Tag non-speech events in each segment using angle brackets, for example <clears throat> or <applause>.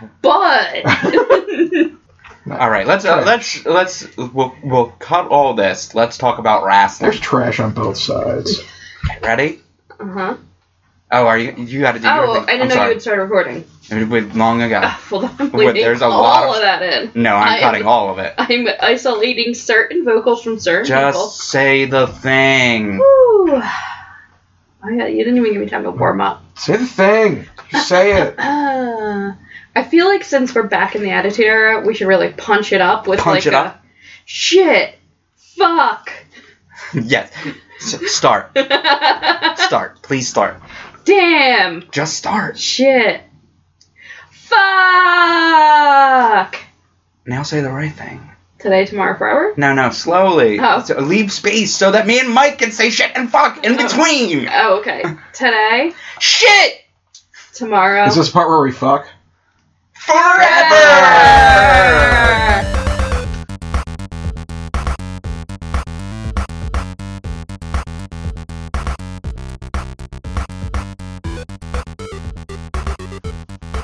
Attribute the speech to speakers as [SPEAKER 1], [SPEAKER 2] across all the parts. [SPEAKER 1] <laughs>
[SPEAKER 2] But
[SPEAKER 1] All right, let's uh, let's let's we'll, we'll cut all this. Let's talk about wrestling.
[SPEAKER 3] There's trash on both sides.
[SPEAKER 1] Ready?
[SPEAKER 2] Uh-huh.
[SPEAKER 1] Oh, are you you got to do your
[SPEAKER 2] Oh,
[SPEAKER 1] thing.
[SPEAKER 2] I didn't
[SPEAKER 1] I'm
[SPEAKER 2] know
[SPEAKER 1] sorry.
[SPEAKER 2] you had started recording.
[SPEAKER 1] It was long ago.
[SPEAKER 2] <laughs> Ah, Hold on, I'm
[SPEAKER 1] Wait,
[SPEAKER 2] leaving
[SPEAKER 1] there's a
[SPEAKER 2] all
[SPEAKER 1] lot of-
[SPEAKER 2] of that in.
[SPEAKER 1] no, I'm
[SPEAKER 2] I-
[SPEAKER 1] cutting all of it.
[SPEAKER 2] I'm isolating certain vocals from certain
[SPEAKER 1] Just
[SPEAKER 2] vocals.
[SPEAKER 1] say the thing. <laughs>
[SPEAKER 2] Woo! I, uh, you didn't even give me time to warm up. <sighs>
[SPEAKER 3] Say the thing. Just say it.
[SPEAKER 2] Uh, I feel like since we're back in the Attitude Era, we should really punch it up with like
[SPEAKER 1] Punch it
[SPEAKER 2] a
[SPEAKER 1] up?
[SPEAKER 2] shit, fuck. <laughs>
[SPEAKER 1] yes. S- start. Start. Please start.
[SPEAKER 2] Damn.
[SPEAKER 1] Just start.
[SPEAKER 2] Shit. Fuck.
[SPEAKER 1] Now say the right thing.
[SPEAKER 2] Today, tomorrow, forever.
[SPEAKER 1] No, no, slowly.
[SPEAKER 2] Oh.
[SPEAKER 1] So leave space so that me and Mike can say shit and fuck in
[SPEAKER 2] Oh.
[SPEAKER 1] between.
[SPEAKER 2] Oh,
[SPEAKER 1] <laughs>
[SPEAKER 2] okay. Today,
[SPEAKER 1] Shit
[SPEAKER 2] tomorrow,
[SPEAKER 3] Is this part where we fuck?
[SPEAKER 1] forever.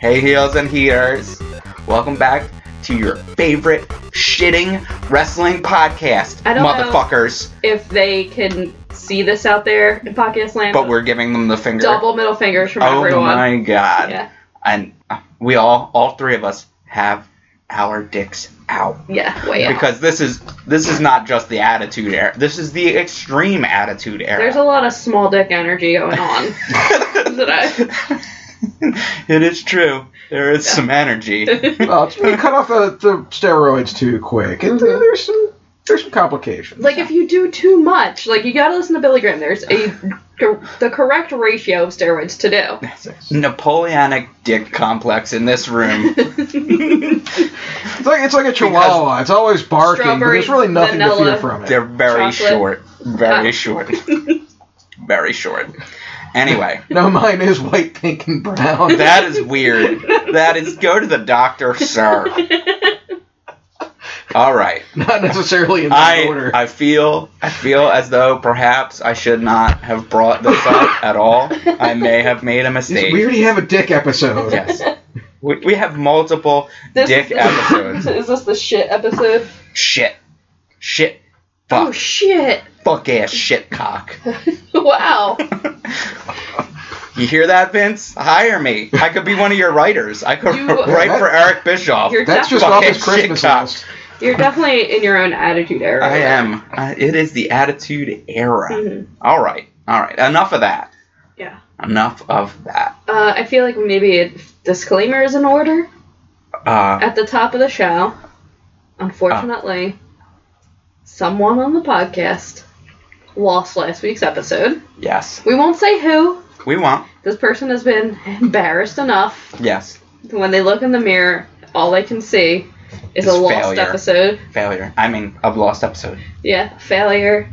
[SPEAKER 1] Hey, heels and heaters. Welcome back to your favorite shitting wrestling podcast,
[SPEAKER 2] I don't know.
[SPEAKER 1] motherfuckers.
[SPEAKER 2] if they can see this out there in Podcast Land,
[SPEAKER 1] But we're giving them the finger.
[SPEAKER 2] double middle fingers from
[SPEAKER 1] oh
[SPEAKER 2] everyone.
[SPEAKER 1] my god.
[SPEAKER 2] Yeah.
[SPEAKER 1] And uh, we all, all three of us, have our dicks out.
[SPEAKER 2] Oh, Yeah. Way out.
[SPEAKER 1] Because this is this is not just the attitude era. This is the extreme attitude era.
[SPEAKER 2] There's a lot of small dick energy going on
[SPEAKER 1] <laughs>
[SPEAKER 2] today.
[SPEAKER 1] it is true. There is some
[SPEAKER 2] <laughs>
[SPEAKER 1] energy.
[SPEAKER 3] Well, it's- we cut off the, the steroids too quick. It,
[SPEAKER 2] Mhm.
[SPEAKER 3] There's some there's some complications.
[SPEAKER 2] Like if you do too much, like you gotta listen to Billy Graham. There's a the correct ratio of steroids to do.
[SPEAKER 3] it's
[SPEAKER 1] Napoleonic dick complex in
[SPEAKER 2] <laughs>
[SPEAKER 1] this room.
[SPEAKER 3] like it's like a chihuahua. It's always barking, but
[SPEAKER 2] Strawberry,
[SPEAKER 3] there's really nothing to fear
[SPEAKER 2] vanilla.
[SPEAKER 3] from it.
[SPEAKER 1] They're very
[SPEAKER 2] Chocolate.
[SPEAKER 1] short. Very
[SPEAKER 2] Ah. <laughs>
[SPEAKER 1] short. very short. Anyway,
[SPEAKER 3] No, mine is white, pink, and brown.
[SPEAKER 1] <laughs> that is weird. That is go to the
[SPEAKER 2] <laughs>
[SPEAKER 1] doctor, <laughs> sir. All right.
[SPEAKER 3] Not necessarily in that
[SPEAKER 1] I
[SPEAKER 3] order.
[SPEAKER 1] I feel I feel as though perhaps I should not have brought this up at all. I may have made a
[SPEAKER 3] It's-
[SPEAKER 1] mistake.
[SPEAKER 3] we already have a dick episode.
[SPEAKER 1] Yes. We, we have multiple dick
[SPEAKER 2] <laughs>
[SPEAKER 1] episodes.
[SPEAKER 2] Is this the shit episode?
[SPEAKER 1] shit. Shit. Fuck.
[SPEAKER 2] Oh shit! <laughs>
[SPEAKER 1] fuck ass shit cock.
[SPEAKER 2] Wow.
[SPEAKER 1] <laughs> You hear that, Vince? Hire me. I could be one of your writers. I could
[SPEAKER 2] You-
[SPEAKER 1] write for Eric Bischoff.
[SPEAKER 2] You're-
[SPEAKER 3] That's just
[SPEAKER 1] Fucking
[SPEAKER 3] off his
[SPEAKER 1] shit
[SPEAKER 3] Christmas
[SPEAKER 1] cock.
[SPEAKER 3] list.
[SPEAKER 2] You're definitely in your own attitude era.
[SPEAKER 1] I am. I, it is the attitude era.
[SPEAKER 2] Mhm.
[SPEAKER 1] All right. All right. Enough of that.
[SPEAKER 2] Yeah.
[SPEAKER 1] Enough of that.
[SPEAKER 2] Uh, I feel like maybe a disclaimer is in order
[SPEAKER 1] Uh,
[SPEAKER 2] at the top of the show. Unfortunately, someone on the podcast lost last week's episode.
[SPEAKER 1] yes.
[SPEAKER 2] We won't say who.
[SPEAKER 1] We won't.
[SPEAKER 2] This person has been embarrassed enough.
[SPEAKER 1] Yes.
[SPEAKER 2] When they look in the mirror, all they can see is
[SPEAKER 1] Is
[SPEAKER 2] a lost
[SPEAKER 1] failure.
[SPEAKER 2] episode.
[SPEAKER 1] Failure. I mean, of lost episode.
[SPEAKER 2] Yeah, failure.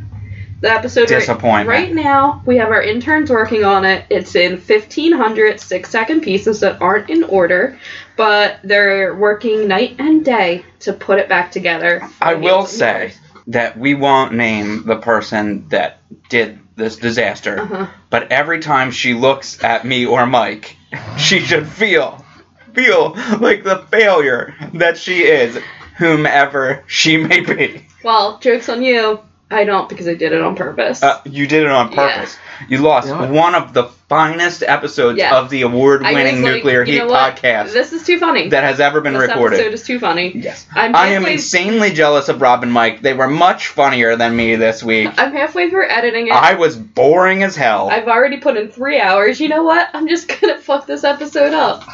[SPEAKER 2] The episode right-
[SPEAKER 1] Disappointment.
[SPEAKER 2] Right now, we have our interns working on it. It's in 1,500 six second pieces that aren't in order, but they're working night and day to put it back together.
[SPEAKER 1] I will say that we won't name the person that did this disaster,
[SPEAKER 2] Uh-huh.
[SPEAKER 1] but every time she looks at me or Mike, <laughs> she should feel feel like the failure that she is, whomever she may be.
[SPEAKER 2] Well, joke's on you. I don't because I did it on purpose.
[SPEAKER 1] Uh, you did it on purpose. You lost
[SPEAKER 3] Yeah.
[SPEAKER 1] one of the finest episodes
[SPEAKER 2] Yeah.
[SPEAKER 1] of the award-winning
[SPEAKER 2] I was like,
[SPEAKER 1] Nuclear
[SPEAKER 2] you
[SPEAKER 1] Heat
[SPEAKER 2] know what?
[SPEAKER 1] podcast
[SPEAKER 2] This is too funny.
[SPEAKER 1] that has ever been
[SPEAKER 2] this
[SPEAKER 1] recorded.
[SPEAKER 2] episode is too funny.
[SPEAKER 1] Yes.
[SPEAKER 2] I'm
[SPEAKER 1] I am
[SPEAKER 2] halfway-
[SPEAKER 1] insanely jealous of Rob and Mike. They were much funnier than me this week.
[SPEAKER 2] I'm halfway through editing it.
[SPEAKER 1] I was boring as hell.
[SPEAKER 2] I've already put in three hours. You know what? I'm just <laughs> gonna fuck this episode up.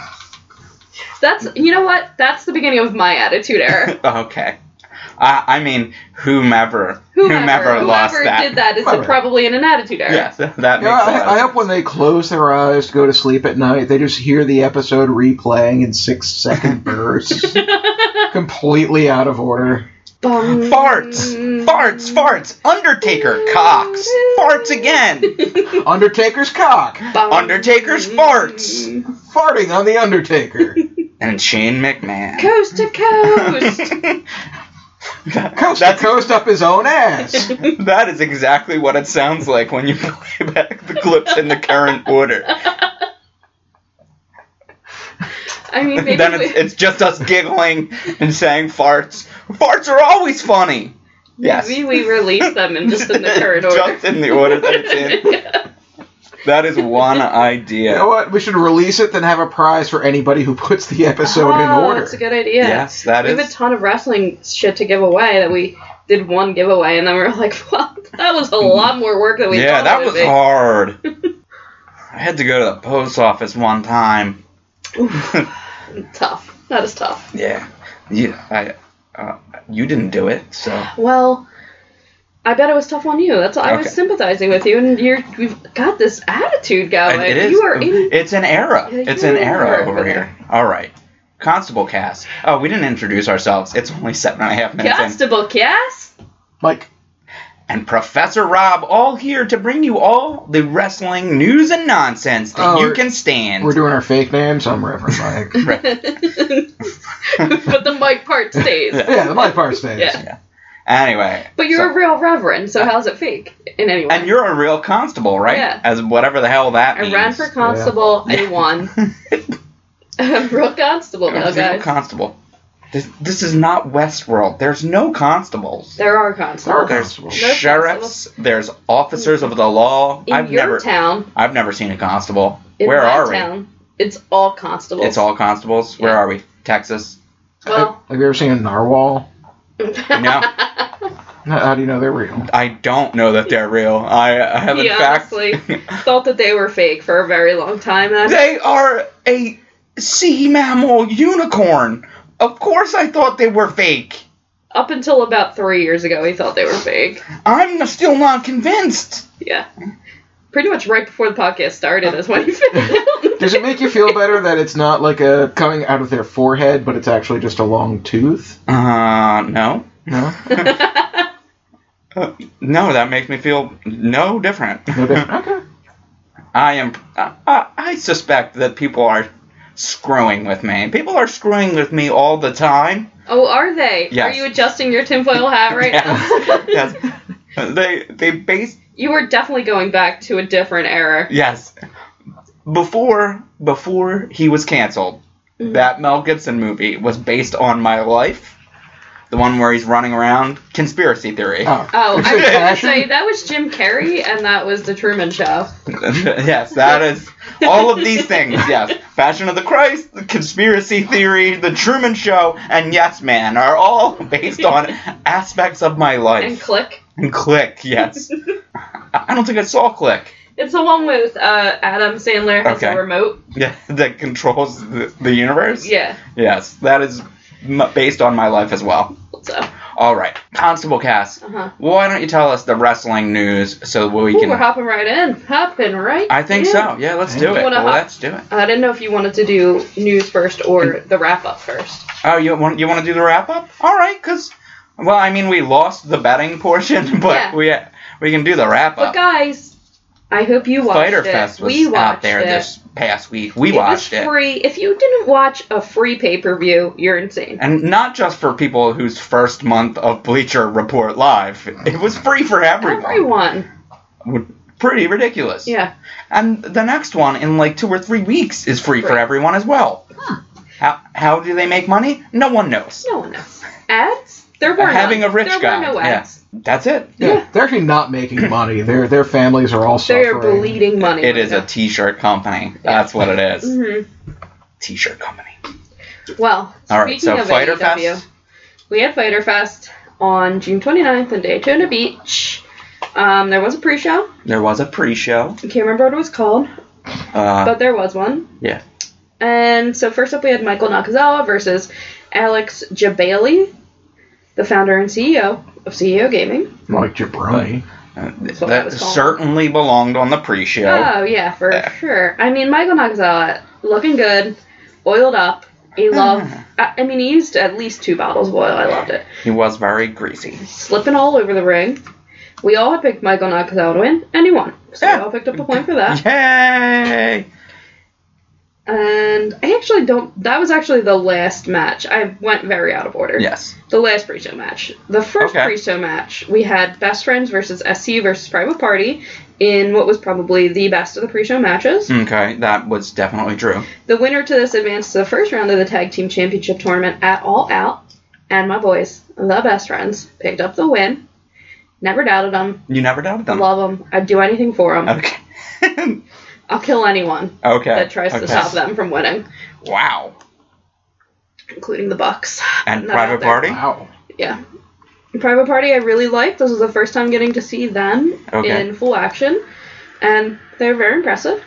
[SPEAKER 2] That's you know what? That's the beginning of my attitude error.
[SPEAKER 1] <laughs> okay. I, I mean, whomever,
[SPEAKER 2] Whomever,
[SPEAKER 1] lost
[SPEAKER 2] whoever
[SPEAKER 1] that.
[SPEAKER 2] did
[SPEAKER 1] <laughs>
[SPEAKER 2] that is
[SPEAKER 3] Whoever.
[SPEAKER 2] probably in an attitude error.
[SPEAKER 1] Yes, that makes
[SPEAKER 3] Yeah, I, I
[SPEAKER 1] sense.
[SPEAKER 3] hope when they close their eyes to go to sleep at night, they just hear the episode replaying in
[SPEAKER 2] <laughs>
[SPEAKER 3] six second bursts, completely out of order.
[SPEAKER 2] Bum.
[SPEAKER 1] Farts, farts, farts. Undertaker cocks, farts again.
[SPEAKER 3] Undertaker's cock,
[SPEAKER 2] <laughs> Bum.
[SPEAKER 1] Undertaker's farts,
[SPEAKER 3] farting on the Undertaker.
[SPEAKER 1] and Shane McMahon.
[SPEAKER 2] Coast to
[SPEAKER 1] <laughs>
[SPEAKER 2] coast.
[SPEAKER 3] Coast
[SPEAKER 1] That's-
[SPEAKER 3] to coast up his own
[SPEAKER 2] <laughs>
[SPEAKER 3] ass.
[SPEAKER 1] That is exactly what it sounds like when you <laughs> play
[SPEAKER 2] <laughs>
[SPEAKER 1] back the clips in the current order.
[SPEAKER 2] I mean, maybe
[SPEAKER 1] then
[SPEAKER 2] we-
[SPEAKER 1] it's, it's just us giggling and saying farts. Farts are always funny. Yes.
[SPEAKER 2] maybe we release them and <laughs> just
[SPEAKER 1] <laughs>
[SPEAKER 2] in the current order.
[SPEAKER 1] Just in the order that
[SPEAKER 2] <laughs>
[SPEAKER 1] it's in. That is one idea.
[SPEAKER 3] You know what? We should release it, then have a prize for anybody who puts the episode in
[SPEAKER 2] Oh,
[SPEAKER 3] order.
[SPEAKER 2] That's a good idea.
[SPEAKER 1] Yes, that
[SPEAKER 2] we
[SPEAKER 1] is.
[SPEAKER 2] have a ton of wrestling shit to give away that we did one giveaway and then we were like, <laughs> well, that was a lot more work than we
[SPEAKER 1] Mm-hmm. yeah,
[SPEAKER 2] thought
[SPEAKER 1] that
[SPEAKER 2] it
[SPEAKER 1] was
[SPEAKER 2] would be.
[SPEAKER 1] hard.
[SPEAKER 2] <laughs>
[SPEAKER 1] I had to go to the post office one time.
[SPEAKER 2] Tough. That is tough.
[SPEAKER 1] yeah, yeah. I, uh, you didn't do it, so
[SPEAKER 2] Well, I bet it was tough on you. That's I
[SPEAKER 1] Okay.
[SPEAKER 2] was sympathizing with you, and you're we've got this attitude going.
[SPEAKER 1] And it is.
[SPEAKER 2] Oh, You are in.
[SPEAKER 1] It's an era.
[SPEAKER 2] Yeah,
[SPEAKER 1] it's
[SPEAKER 2] you
[SPEAKER 1] an
[SPEAKER 2] are in
[SPEAKER 1] era
[SPEAKER 2] error
[SPEAKER 1] over
[SPEAKER 2] over
[SPEAKER 1] here. All right, Constable Cass. Oh, we didn't introduce ourselves. It's only seven and a half minutes in.
[SPEAKER 2] Constable Cass.
[SPEAKER 3] Mike,
[SPEAKER 1] and Professor Rob all here to bring you all the wrestling news and nonsense that
[SPEAKER 3] Oh,
[SPEAKER 1] you
[SPEAKER 3] we're-
[SPEAKER 1] can stand.
[SPEAKER 3] we're doing our fake names. I'm Reverend
[SPEAKER 1] <laughs>
[SPEAKER 3] Mike.
[SPEAKER 2] <laughs>
[SPEAKER 1] Right.
[SPEAKER 2] but the mic part stays.
[SPEAKER 1] <laughs> Yeah.
[SPEAKER 3] yeah, the Mike part stays.
[SPEAKER 2] Yeah.
[SPEAKER 1] Anyway,
[SPEAKER 2] But you're
[SPEAKER 1] so-
[SPEAKER 2] a real reverend, so how's it fake in any way?
[SPEAKER 1] and you're a real constable, right?
[SPEAKER 2] Yeah.
[SPEAKER 1] As whatever the hell that
[SPEAKER 2] I
[SPEAKER 1] means.
[SPEAKER 2] ran for constable.
[SPEAKER 1] <laughs> Yeah.
[SPEAKER 2] I won. <laughs> I'm real constable
[SPEAKER 1] You're
[SPEAKER 2] now,
[SPEAKER 1] a real
[SPEAKER 2] guys.
[SPEAKER 1] constable. This, this is not Westworld. There's no constables.
[SPEAKER 2] there are
[SPEAKER 3] There are
[SPEAKER 2] constables.
[SPEAKER 1] There's
[SPEAKER 3] constables.
[SPEAKER 2] No
[SPEAKER 1] sheriffs. There's officers of the law.
[SPEAKER 2] In
[SPEAKER 1] I've
[SPEAKER 2] your
[SPEAKER 1] never
[SPEAKER 2] town,
[SPEAKER 1] I've never seen a constable.
[SPEAKER 2] in
[SPEAKER 1] Where
[SPEAKER 2] my
[SPEAKER 1] are
[SPEAKER 2] town, it's all constables.
[SPEAKER 1] we?
[SPEAKER 2] <laughs>
[SPEAKER 1] It's all constables. Where
[SPEAKER 2] Yeah.
[SPEAKER 1] are we? Texas.
[SPEAKER 2] Well,
[SPEAKER 3] Have you ever seen a narwhal?
[SPEAKER 1] No.
[SPEAKER 2] <laughs>
[SPEAKER 3] How how do you know they're real?
[SPEAKER 1] I don't know that they're real. I, I have in
[SPEAKER 2] He
[SPEAKER 1] fact. <laughs>
[SPEAKER 2] honestly- thought that they were fake for a very long time. And I-
[SPEAKER 1] they are a sea mammal unicorn. Of course, I thought they were fake.
[SPEAKER 2] up until about three years ago, he thought they were fake.
[SPEAKER 1] I'm still not convinced.
[SPEAKER 2] Yeah. Pretty much right before the podcast started is when he
[SPEAKER 1] <laughs>
[SPEAKER 2] found
[SPEAKER 3] Does it make you feel better that it's not like a coming out of their forehead, but it's actually just a long tooth?
[SPEAKER 1] Uh, <laughs> no.
[SPEAKER 3] No,
[SPEAKER 1] Uh, no, that makes me feel no different.
[SPEAKER 3] no different. Okay.
[SPEAKER 1] <laughs> I am. I, I- I suspect that people are screwing with me. People are screwing with me all the time.
[SPEAKER 2] <laughs> Oh, are they?
[SPEAKER 1] Yes.
[SPEAKER 2] Are you adjusting your tinfoil hat right now?
[SPEAKER 1] <laughs> yes. Yes. They they base
[SPEAKER 2] <laughs> You are definitely going back to a different era.
[SPEAKER 1] yes. Before before he was canceled, that Mel Gibson movie was based on my life. The one where he's running around conspiracy theory.
[SPEAKER 3] Oh,
[SPEAKER 2] Oh, I was gonna
[SPEAKER 1] <laughs>
[SPEAKER 3] Passion?
[SPEAKER 2] say that was Jim Carrey and that was the Truman Show.
[SPEAKER 1] <laughs> yes, that is all of these things. Yes, Passion of the Christ, the conspiracy theory, the Truman Show, and Yes Man are all <laughs> based on aspects of my life.
[SPEAKER 2] And Click.
[SPEAKER 1] And Click, yes. I I don't think I saw Click.
[SPEAKER 2] <laughs> It's the one with uh, Adam Sandler has
[SPEAKER 1] Okay.
[SPEAKER 2] a remote.
[SPEAKER 1] Yeah, <laughs> that controls the, the universe.
[SPEAKER 2] Yeah.
[SPEAKER 1] Yes, that is m- based on my life as well.
[SPEAKER 2] So, uh
[SPEAKER 1] All right, Constable Cass.
[SPEAKER 2] huh.
[SPEAKER 1] Why don't you tell us the wrestling news so we
[SPEAKER 2] Ooh,
[SPEAKER 1] can?
[SPEAKER 2] we're hopping right in. Hopping right.
[SPEAKER 1] I think
[SPEAKER 2] in.
[SPEAKER 1] so. Yeah, let's do
[SPEAKER 2] You
[SPEAKER 1] it.
[SPEAKER 2] wanna hop-
[SPEAKER 1] Let's do it.
[SPEAKER 2] I didn't know if you wanted to do news first or the wrap up first.
[SPEAKER 1] Oh, you want you want to do the wrap up? All right, cause well, I mean, we lost the betting portion, <laughs> but
[SPEAKER 2] Yeah.
[SPEAKER 1] we we can do the wrap
[SPEAKER 2] But
[SPEAKER 1] up.
[SPEAKER 2] guys, I hope you watched
[SPEAKER 1] Fighter
[SPEAKER 2] it.
[SPEAKER 1] Fest was
[SPEAKER 2] we watched
[SPEAKER 1] out there
[SPEAKER 2] it.
[SPEAKER 1] this past week. We
[SPEAKER 2] it
[SPEAKER 1] watched
[SPEAKER 2] was
[SPEAKER 1] it,
[SPEAKER 2] free. If you didn't watch a free pay per view, you're insane.
[SPEAKER 1] and not just for people whose first month of Bleacher Report live. It was free for everyone.
[SPEAKER 2] Everyone.
[SPEAKER 1] Pretty ridiculous.
[SPEAKER 2] Yeah.
[SPEAKER 1] And the next one in like two or three weeks is free for
[SPEAKER 2] Free.
[SPEAKER 1] everyone as well. How, how do they make money? No one knows.
[SPEAKER 2] No one knows. Ads? There were
[SPEAKER 1] Having
[SPEAKER 2] none.
[SPEAKER 1] a rich
[SPEAKER 2] there
[SPEAKER 1] guy.
[SPEAKER 2] were no
[SPEAKER 1] Yeah.
[SPEAKER 2] ads.
[SPEAKER 1] That's it.
[SPEAKER 3] Yeah. They're actually not making money. Their their families are all
[SPEAKER 2] They are
[SPEAKER 3] suffering.
[SPEAKER 2] bleeding money.
[SPEAKER 1] It is a t-shirt company. That's what it is.
[SPEAKER 2] Mm-hmm.
[SPEAKER 1] T-shirt company.
[SPEAKER 2] Well,
[SPEAKER 1] All right,
[SPEAKER 2] speaking
[SPEAKER 1] so
[SPEAKER 2] of E
[SPEAKER 1] Fighter
[SPEAKER 2] AEW,
[SPEAKER 1] Fest.
[SPEAKER 2] we had Fighter Fest on June 29th in Daytona Beach. Um, there was a pre-show.
[SPEAKER 1] There was a pre-show.
[SPEAKER 2] I can't remember what it was called,
[SPEAKER 1] Uh,
[SPEAKER 2] but there was one.
[SPEAKER 1] yeah.
[SPEAKER 2] And so first up, we had Michael Nakazawa versus Alex Jabali, the founder and CEO of CEO Gaming.
[SPEAKER 3] like jabroni.
[SPEAKER 1] Uh, th-
[SPEAKER 2] So that
[SPEAKER 1] that
[SPEAKER 2] was called-
[SPEAKER 1] certainly belonged on the pre-show.
[SPEAKER 2] Oh yeah, for
[SPEAKER 1] Yeah.
[SPEAKER 2] sure. I mean, Michael Nakazawa looking good, oiled up.
[SPEAKER 1] <laughs>
[SPEAKER 2] He loved. I, I mean, he used at least two bottles of oil. I loved it.
[SPEAKER 1] He was very greasy.
[SPEAKER 2] Slipping all over the ring. We all had picked Michael Nakazawa to win, and he won. So
[SPEAKER 1] Yeah.
[SPEAKER 2] we all picked up a point for that.
[SPEAKER 1] Yay!
[SPEAKER 2] And I actually don't. That was actually the last match. I went very out of order.
[SPEAKER 1] Yes.
[SPEAKER 2] The last pre-show match. The first
[SPEAKER 1] Okay.
[SPEAKER 2] pre-show match, we had Best Friends versus SC versus Private Party in what was probably the best of the pre-show matches.
[SPEAKER 1] Okay, that was definitely true.
[SPEAKER 2] The winner to this advanced to the first round of the Tag Team Championship Tournament at All Out. And my boys, the Best Friends, picked up the win. Never doubted them.
[SPEAKER 1] You never doubted them.
[SPEAKER 2] Love them. I'd do anything for them.
[SPEAKER 1] Okay. <laughs> okay.
[SPEAKER 2] I'll kill anyone that tries
[SPEAKER 1] okay.
[SPEAKER 2] to stop them from winning,
[SPEAKER 1] Wow.
[SPEAKER 2] including the Bucks.
[SPEAKER 1] And
[SPEAKER 2] Not out
[SPEAKER 1] private
[SPEAKER 2] there.
[SPEAKER 1] party.
[SPEAKER 3] Wow.
[SPEAKER 2] Yeah. Private Party, I really liked. This was the first time getting to see them
[SPEAKER 1] Okay.
[SPEAKER 2] in full action, and they're very impressive.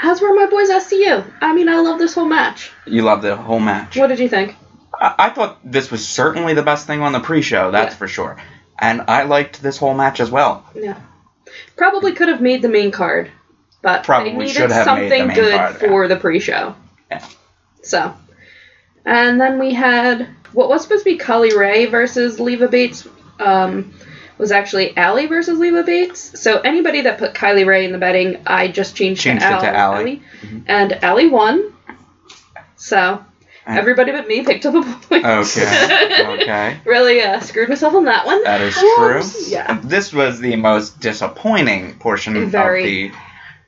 [SPEAKER 2] As were my boys SCU. I mean, I love this whole match.
[SPEAKER 1] You loved the whole match.
[SPEAKER 2] What did you think?
[SPEAKER 1] I-, I thought this was certainly the best thing on the pre-show. That's
[SPEAKER 2] Yeah.
[SPEAKER 1] for sure. And I liked this whole match as well.
[SPEAKER 2] Yeah. Probably could have made the main card, but
[SPEAKER 1] Probably
[SPEAKER 2] they needed
[SPEAKER 1] should have made the
[SPEAKER 2] something
[SPEAKER 1] main
[SPEAKER 2] good
[SPEAKER 1] card, yeah.
[SPEAKER 2] for the pre-show.
[SPEAKER 1] Yeah.
[SPEAKER 2] So, and then we had what was supposed to be Cully Ray versus Leva Bates. Um, was actually Allie versus Leva Bates. So anybody that put Kylie Ray in the betting, I just changed,
[SPEAKER 1] Changed
[SPEAKER 2] to
[SPEAKER 1] it
[SPEAKER 2] Al-
[SPEAKER 1] to Mm-hmm. Ally.
[SPEAKER 2] and Allie won. So
[SPEAKER 1] And-
[SPEAKER 2] everybody but me picked up a point.
[SPEAKER 1] Okay. okay.
[SPEAKER 2] <laughs> really uh, screwed myself on that one.
[SPEAKER 1] That is
[SPEAKER 2] Whoops.
[SPEAKER 1] true.
[SPEAKER 2] Yeah.
[SPEAKER 1] This was the most disappointing portion
[SPEAKER 2] Very.
[SPEAKER 1] of the
[SPEAKER 2] Full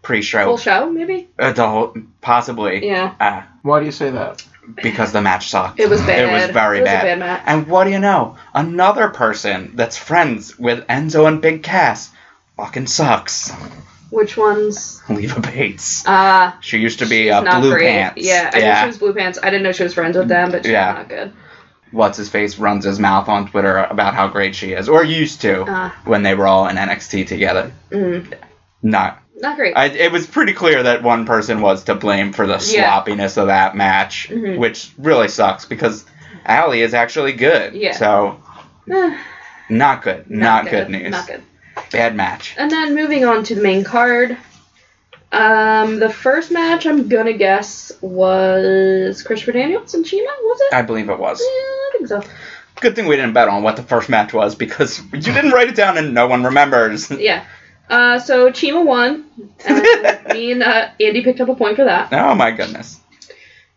[SPEAKER 1] pre-show.
[SPEAKER 2] show, maybe.
[SPEAKER 1] Adult, possibly.
[SPEAKER 2] Yeah.
[SPEAKER 1] Uh,
[SPEAKER 3] Why do you say that?
[SPEAKER 1] because the match sucked.
[SPEAKER 2] It was bad.
[SPEAKER 1] It was very
[SPEAKER 2] It was a
[SPEAKER 1] bad.
[SPEAKER 2] bad match.
[SPEAKER 1] And what do you know? Another person that's friends with Enzo and Big Cass fucking sucks.
[SPEAKER 2] Which ones?
[SPEAKER 1] Leva Bates.
[SPEAKER 2] Uh,
[SPEAKER 1] She used to be
[SPEAKER 2] she's
[SPEAKER 1] uh,
[SPEAKER 2] not
[SPEAKER 1] Blue
[SPEAKER 2] great.
[SPEAKER 1] Pants.
[SPEAKER 2] Yeah, I knew she was Blue Pants. I didn't know she was friends with them, but she's
[SPEAKER 1] Yeah.
[SPEAKER 2] not good.
[SPEAKER 1] What's his face runs his mouth on Twitter about how great she is, or used to
[SPEAKER 2] Uh.
[SPEAKER 1] when they were all in NXT together.
[SPEAKER 2] Mm,
[SPEAKER 1] Not.
[SPEAKER 2] not great. Eh,
[SPEAKER 1] I, it was pretty clear that one person was to blame for the
[SPEAKER 2] Yeah.
[SPEAKER 1] sloppiness of that match,
[SPEAKER 2] Mhm.
[SPEAKER 1] which really sucks because Allie is actually good.
[SPEAKER 2] Yeah.
[SPEAKER 1] So
[SPEAKER 2] Eh,
[SPEAKER 1] not good. Not, good. news.
[SPEAKER 2] Not good.
[SPEAKER 1] Bad match.
[SPEAKER 2] And then moving on to the main card. Um, the first match I'm gonna guess was Christopher Daniels and Sheena. Was it?
[SPEAKER 1] I believe it was.
[SPEAKER 2] Yeah, I think so.
[SPEAKER 1] Good thing we didn't bet on what the first match was because <laughs> you didn't write it down and no one remembers. <laughs>
[SPEAKER 2] Yeah. Uh, so Chima won, and me and uh, Andy picked up a point for that.
[SPEAKER 1] Oh my goodness.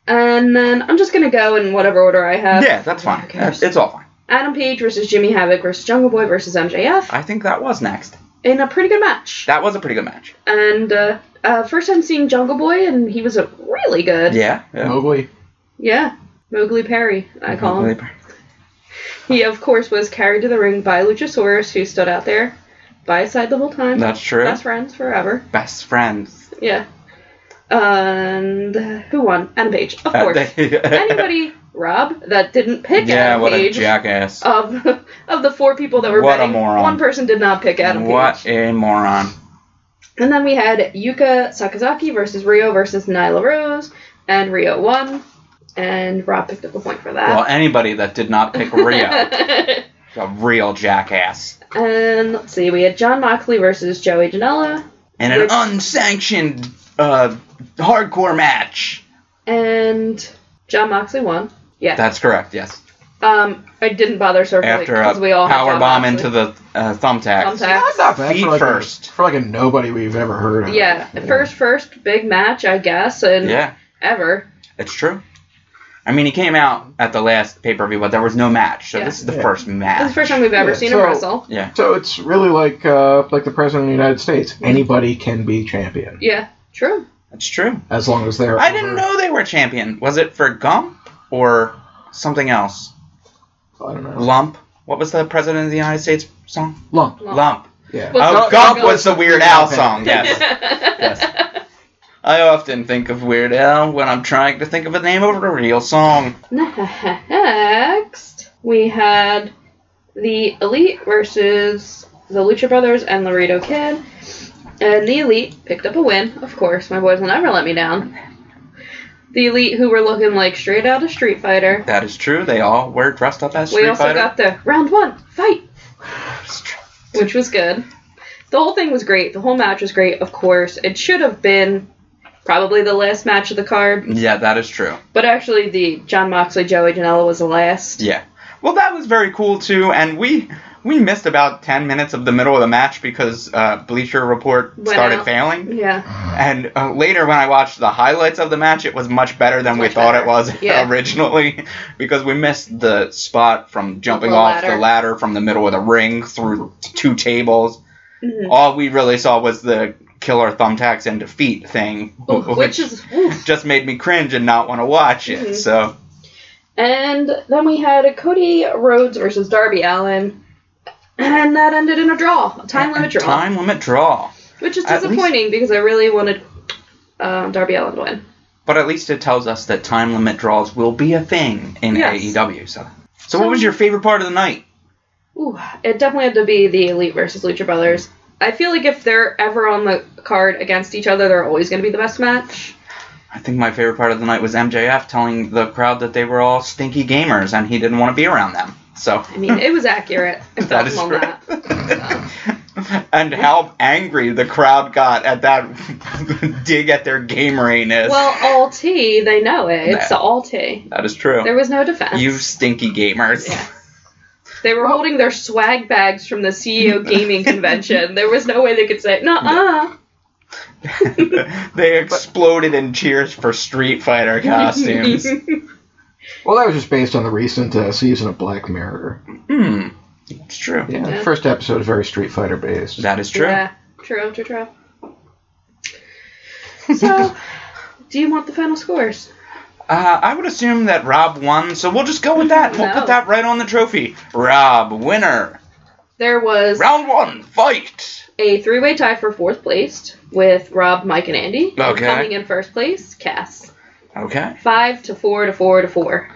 [SPEAKER 2] And then I'm just gonna go in whatever order I have.
[SPEAKER 1] Yeah, that's fine.
[SPEAKER 2] Okay.
[SPEAKER 1] That's- It's all fine.
[SPEAKER 2] Adam Page versus Jimmy Havoc versus Jungle Boy versus MJF
[SPEAKER 1] I think that was next.
[SPEAKER 2] in a pretty good match.
[SPEAKER 1] That was a pretty good match.
[SPEAKER 2] And uh, uh, first time seeing Jungle Boy, and he was a really good.
[SPEAKER 1] Yeah. yeah.
[SPEAKER 3] Mowgli.
[SPEAKER 2] Yeah. Mowgli Perry, I call him. He, of course, was carried to the ring by Luchasaurus, who stood out there by his side the whole time.
[SPEAKER 1] That's true.
[SPEAKER 2] Best friends forever.
[SPEAKER 1] Best friends.
[SPEAKER 2] Yeah. And who won? Adam Page, of
[SPEAKER 1] Uh,
[SPEAKER 2] course.
[SPEAKER 1] <laughs> they-
[SPEAKER 2] Anybody, Rob, that didn't pick
[SPEAKER 1] yeah,
[SPEAKER 2] Adam
[SPEAKER 1] what
[SPEAKER 2] Page.
[SPEAKER 1] a jackass.
[SPEAKER 2] of <laughs> of the four people that were
[SPEAKER 1] What a
[SPEAKER 2] betting,
[SPEAKER 1] moron.
[SPEAKER 2] one person did not pick Adam
[SPEAKER 1] what
[SPEAKER 2] Page.
[SPEAKER 1] a moron.
[SPEAKER 2] And then we had Yuka Sakazaki versus Rio versus Nyla Rose, and Rio won, and Rob picked up a point for <laughs>
[SPEAKER 1] Well,
[SPEAKER 2] that.
[SPEAKER 1] anybody that did not pick
[SPEAKER 2] <laughs>
[SPEAKER 1] Rio, a real jackass.
[SPEAKER 2] and let's see, we had John Moxley versus Joey Janela,
[SPEAKER 1] In an
[SPEAKER 2] Which-
[SPEAKER 1] unsanctioned uh, hardcore match.
[SPEAKER 2] and John Moxley won. Yeah.
[SPEAKER 1] That's correct, yes.
[SPEAKER 2] um, I didn't bother circling
[SPEAKER 1] after
[SPEAKER 2] because
[SPEAKER 1] a
[SPEAKER 2] we all had
[SPEAKER 1] power
[SPEAKER 2] John
[SPEAKER 1] bomb
[SPEAKER 2] Moxley.
[SPEAKER 1] into the uh, thumbtack.
[SPEAKER 2] Thumbtack.
[SPEAKER 3] That's not bad
[SPEAKER 1] Feet
[SPEAKER 3] for like,
[SPEAKER 1] first.
[SPEAKER 3] A, for like a nobody we've ever heard of.
[SPEAKER 2] Yeah, first first big match I guess, and
[SPEAKER 1] Yeah,
[SPEAKER 2] ever.
[SPEAKER 1] it's true. I mean, he came out at the last pay per view, but there was no match, so
[SPEAKER 2] Yeah.
[SPEAKER 1] this is the
[SPEAKER 3] Yeah.
[SPEAKER 1] first match.
[SPEAKER 2] This is the first time we've ever
[SPEAKER 3] Yeah,
[SPEAKER 2] seen
[SPEAKER 3] so-
[SPEAKER 2] him wrestle.
[SPEAKER 1] Yeah,
[SPEAKER 3] So it's really like uh, like the president of the United States. Anybody can be champion
[SPEAKER 2] Yeah, true.
[SPEAKER 1] that's true.
[SPEAKER 3] as long as they're.
[SPEAKER 1] I didn't
[SPEAKER 3] over-
[SPEAKER 1] know they were champion. Was it for Gump or something else?
[SPEAKER 3] I don't know.
[SPEAKER 1] Lump. What was the president of the United States song?
[SPEAKER 3] Lump.
[SPEAKER 1] Lump.
[SPEAKER 3] Yeah.
[SPEAKER 2] Well,
[SPEAKER 1] Oh,
[SPEAKER 2] Gump-
[SPEAKER 1] Gump
[SPEAKER 2] Gump
[SPEAKER 1] was the Weird
[SPEAKER 3] Gump.
[SPEAKER 1] Al
[SPEAKER 2] <laughs>
[SPEAKER 1] song. Yes.
[SPEAKER 2] yes.
[SPEAKER 1] I often think of Weird Al when I'm trying to think of a name of a real song.
[SPEAKER 2] <laughs> Next, we had the Elite versus the Lucha Brothers and Laredo Kid. And the Elite picked up a win, of course. My boys will never let me down. The Elite, who were looking like straight out of Street Fighter.
[SPEAKER 1] That is true. They all were dressed up as Street
[SPEAKER 2] we also
[SPEAKER 1] Fighter.
[SPEAKER 2] got the round one fight, which was good. The whole thing was great. The whole match was great, of course. It should have been probably the last match of the card,
[SPEAKER 1] yeah, that is true.
[SPEAKER 2] but actually, the John Moxley Joey Janela was the last.
[SPEAKER 1] Yeah. Well, that was very cool too, and we we missed about 10 minutes of the middle of the match because uh, Bleacher Report
[SPEAKER 2] Went
[SPEAKER 1] started
[SPEAKER 2] out.
[SPEAKER 1] failing.
[SPEAKER 2] Yeah.
[SPEAKER 1] And uh, later, when I watched the highlights of the match, it was much better than we
[SPEAKER 2] Much
[SPEAKER 1] thought
[SPEAKER 2] better.
[SPEAKER 1] it was
[SPEAKER 2] Yeah.
[SPEAKER 1] <laughs> originally because we missed the spot from jumping
[SPEAKER 2] The
[SPEAKER 1] off the
[SPEAKER 2] ladder.
[SPEAKER 1] ladder from the middle of the ring through two tables.
[SPEAKER 2] Mhm.
[SPEAKER 1] All we really saw was the killer thumbtacks and defeat thing, <laughs>
[SPEAKER 2] Ooh,
[SPEAKER 1] wh-
[SPEAKER 2] Which is oof.
[SPEAKER 1] just made me cringe and not want to watch it.
[SPEAKER 2] Mhm.
[SPEAKER 1] So
[SPEAKER 2] And then we had Cody Rhodes versus Darby Allen, and that ended in a draw, a time limit draw,
[SPEAKER 1] Time limit draw.
[SPEAKER 2] which is
[SPEAKER 1] At least-
[SPEAKER 2] disappointing because I really wanted uh, Darby Allen to win.
[SPEAKER 1] But at least it tells us that time limit draws will be a thing in
[SPEAKER 2] Yes.
[SPEAKER 1] AEW. So. so, what was your favorite part of the night?
[SPEAKER 2] Ooh, it definitely had to be the Elite versus Lucha Brothers. I feel like if they're ever on the card against each other, they're always going to be the best match.
[SPEAKER 1] I think my favorite part of the night was MJF telling the crowd that they were all stinky gamers and he didn't want to be around them. So
[SPEAKER 2] I mean,
[SPEAKER 1] <laughs>
[SPEAKER 2] it was accurate. If
[SPEAKER 1] that
[SPEAKER 2] that
[SPEAKER 1] is
[SPEAKER 2] on that.
[SPEAKER 1] right. <laughs> and how angry the crowd got at that <laughs> dig at their gameriness.
[SPEAKER 2] Well, all T, they know it. It's
[SPEAKER 1] Nah.
[SPEAKER 2] all T.
[SPEAKER 1] that is true.
[SPEAKER 2] There was no defense.
[SPEAKER 1] you stinky gamers.
[SPEAKER 2] Yeah. They were holding their swag bags from the CEO gaming convention. There was no way they could say, "Nah,
[SPEAKER 1] <laughs> they exploded in cheers for Street
[SPEAKER 2] <laughs>
[SPEAKER 1] Fighter costumes.
[SPEAKER 3] Well, that was just based on the recent uh, season of Black Mirror.
[SPEAKER 1] hmm. It's true.
[SPEAKER 3] Yeah,
[SPEAKER 2] Yeah.
[SPEAKER 3] the first episode is very Street Fighter based.
[SPEAKER 1] That is true.
[SPEAKER 2] Yeah, true, true, true. So, do you want the final scores?
[SPEAKER 1] Uh, I would assume that Rob won, so we'll just go with that. We'll
[SPEAKER 2] No.
[SPEAKER 1] put that right on the trophy. Rob, winner.
[SPEAKER 2] There was
[SPEAKER 1] Round one, fight.
[SPEAKER 2] a three-way tie for fourth place with Rob, Mike, and Andy. And
[SPEAKER 1] Okay.
[SPEAKER 2] Coming in first place, Cass.
[SPEAKER 1] Okay.
[SPEAKER 2] Five to four to four to four.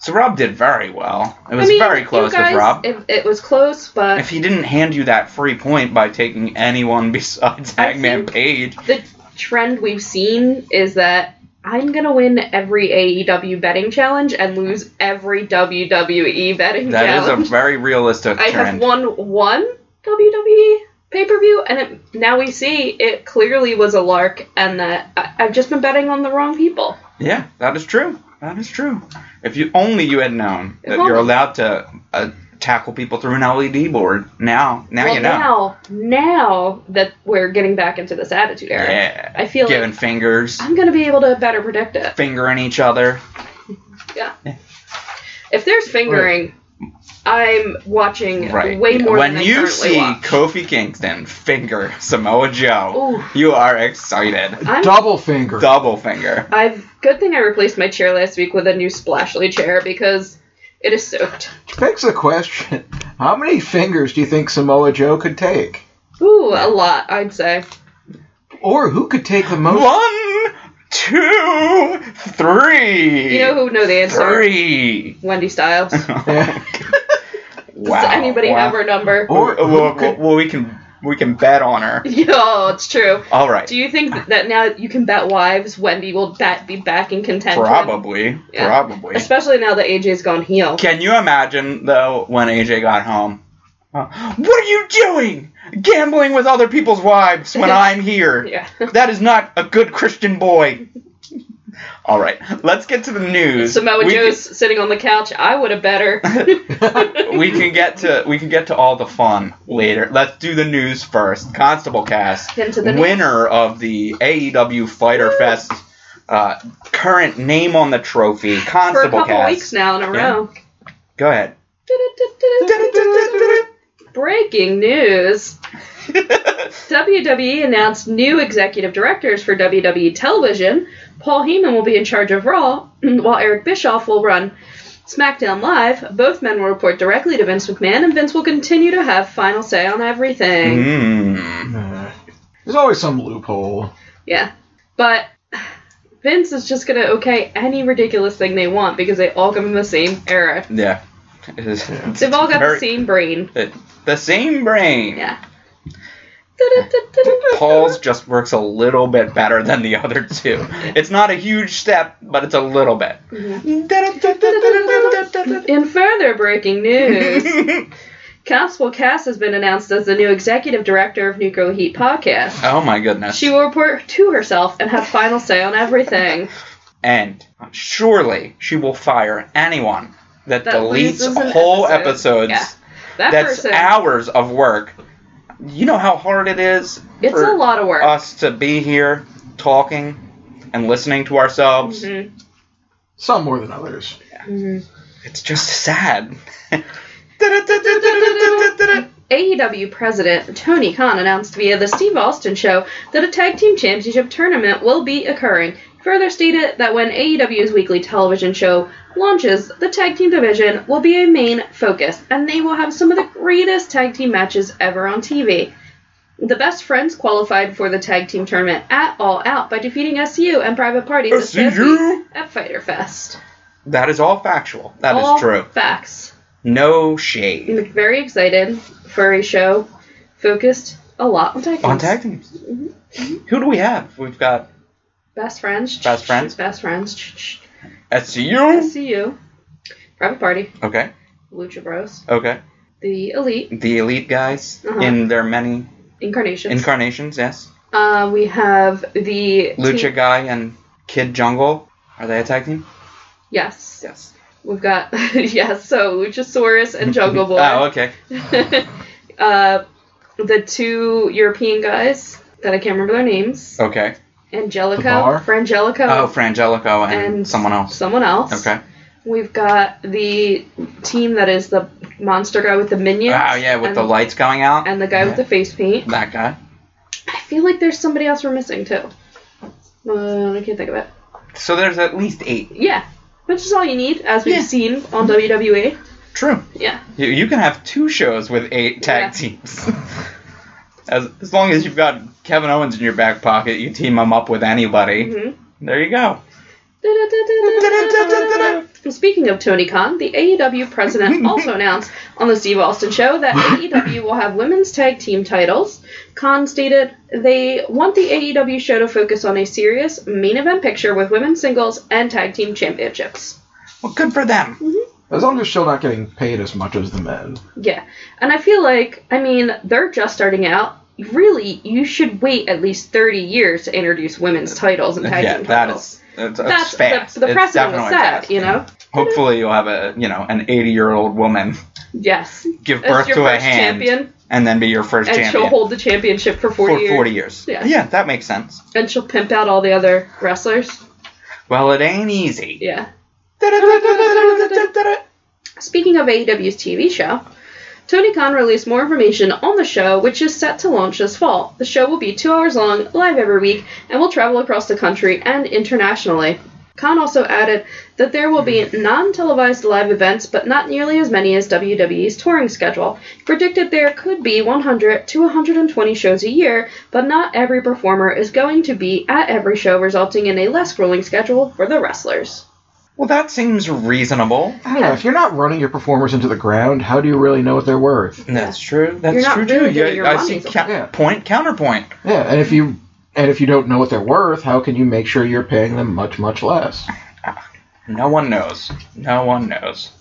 [SPEAKER 1] So Rob did very well. It was
[SPEAKER 2] I mean,
[SPEAKER 1] very
[SPEAKER 2] you
[SPEAKER 1] close
[SPEAKER 2] guys-
[SPEAKER 1] with Rob.
[SPEAKER 2] It, it was close, but
[SPEAKER 1] if he didn't hand you that free point by taking anyone <laughs> besides
[SPEAKER 2] I
[SPEAKER 1] Hangman
[SPEAKER 2] think-
[SPEAKER 1] Page,
[SPEAKER 2] the trend we've seen is that I'm gonna win every AEW betting challenge and lose every WWE betting
[SPEAKER 1] that is
[SPEAKER 2] challenge.
[SPEAKER 1] <laughs> a very realistic
[SPEAKER 2] I have
[SPEAKER 1] trend.
[SPEAKER 2] won one WWE pay per view, and it, now we see it clearly was a lark, and that I, I've just been betting on the wrong people.
[SPEAKER 1] Yeah, that is true. That is true. If you only you had known
[SPEAKER 2] If
[SPEAKER 1] that
[SPEAKER 2] only.
[SPEAKER 1] you're allowed to uh, tackle people through an LED board, now now
[SPEAKER 2] well,
[SPEAKER 1] you know.
[SPEAKER 2] now, now that we're getting back into this attitude era,
[SPEAKER 1] yeah,
[SPEAKER 2] I feel
[SPEAKER 1] giving
[SPEAKER 2] like
[SPEAKER 1] fingers,
[SPEAKER 2] I'm gonna be able to better predict it.
[SPEAKER 1] fingering each other.
[SPEAKER 2] If there's fingering, I'm watching
[SPEAKER 1] Right.
[SPEAKER 2] way more
[SPEAKER 1] when
[SPEAKER 2] than I
[SPEAKER 1] you
[SPEAKER 2] currently
[SPEAKER 1] see
[SPEAKER 2] watch.
[SPEAKER 1] Kofi Kingston finger <laughs> Samoa Joe,
[SPEAKER 2] Ooh.
[SPEAKER 1] you are excited.
[SPEAKER 2] I'm
[SPEAKER 3] Double finger.
[SPEAKER 1] Double finger.
[SPEAKER 2] I've good thing I replaced my chair last week with a new splashly chair because it is soaked.
[SPEAKER 3] Begs the question: How many fingers do you think Samoa Joe could take,
[SPEAKER 2] Ooh, a lot, I'd say.
[SPEAKER 3] or who could take the most?
[SPEAKER 1] One, two, three.
[SPEAKER 2] You know who would know the answer?
[SPEAKER 1] Three. <laughs>
[SPEAKER 2] Wendy Styles. Does
[SPEAKER 3] Yeah.
[SPEAKER 1] wow.
[SPEAKER 2] anybody
[SPEAKER 1] wow.
[SPEAKER 2] have her
[SPEAKER 1] <laughs>
[SPEAKER 2] number?
[SPEAKER 3] Or
[SPEAKER 1] Well,
[SPEAKER 3] who
[SPEAKER 1] well,
[SPEAKER 3] could,
[SPEAKER 1] well, we can we can bet on her.
[SPEAKER 2] Yo, it's true.
[SPEAKER 1] All right.
[SPEAKER 2] Do you think that now you can bet wives, Wendy will bat, be back in contention?
[SPEAKER 1] Probably.
[SPEAKER 2] Yeah.
[SPEAKER 1] Probably.
[SPEAKER 2] Especially now that AJ's gone heel.
[SPEAKER 1] Can you imagine though when AJ got home? Uh, What are you doing? Gambling with other people's wives when I'm here.
[SPEAKER 2] Yeah.
[SPEAKER 1] That is not a good Christian boy. All right, let's get to the
[SPEAKER 2] <laughs>
[SPEAKER 1] news.
[SPEAKER 2] Samoa
[SPEAKER 1] we
[SPEAKER 2] Joe's sitting on the couch. I would have
[SPEAKER 1] <laughs>
[SPEAKER 2] better.
[SPEAKER 1] Can, we can get to we can get to all the fun later. Let's do the news first. Constable
[SPEAKER 2] <laughs>
[SPEAKER 1] Cast,
[SPEAKER 2] Into the news.
[SPEAKER 1] winner of the AEW Fighter
[SPEAKER 2] Woo!
[SPEAKER 1] Fest, uh, current name on the trophy,
[SPEAKER 2] For a
[SPEAKER 1] Constable
[SPEAKER 2] couple
[SPEAKER 1] Cast.
[SPEAKER 2] weeks now in a
[SPEAKER 1] Yeah.
[SPEAKER 2] row.
[SPEAKER 1] Go ahead.
[SPEAKER 2] Breaking news. WWE announced new executive directors for WWE television. Paul Heyman will be in charge of Raw, <clears throat> while Eric Bischoff will run SmackDown Live. Both men will report directly to Vince McMahon, and Vince will continue to have final say on everything.
[SPEAKER 1] Mm.
[SPEAKER 3] <laughs> Nah. There's always some loophole.
[SPEAKER 2] Yeah. But <sighs> Vince is just going to okay any ridiculous thing they want because they all come from the same era.
[SPEAKER 1] Yeah. It is- it's
[SPEAKER 2] They've all got
[SPEAKER 1] very-
[SPEAKER 2] the same brain.
[SPEAKER 1] it- the same brain.
[SPEAKER 2] Yeah.
[SPEAKER 1] Paul's just works a little bit better than the other two. It's not a huge step, but it's a little bit.
[SPEAKER 2] Mm-hmm. In further breaking news, Constable Cass has been announced as the new executive director of Nuclear Heat Podcast.
[SPEAKER 1] <laughs> oh my goodness.
[SPEAKER 2] She will report to herself and have final say on everything.
[SPEAKER 1] and surely she will fire anyone that,
[SPEAKER 2] That
[SPEAKER 1] deletes
[SPEAKER 2] loses an
[SPEAKER 1] whole
[SPEAKER 2] episode.
[SPEAKER 1] episodes.
[SPEAKER 2] Yeah. that
[SPEAKER 1] That's
[SPEAKER 2] person.
[SPEAKER 1] hours of work. You know how hard it is
[SPEAKER 2] It's
[SPEAKER 1] for
[SPEAKER 2] a lot of work.
[SPEAKER 1] us to be here talking and listening to ourselves.
[SPEAKER 2] Mhm.
[SPEAKER 3] Some more than others.
[SPEAKER 2] Mhm.
[SPEAKER 1] It's just sad. <laughs>
[SPEAKER 2] AEW E president Tony Khan announced via the Steve Austin show that a tag team championship tournament will be occurring. Further stated that when AEW's weekly television show launches, the tag team division will be a main focus, and they will have some of the greatest tag team matches ever on TV. The best friends qualified for the tag team tournament at All Out by defeating SU and Private Party this past
[SPEAKER 1] SCU?
[SPEAKER 2] week at Fighter Fest.
[SPEAKER 1] that is all factual. That is
[SPEAKER 2] All Mm-hmm.
[SPEAKER 1] true.
[SPEAKER 2] Facts.
[SPEAKER 1] No shade
[SPEAKER 2] I'm very excited for a show focused a lot on tag teams.
[SPEAKER 1] on tag teams.
[SPEAKER 2] Mm-hmm.
[SPEAKER 1] Who do we have? We've got
[SPEAKER 2] Best friends.
[SPEAKER 1] Best friends.
[SPEAKER 2] Best friends.
[SPEAKER 1] SCU.
[SPEAKER 2] SCU. Private Party.
[SPEAKER 1] Okay.
[SPEAKER 2] Lucha Bros.
[SPEAKER 1] Okay.
[SPEAKER 2] The Elite.
[SPEAKER 1] The elite guys
[SPEAKER 2] Uh-huh.
[SPEAKER 1] in their many
[SPEAKER 2] Incarnations.
[SPEAKER 1] incarnations. Yes.
[SPEAKER 2] uh, we have the
[SPEAKER 1] Lucha
[SPEAKER 2] team-
[SPEAKER 1] guy and Kid Jungle. Are they a tag team?
[SPEAKER 2] Yes.
[SPEAKER 1] Yes.
[SPEAKER 2] We've got <laughs> yes. So Luchasaurus and Jungle Boy.
[SPEAKER 1] <laughs> Oh, okay.
[SPEAKER 2] <laughs> uh, the two European guys that I can't remember their names.
[SPEAKER 1] Okay.
[SPEAKER 2] Angelico.
[SPEAKER 3] The bar?
[SPEAKER 2] Frangelico.
[SPEAKER 1] Oh, Frangelico and,
[SPEAKER 2] and
[SPEAKER 1] someone else.
[SPEAKER 2] Someone else.
[SPEAKER 1] Okay.
[SPEAKER 2] We've got the team that is the monster guy with the minions.
[SPEAKER 1] Wow, yeah, with
[SPEAKER 2] and,
[SPEAKER 1] the lights going out.
[SPEAKER 2] and the guy with the face paint.
[SPEAKER 1] That guy.
[SPEAKER 2] I feel like there's somebody else we're missing too. Uh, I can't think of it.
[SPEAKER 1] So there's at least eight.
[SPEAKER 2] Yeah, which is all you need, as we've
[SPEAKER 1] Yeah.
[SPEAKER 2] seen on E. WWE.
[SPEAKER 1] True.
[SPEAKER 2] Yeah,
[SPEAKER 1] You, you can have two shows with eight tag
[SPEAKER 2] Yeah.
[SPEAKER 1] teams. <laughs> as, as long as you've got Kevin Owens in your back pocket, you team him up with anybody.
[SPEAKER 2] Mhm.
[SPEAKER 1] There you go.
[SPEAKER 2] And Speaking of Tony Khan, the AEW president also announced on the Steve Austin show that AEW will have women's tag team titles. Khan stated they want the AEW show to focus on a serious main event picture with women's singles and tag team championships.
[SPEAKER 1] Well, good for them.
[SPEAKER 3] As long as she's not getting paid as much as the men.
[SPEAKER 2] Yeah. And I feel like, I mean, they're just starting out. Really, you should wait at least 30 years to introduce women's titles and tag
[SPEAKER 1] yeah,
[SPEAKER 2] team
[SPEAKER 1] that
[SPEAKER 2] titles.
[SPEAKER 1] is that's,
[SPEAKER 2] That's
[SPEAKER 1] that's fast.
[SPEAKER 2] the, the
[SPEAKER 1] It's
[SPEAKER 2] precedent was
[SPEAKER 1] definitely
[SPEAKER 2] set,
[SPEAKER 1] fast.
[SPEAKER 2] you know?
[SPEAKER 1] Hopefully, you'll have a you know an 80 year old woman
[SPEAKER 2] Yes.
[SPEAKER 1] give
[SPEAKER 2] As
[SPEAKER 1] birth
[SPEAKER 2] your
[SPEAKER 1] to a
[SPEAKER 2] first
[SPEAKER 1] hand
[SPEAKER 2] champion,
[SPEAKER 1] and then be your first
[SPEAKER 2] and
[SPEAKER 1] champion
[SPEAKER 2] she'll hold the championship for 40
[SPEAKER 1] for
[SPEAKER 2] years.
[SPEAKER 1] 40 years.
[SPEAKER 2] Yeah.
[SPEAKER 1] yeah, that makes sense.
[SPEAKER 2] And she'll pimp out all the other wrestlers.
[SPEAKER 1] Well, it ain't easy.
[SPEAKER 2] Yeah.
[SPEAKER 1] That's
[SPEAKER 2] Speaking of E AEW's TV show, Tony Khan released more information on the show, which is set to launch this fall. The show will be two hours long, live every week, and will travel across the country and internationally. Khan also added that there will be non televised live events, but not nearly as many as WWE's touring schedule. He predicted there could be 100 to 120 shows a year, but not every performer is going to be at every show, resulting in a less grueling schedule for the wrestlers.
[SPEAKER 1] Well, that seems reasonable.
[SPEAKER 3] I don't know. If you're not running your performers into the ground, how do you really know what they're worth?
[SPEAKER 1] That's true. That's
[SPEAKER 2] You're not
[SPEAKER 1] true
[SPEAKER 2] really
[SPEAKER 1] too. Yeah,
[SPEAKER 2] getting your
[SPEAKER 1] I
[SPEAKER 2] money's
[SPEAKER 1] see
[SPEAKER 2] worth.
[SPEAKER 1] ca-
[SPEAKER 3] Yeah.
[SPEAKER 1] point counterpoint.
[SPEAKER 3] Yeah, and if you and if you don't know what they're worth, how can you make sure you're paying them much much less?
[SPEAKER 1] No one knows. No one knows.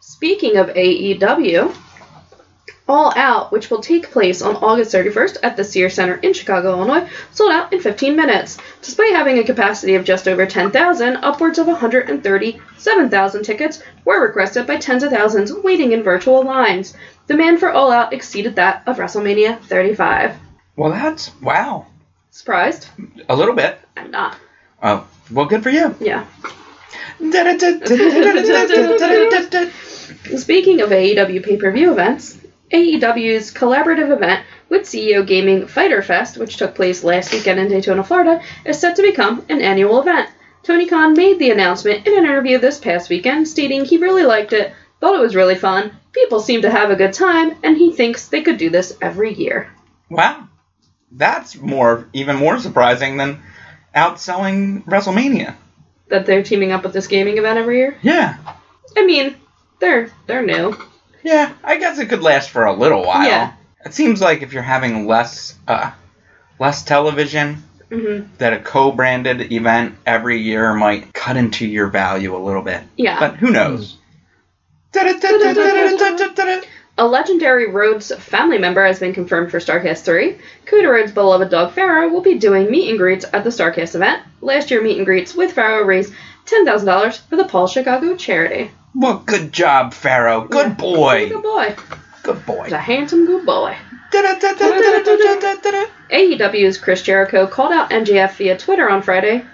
[SPEAKER 2] Speaking of AEW, All Out, which will take place on August 31st at the Sears Center in Chicago, Illinois, sold out in 15 minutes. Despite having a capacity of just over 10,000, upwards of 137,000 tickets were requested by tens of thousands waiting in virtual lines. Demand for All Out exceeded that of WrestleMania 35.
[SPEAKER 1] Well, that's wow.
[SPEAKER 2] Surprised?
[SPEAKER 1] A little bit.
[SPEAKER 2] I'm not.
[SPEAKER 1] Oh, well, good for you.
[SPEAKER 2] Yeah. Speaking of AEW pay per view events, AEW's collaborative event with CEO Gaming Fighter Fest, which took place last weekend in Daytona, Florida, is set to become an annual event. Tony Khan made the announcement in an interview this past weekend, stating he really liked it, thought it was really fun, people seem to have a good time, and he thinks they could do this every year.
[SPEAKER 1] Wow, that's more even more surprising than outselling WrestleMania.
[SPEAKER 2] That they're teaming up with this gaming event every year?
[SPEAKER 1] Yeah,
[SPEAKER 2] I mean, they're they're new.
[SPEAKER 1] yeah. I guess it could last for a little while.
[SPEAKER 2] Yeah.
[SPEAKER 1] It seems like if you're having less uh, less television,
[SPEAKER 2] hmm
[SPEAKER 1] that a co-branded event every year might cut into your value a little bit.
[SPEAKER 2] Yeah.
[SPEAKER 1] But who knows?
[SPEAKER 2] A legendary Rhodes family member has been confirmed for StarCast 3. Cuda Rhodes' beloved dog Pharaoh will be doing meet and greets at the StarCast event. Last year, meet and greets with Pharaoh raised $10,000 for the Paul Chicago charity.
[SPEAKER 1] Well, good job, Pharaoh.
[SPEAKER 2] Yeah.
[SPEAKER 1] Good
[SPEAKER 2] He's a
[SPEAKER 1] boy.
[SPEAKER 2] Good boy.
[SPEAKER 1] Good
[SPEAKER 2] He's a
[SPEAKER 1] boy.
[SPEAKER 2] handsome good boy.
[SPEAKER 1] Da-da-da-da-da-da-da-da-da.
[SPEAKER 2] AEW's E Chris Jericho called out MJF via Twitter on Friday,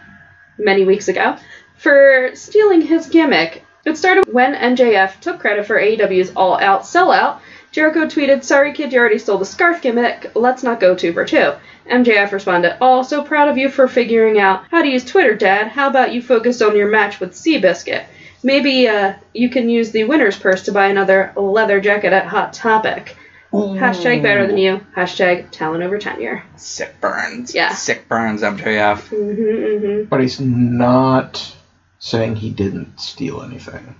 [SPEAKER 2] many weeks ago, for stealing his gimmick. It started when MJF took credit for AEW's All Out sellout. Jericho tweeted, Sorry, kid, you already stole the scarf gimmick. Let's not go two for two. MJF responded, Oh, so proud of you for figuring out how to use Twitter, Dad. How about you focus on your match with Seabiscuit? Maybe uh, you can use the winner's purse to buy another leather jacket at Hot Topic. Hashtag better than you. Hashtag talent over tenure.
[SPEAKER 1] Sick burns.
[SPEAKER 2] Yeah.
[SPEAKER 1] Sick burns, MJF.
[SPEAKER 2] Mm-hmm, mm-hmm.
[SPEAKER 3] But he's not saying he didn't steal anything.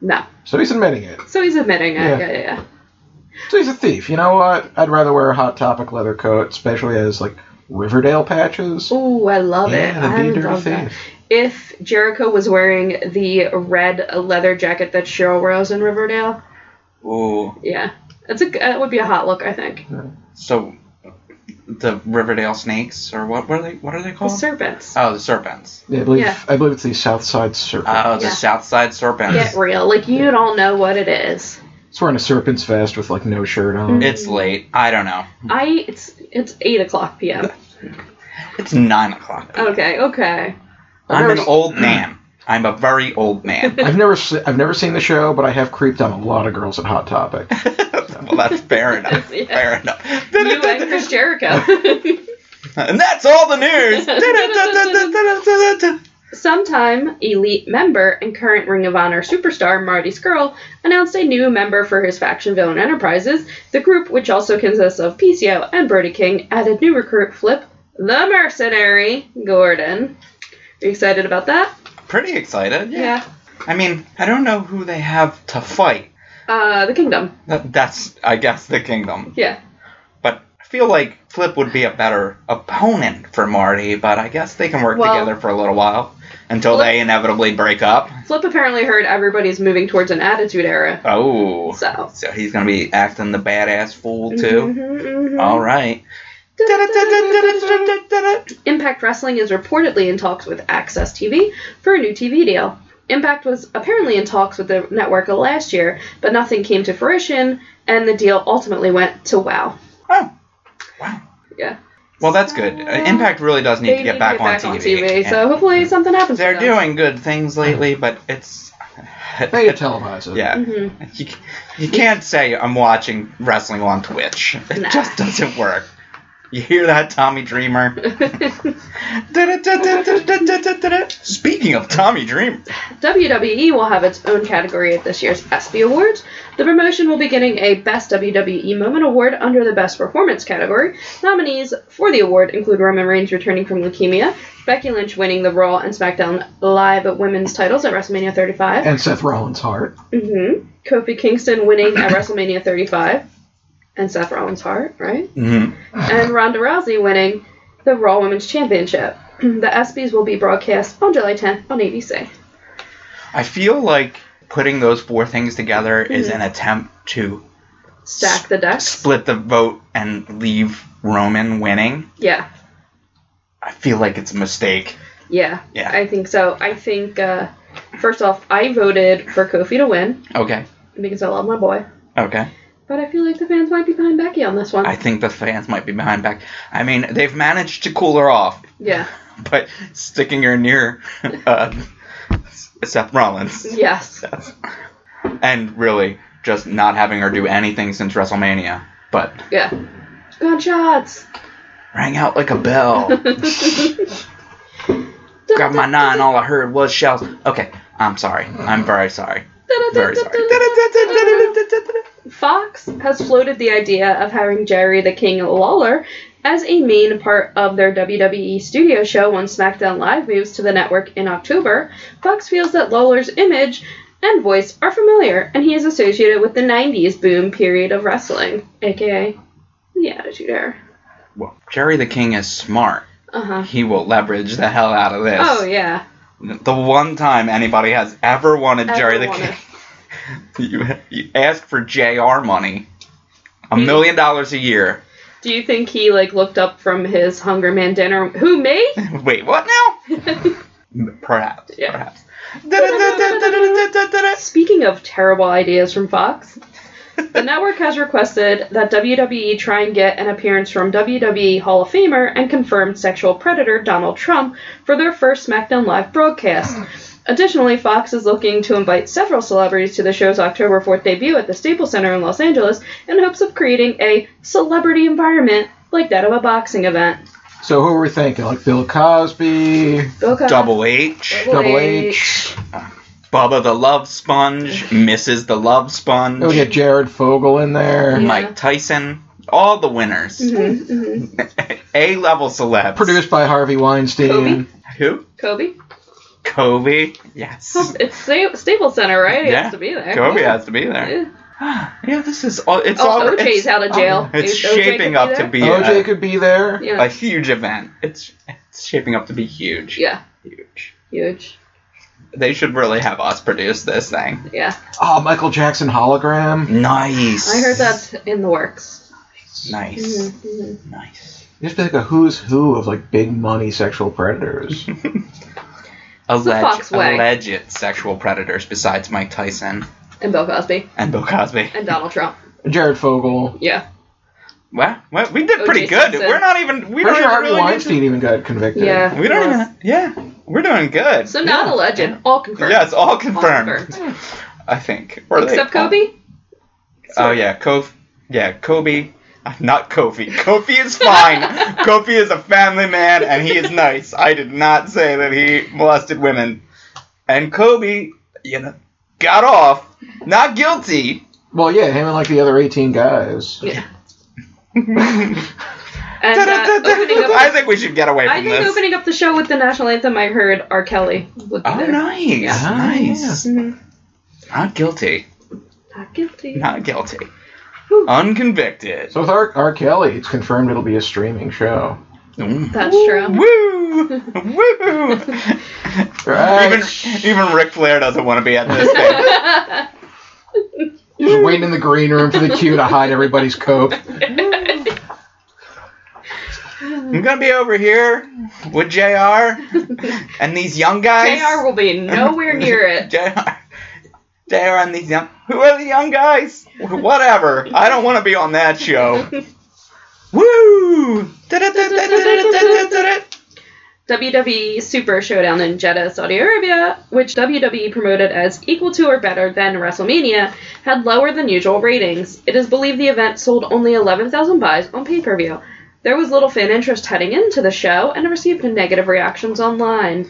[SPEAKER 2] No.
[SPEAKER 3] So he's admitting it.
[SPEAKER 2] So he's admitting it. Yeah,
[SPEAKER 3] Yeah.
[SPEAKER 2] yeah, yeah.
[SPEAKER 3] So he's a thief. You know what? I'd rather wear a Hot Topic leather coat, especially as like Riverdale patches.
[SPEAKER 2] Ooh, I love it.
[SPEAKER 3] yeah,
[SPEAKER 2] I
[SPEAKER 3] the beater
[SPEAKER 2] love
[SPEAKER 3] thief.
[SPEAKER 2] that. If Jericho was wearing the red leather jacket that Cheryl wears in Riverdale,
[SPEAKER 1] Ooh.
[SPEAKER 2] yeah, that's a that would be a hot look, I think.
[SPEAKER 1] So, the Riverdale Snakes, or what were they? What are they
[SPEAKER 2] The
[SPEAKER 1] called?
[SPEAKER 2] serpents.
[SPEAKER 1] oh, the Serpents.
[SPEAKER 3] Yeah, I believe
[SPEAKER 2] Yeah. Uh,
[SPEAKER 3] I believe it's the South Side Serpent.
[SPEAKER 1] Oh, the
[SPEAKER 2] Yeah.
[SPEAKER 1] Southside Serpents.
[SPEAKER 2] Get real. Like you don't know what it is.
[SPEAKER 3] it's wearing a serpent's vest with like no shirt
[SPEAKER 2] Mm-hmm.
[SPEAKER 3] on.
[SPEAKER 1] It's late. I don't know.
[SPEAKER 3] Hmm.
[SPEAKER 2] I it's it's eight o'clock
[SPEAKER 3] <laughs>
[SPEAKER 2] p.m.
[SPEAKER 1] It's nine o'clock.
[SPEAKER 2] Okay, okay.
[SPEAKER 1] I'm an
[SPEAKER 3] There's-
[SPEAKER 1] old man. I'm a very
[SPEAKER 2] <laughs>
[SPEAKER 1] old man.
[SPEAKER 3] I've never se- I've never seen the show, but I have creeped on a lot of girls at Hot Topic.
[SPEAKER 1] well, that's fair
[SPEAKER 2] <laughs>
[SPEAKER 1] enough.
[SPEAKER 2] Yeah.
[SPEAKER 1] Fair enough.
[SPEAKER 2] You and Chris Jericho.
[SPEAKER 3] <laughs>
[SPEAKER 1] And that's all the
[SPEAKER 2] <laughs>
[SPEAKER 1] news.
[SPEAKER 2] Sometime elite member and current Ring of Honor superstar Marty Skrull announced a new member for his faction Villain Enterprises. The group, which also consists of PCO and Brody King, added new recruit Flip, the mercenary Gordon. Are you excited about that?
[SPEAKER 1] Pretty excited. I mean, I don't know who they have to fight.
[SPEAKER 2] Uh, the Kingdom.
[SPEAKER 1] That, that's, I guess, the kingdom.
[SPEAKER 2] Yeah.
[SPEAKER 1] But I feel like Flip would be a better opponent for Marty. But I guess they can work
[SPEAKER 2] Well-
[SPEAKER 1] together for a little while until
[SPEAKER 2] Flip-
[SPEAKER 1] they inevitably break up.
[SPEAKER 2] Flip apparently heard everybody's moving towards an Attitude Era.
[SPEAKER 1] Oh.
[SPEAKER 2] So.
[SPEAKER 1] So he's gonna be acting the badass fool too.
[SPEAKER 2] Mhm, mhm.
[SPEAKER 1] All right.
[SPEAKER 2] Impact Wrestling is reportedly in talks with Access TV for a new TV deal. Impact was apparently in talks with the network last year, but nothing came to fruition, and the deal ultimately went to WoW.
[SPEAKER 1] Oh, wow.
[SPEAKER 2] Yeah.
[SPEAKER 1] Well, that's good. Uh, Impact really does need
[SPEAKER 2] They
[SPEAKER 1] to get back, on, TV. Yeah.
[SPEAKER 2] so hopefully something happens.
[SPEAKER 1] They're doing good things lately, but it's. <laughs>
[SPEAKER 3] They televise it.
[SPEAKER 1] yeah.
[SPEAKER 2] hmm
[SPEAKER 1] You, c- you can't say I'm watching wrestling on Twitch. It
[SPEAKER 2] Nah.
[SPEAKER 1] just doesn't work. You hear that, Tommy Dreamer? Speaking of Tommy Dreamer,
[SPEAKER 2] WWE E will have its own category at this year's ESPY Awards. The promotion will be getting a Best WWE Moment Award under the Best Performance category. Nominees for the award include Roman Reigns returning from leukemia, Becky Lynch winning the Raw and SmackDown Live Women's titles at WrestleMania 35,
[SPEAKER 3] And Seth Rollins' heart.
[SPEAKER 2] hmm Kofi Kingston winning at WrestleMania 35, and Seth Rollins' heart, right?
[SPEAKER 1] Mhm.
[SPEAKER 2] and Ronda Rousey winning the Raw Women's Championship. <clears throat> the ESPYs will be broadcast on July 10th on ABC.
[SPEAKER 1] I feel like putting those four things together is an attempt to
[SPEAKER 2] Stack the decks.
[SPEAKER 1] split the vote and leave Roman winning.
[SPEAKER 2] Yeah.
[SPEAKER 1] I feel like it's a mistake.
[SPEAKER 2] Yeah,
[SPEAKER 1] Yeah.
[SPEAKER 2] I think so. I think uh, first off, I voted for Kofi to win
[SPEAKER 1] Okay.
[SPEAKER 2] because I love my boy,
[SPEAKER 1] Okay.
[SPEAKER 2] but I feel like the fans might be behind Becky on this one.
[SPEAKER 1] I think the fans might be behind back. I mean, they've managed to cool her off,
[SPEAKER 2] yeah,
[SPEAKER 1] <laughs> but sticking her near uh, Seth Rollins <laughs>
[SPEAKER 2] yes,
[SPEAKER 1] and really just not having her do anything since WrestleMania, but
[SPEAKER 2] yeah. Gunshots.
[SPEAKER 1] rang out like a bell. Grab my nine. All I heard was shells. Okay, I'm sorry. I'm very sorry.
[SPEAKER 2] <laughs>
[SPEAKER 1] Very sorry.
[SPEAKER 2] Fox has floated the idea of having Jerry the King Lawler as a main part of their WWE studio show when SmackDown Live moves to the network in October. Fox feels that Lawler's image and voice are familiar, and he is associated with the 90s boom period of wrestling, aka the Attitude Era.
[SPEAKER 1] Well, Jerry the King is smart.
[SPEAKER 2] Uh huh.
[SPEAKER 1] He will leverage the hell out of this.
[SPEAKER 2] Oh, yeah.
[SPEAKER 1] The one time anybody has ever wanted
[SPEAKER 2] Ever
[SPEAKER 1] Jerry the
[SPEAKER 2] wanted.
[SPEAKER 1] King, <laughs> you, you ask for JR money, a
[SPEAKER 2] You-
[SPEAKER 1] million dollars a year. <laughs>
[SPEAKER 2] Do you think he like looked up from his Hunger Man dinner? Who me? <laughs>
[SPEAKER 1] Wait, what now? perhaps,
[SPEAKER 2] Yeah.
[SPEAKER 1] perhaps. <laughs>
[SPEAKER 2] Speaking of terrible ideas from
[SPEAKER 1] <laughs>
[SPEAKER 2] Fox, the network has requested that WWE try and get an appearance from WWE Hall of Famer and confirmed sexual predator Donald Trump for their first SmackDown Live broadcast. Additionally, Fox is looking to invite several celebrities to the show's October 4th debut at the Staples Center in Los Angeles in hopes of creating a celebrity environment like that of a boxing event.
[SPEAKER 3] So who were we thinking? Like Bill Cosby,
[SPEAKER 2] Bill Cosby-
[SPEAKER 1] Double H,
[SPEAKER 3] Double H.
[SPEAKER 1] Bubba the Love Sponge, Mrs. the Love Sponge,
[SPEAKER 3] Oh, we had Jared Fogle in there.
[SPEAKER 2] Yeah.
[SPEAKER 1] Mike Tyson, all the winners. <laughs>
[SPEAKER 2] Mhm, mhm.
[SPEAKER 1] A level celebs.
[SPEAKER 3] Produced by Harvey Weinstein.
[SPEAKER 2] Kobe.
[SPEAKER 1] Who?
[SPEAKER 2] Kobe.
[SPEAKER 1] Kobe.
[SPEAKER 2] <laughs>
[SPEAKER 1] Yes.
[SPEAKER 2] It's Sta- Staples Center, right? It
[SPEAKER 1] Yeah.
[SPEAKER 2] has to be there.
[SPEAKER 1] Kobe has to be there.
[SPEAKER 2] Yeah.
[SPEAKER 1] <gasps> Yeah, this is all. It's all.
[SPEAKER 2] Oh, OJ's
[SPEAKER 1] It's,
[SPEAKER 2] out of jail.
[SPEAKER 1] it's
[SPEAKER 2] Is OJ gonna
[SPEAKER 1] shaping
[SPEAKER 2] be
[SPEAKER 1] up
[SPEAKER 2] there?
[SPEAKER 1] to be
[SPEAKER 3] OJ
[SPEAKER 1] a,
[SPEAKER 3] could be there.
[SPEAKER 2] Yeah.
[SPEAKER 1] a huge event. It's it's shaping up to be huge.
[SPEAKER 2] yeah.
[SPEAKER 1] Huge.
[SPEAKER 2] Huge.
[SPEAKER 1] They should really have us produce this thing.
[SPEAKER 2] Yeah.
[SPEAKER 3] Oh, Michael Jackson hologram.
[SPEAKER 1] Nice.
[SPEAKER 2] I heard that's in the works.
[SPEAKER 1] Nice.
[SPEAKER 2] Mhm, mhm.
[SPEAKER 1] Mm-hmm. Nice.
[SPEAKER 3] Just be like a who's who of like big money sexual predators.
[SPEAKER 1] Alleged,
[SPEAKER 2] Fox way.
[SPEAKER 1] alleged sexual predators besides Mike Tyson
[SPEAKER 2] And Bill Cosby.
[SPEAKER 1] and Bill Cosby.
[SPEAKER 2] And Donald Trump.
[SPEAKER 3] Jared Fogle.
[SPEAKER 2] Yeah.
[SPEAKER 1] What? What? We did
[SPEAKER 2] O.J.
[SPEAKER 1] pretty good.
[SPEAKER 2] Simpson.
[SPEAKER 1] We're not even.
[SPEAKER 3] Pretty
[SPEAKER 1] We don't
[SPEAKER 3] sure Harvey
[SPEAKER 1] even really need
[SPEAKER 3] Weinstein even got convicted.
[SPEAKER 2] Yeah.
[SPEAKER 1] to- We don't
[SPEAKER 2] Yes.
[SPEAKER 1] even. Yeah. We're doing good.
[SPEAKER 2] So not
[SPEAKER 1] Yeah.
[SPEAKER 2] a legend. All confirmed.
[SPEAKER 1] Yes, all confirmed.
[SPEAKER 2] All confirmed.
[SPEAKER 1] I think. Or they-
[SPEAKER 2] Except Kobe?
[SPEAKER 1] Oh yeah, Kofi. Yeah, Kobe. <laughs> uh, Not Kofi. Kofi is fine.
[SPEAKER 2] <laughs>
[SPEAKER 1] Kofi is a family man and he is nice. I did not say that he molested women. And Kobe, you know, got off. Not
[SPEAKER 2] <laughs>
[SPEAKER 1] guilty.
[SPEAKER 3] Well, yeah, him and like the other 18 guys.
[SPEAKER 2] Yeah.
[SPEAKER 1] And,
[SPEAKER 2] And uh, opening
[SPEAKER 1] I
[SPEAKER 2] up,
[SPEAKER 1] think we should get away from
[SPEAKER 2] I think
[SPEAKER 1] this.
[SPEAKER 2] opening up the show with the national anthem, I heard R. Kelly would be
[SPEAKER 1] oh,
[SPEAKER 2] there.
[SPEAKER 1] nice.
[SPEAKER 2] Yeah.
[SPEAKER 1] Nice.
[SPEAKER 2] Mhm.
[SPEAKER 1] Not guilty.
[SPEAKER 2] Not guilty.
[SPEAKER 1] <laughs> Not guilty.
[SPEAKER 2] Whew.
[SPEAKER 1] Unconvicted.
[SPEAKER 3] So with R-, R. Kelly, it's confirmed it'll be a streaming show.
[SPEAKER 1] Mm.
[SPEAKER 2] That's true.
[SPEAKER 1] Woo!
[SPEAKER 2] <laughs>
[SPEAKER 1] Woo!
[SPEAKER 3] Right.
[SPEAKER 1] Even even Ric Flair doesn't want to be at this thing.
[SPEAKER 3] Just waiting in the green room for the queue to hide everybody's coke.
[SPEAKER 1] I'm gonna be over here with Jr. and these young guys.
[SPEAKER 2] JR will be nowhere near it.
[SPEAKER 1] Jr. Jr. and these young. Who are the young guys? Whatever. I don't want to be on that show. Woo!
[SPEAKER 2] WWE E Super Showdown in Jeddah, Saudi Arabia, which WWE promoted as equal to or better than WrestleMania, had lower than usual ratings. It is believed the event sold only 11,000 buys on pay per view. There was little fan interest heading into the show and it received negative reactions online.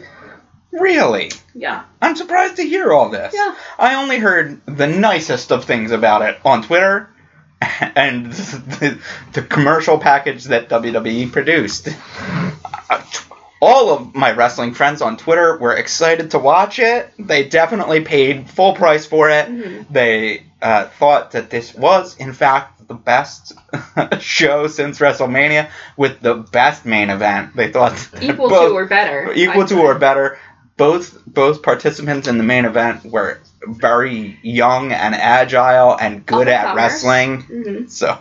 [SPEAKER 1] Really?
[SPEAKER 2] Yeah.
[SPEAKER 1] I'm surprised to hear all this.
[SPEAKER 2] Yeah.
[SPEAKER 1] I only heard the nicest of things about it on Twitter <laughs> and <laughs> the, the commercial package that WWE produced. Uh, tw- All of my wrestling friends on Twitter were excited to watch it. They definitely paid full price for it.
[SPEAKER 2] Mhm.
[SPEAKER 1] They uh, thought that this was, in fact, the best <laughs> show since WrestleMania with the best main event. They thought that
[SPEAKER 2] Equal
[SPEAKER 1] both-
[SPEAKER 2] to or better.
[SPEAKER 1] equal
[SPEAKER 2] I
[SPEAKER 1] to or better. Both both participants in the main event were very young and agile and good at
[SPEAKER 2] Up-and-comers.
[SPEAKER 1] wrestling.
[SPEAKER 2] Mhm.
[SPEAKER 1] So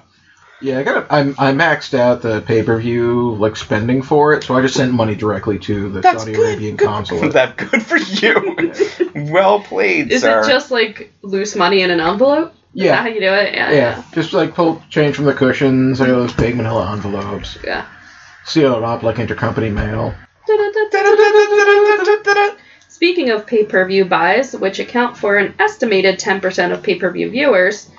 [SPEAKER 3] Yeah, I got. I, I maxed out the pay per view like spending for it, so I just sent money directly to the
[SPEAKER 1] That's
[SPEAKER 3] Saudi
[SPEAKER 1] good,
[SPEAKER 3] Arabian
[SPEAKER 1] good. <laughs>
[SPEAKER 3] consulate.
[SPEAKER 1] that good
[SPEAKER 2] <laughs>
[SPEAKER 1] for you. well played,
[SPEAKER 2] Is
[SPEAKER 1] sir.
[SPEAKER 2] it just like loose money in an envelope? Is that how
[SPEAKER 3] yeah,
[SPEAKER 2] you do it? Yeah.
[SPEAKER 3] yeah. Just like pull change from the cushions, like those big Manila envelopes,
[SPEAKER 2] Yeah.
[SPEAKER 3] seal it up like intercompany mail.
[SPEAKER 2] Speaking of pay per view buys, which account for an estimated 10% of pay per view viewers,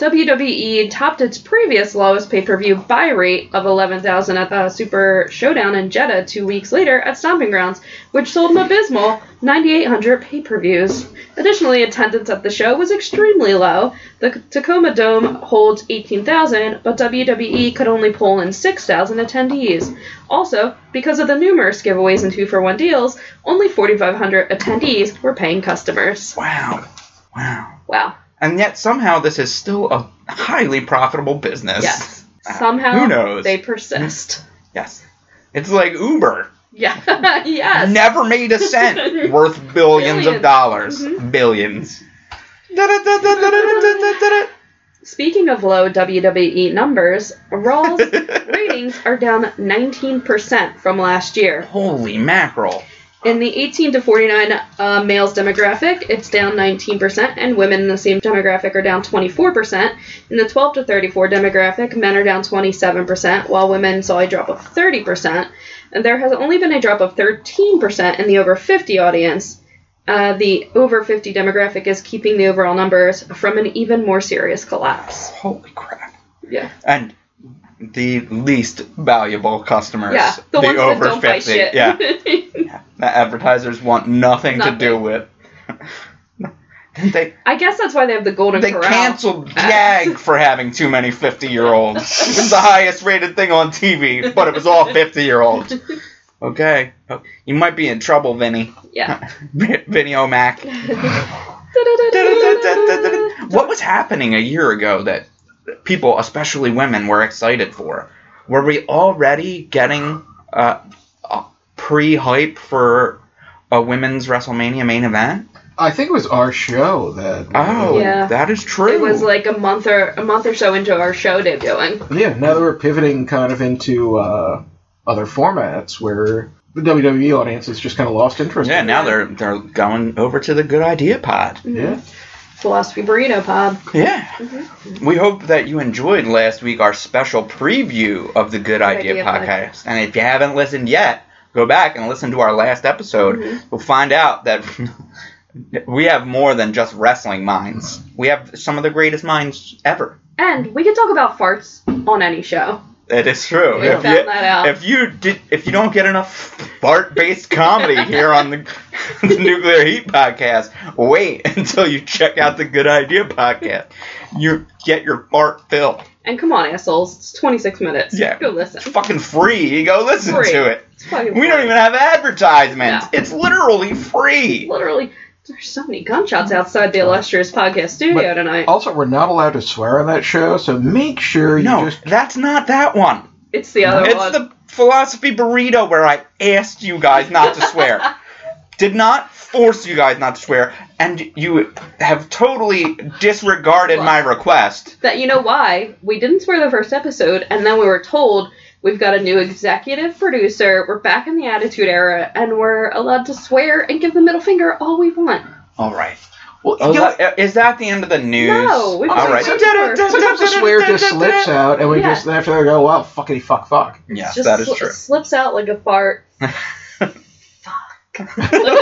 [SPEAKER 2] WWE E topped its previous lowest pay per view buy rate of 11,000 at the Super Showdown in Jeddah two weeks later at Stomping Grounds, which sold an abysmal 9,800 pay per views. Additionally, attendance at the show was extremely low. The Tacoma Dome holds 18,000, but WWE could only pull in 6,000 attendees. Also, because of the numerous giveaways and two for one deals, only 4,500 attendees were paying customers.
[SPEAKER 1] wow, wow.
[SPEAKER 2] Wow.
[SPEAKER 1] And yet somehow this is still a highly profitable business.
[SPEAKER 2] Yes. Somehow
[SPEAKER 1] Who knows?
[SPEAKER 2] they persist.
[SPEAKER 1] Yes. It's like Uber.
[SPEAKER 2] Yeah. <laughs> yes.
[SPEAKER 1] Never made
[SPEAKER 2] <laughs>
[SPEAKER 1] a cent worth billions, of
[SPEAKER 2] Billions.
[SPEAKER 1] dollars.
[SPEAKER 2] Mhm.
[SPEAKER 3] <laughs>
[SPEAKER 1] Billions. Da-da-da-da-da-da-da-da-da-da.
[SPEAKER 2] Speaking of low WWE numbers, Raw's
[SPEAKER 1] <laughs>
[SPEAKER 2] ratings are down 19% from last year. <laughs>
[SPEAKER 1] Holy mackerel.
[SPEAKER 2] In the 18 to 49 uh, males demographic, it's down 19%, and women in the same demographic are down 24%. In the 12 to 34 demographic, men are down 27%, while women saw a drop of 30%. And there has only been a drop of 13% in the over 50 audience. Uh, the over 50 demographic is keeping the overall numbers from an even more serious collapse.
[SPEAKER 1] Holy crap.
[SPEAKER 2] Yeah.
[SPEAKER 1] And the least valuable customers.
[SPEAKER 2] Yeah. The, ones that don't buy shit.
[SPEAKER 1] Yeah. The advertisers want nothing,
[SPEAKER 2] Nothing.
[SPEAKER 1] to do with. <laughs> they
[SPEAKER 2] <laughs> I guess that's why they have the Golden
[SPEAKER 1] they
[SPEAKER 2] Corral. <laughs>
[SPEAKER 1] canceled Jag for having too many 50 year olds. it was the highest rated thing on TV, but it was all 50
[SPEAKER 2] <laughs>
[SPEAKER 1] year olds. Okay. Oh, You might be in trouble, Vinny. <laughs>
[SPEAKER 2] Yeah.
[SPEAKER 1] Vinny O'Mac. <laughs> what was happening a year ago that people, especially women, were excited for? Were we already getting uh, a pre-hype for a women's WrestleMania main event?
[SPEAKER 3] I think it was our show that.
[SPEAKER 1] Oh,
[SPEAKER 2] Yeah.
[SPEAKER 1] that is true.
[SPEAKER 2] It was like a month or a month or so into our show debuting.
[SPEAKER 3] Yeah, now that we're pivoting kind of into uh, other formats where the WWE audience has just kind of lost interest.
[SPEAKER 1] yeah,
[SPEAKER 3] in
[SPEAKER 1] now they're they're going over to the Good Idea Pod.
[SPEAKER 3] it. yeah.
[SPEAKER 2] Philosophy burrito pod.
[SPEAKER 1] Yeah.
[SPEAKER 2] Mm-hmm.
[SPEAKER 1] We hope that you enjoyed last week our special preview of the Good Idea,
[SPEAKER 2] Idea
[SPEAKER 1] podcast. And if you haven't listened yet, go back and listen to our last episode.
[SPEAKER 2] Mm-hmm.
[SPEAKER 1] We'll find out that <laughs> we have more than just wrestling minds. We have some of the greatest minds ever.
[SPEAKER 2] And we could talk about farts on any show.
[SPEAKER 1] It is true.
[SPEAKER 2] We
[SPEAKER 1] if
[SPEAKER 2] found
[SPEAKER 1] you,
[SPEAKER 2] that out.
[SPEAKER 1] If you did, if you don't get enough
[SPEAKER 2] <laughs>
[SPEAKER 1] fart-based comedy here on the, the Nuclear Heat podcast, wait <laughs> until you check out the Good Idea podcast. You get your fart filled.
[SPEAKER 2] And come on, assholes, it's 26 minutes.
[SPEAKER 1] Yeah.
[SPEAKER 2] Go listen.
[SPEAKER 1] It's fucking free. You go listen
[SPEAKER 2] Free.
[SPEAKER 1] to it.
[SPEAKER 2] It's fucking
[SPEAKER 1] We don't even have advertisements.
[SPEAKER 2] No.
[SPEAKER 1] It's literally free.
[SPEAKER 2] Literally, there's so many gunshots outside the illustrious podcast studio
[SPEAKER 3] But-
[SPEAKER 2] tonight.
[SPEAKER 3] Also, we're not allowed to swear on that show, so make sure you
[SPEAKER 1] No,
[SPEAKER 3] just.
[SPEAKER 1] that's not that one.
[SPEAKER 2] It's the other
[SPEAKER 1] It's
[SPEAKER 2] one.
[SPEAKER 1] the philosophy burrito where I asked you guys not
[SPEAKER 2] <laughs>
[SPEAKER 1] to swear. Did not force you guys not to swear, and you have totally disregarded my request.
[SPEAKER 2] that you know why we didn't swear the first episode, and then we were told we've got a new executive producer. We're back in the Attitude Era, and we're allowed to swear and give the middle finger all we want.
[SPEAKER 1] All right.
[SPEAKER 3] Well, you
[SPEAKER 1] Is
[SPEAKER 3] know,
[SPEAKER 1] that- is that the end of the news?
[SPEAKER 2] No, we've
[SPEAKER 1] All
[SPEAKER 2] been
[SPEAKER 1] right.
[SPEAKER 2] waiting for-
[SPEAKER 3] sometimes the swear just slips out, and we
[SPEAKER 2] Yeah.
[SPEAKER 3] just then after that go, wow, fuckity fuck
[SPEAKER 1] <laughs>
[SPEAKER 3] fuck. <laughs>
[SPEAKER 1] Yes,
[SPEAKER 2] Just
[SPEAKER 1] that is
[SPEAKER 2] sli-
[SPEAKER 1] true.
[SPEAKER 2] Slips out like a
[SPEAKER 1] <laughs>
[SPEAKER 2] fart. <laughs>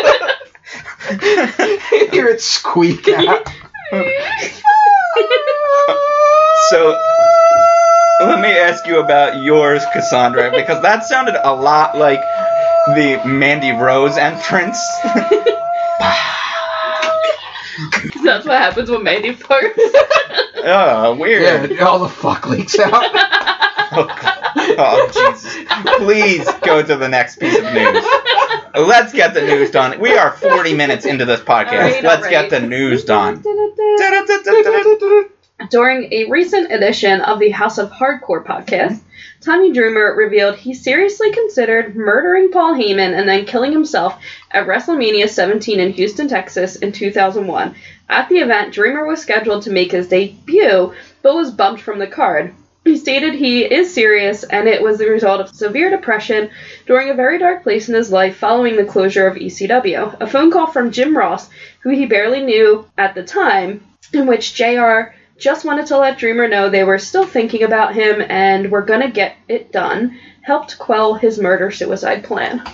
[SPEAKER 2] <laughs>
[SPEAKER 1] <laughs>
[SPEAKER 3] Hear it squeak out.
[SPEAKER 1] So let me ask you about yours, Cassandra, because that sounded a lot like the Mandy Rose entrance. <laughs>
[SPEAKER 2] That's what happens when Mandy farts.
[SPEAKER 1] oh, weird.
[SPEAKER 3] yeah, all the fuck leaks
[SPEAKER 1] <laughs>
[SPEAKER 3] out.
[SPEAKER 1] Oh, Jesus. Please go to the next piece of news. Let's get the news done. We are 40 minutes into this podcast.
[SPEAKER 2] Alright,
[SPEAKER 1] Let's
[SPEAKER 2] alright.
[SPEAKER 1] get the
[SPEAKER 2] <laughs>
[SPEAKER 1] news done.
[SPEAKER 2] During a recent edition of the House of Hardcore podcast, Tommy Dreamer revealed he seriously considered murdering Paul Heyman and then killing himself at WrestleMania 17 in Houston, Texas in 2001. At the event, Dreamer was scheduled to make his debut but was bumped from the card. He stated he is serious and it was the result of severe depression during a very dark place in his life following the closure of ECW. A phone call from Jim Ross, who he barely knew at the time, in which JR just wanted to let Dreamer know they were still thinking about him and were gonna get it done, helped quell his murder suicide plan.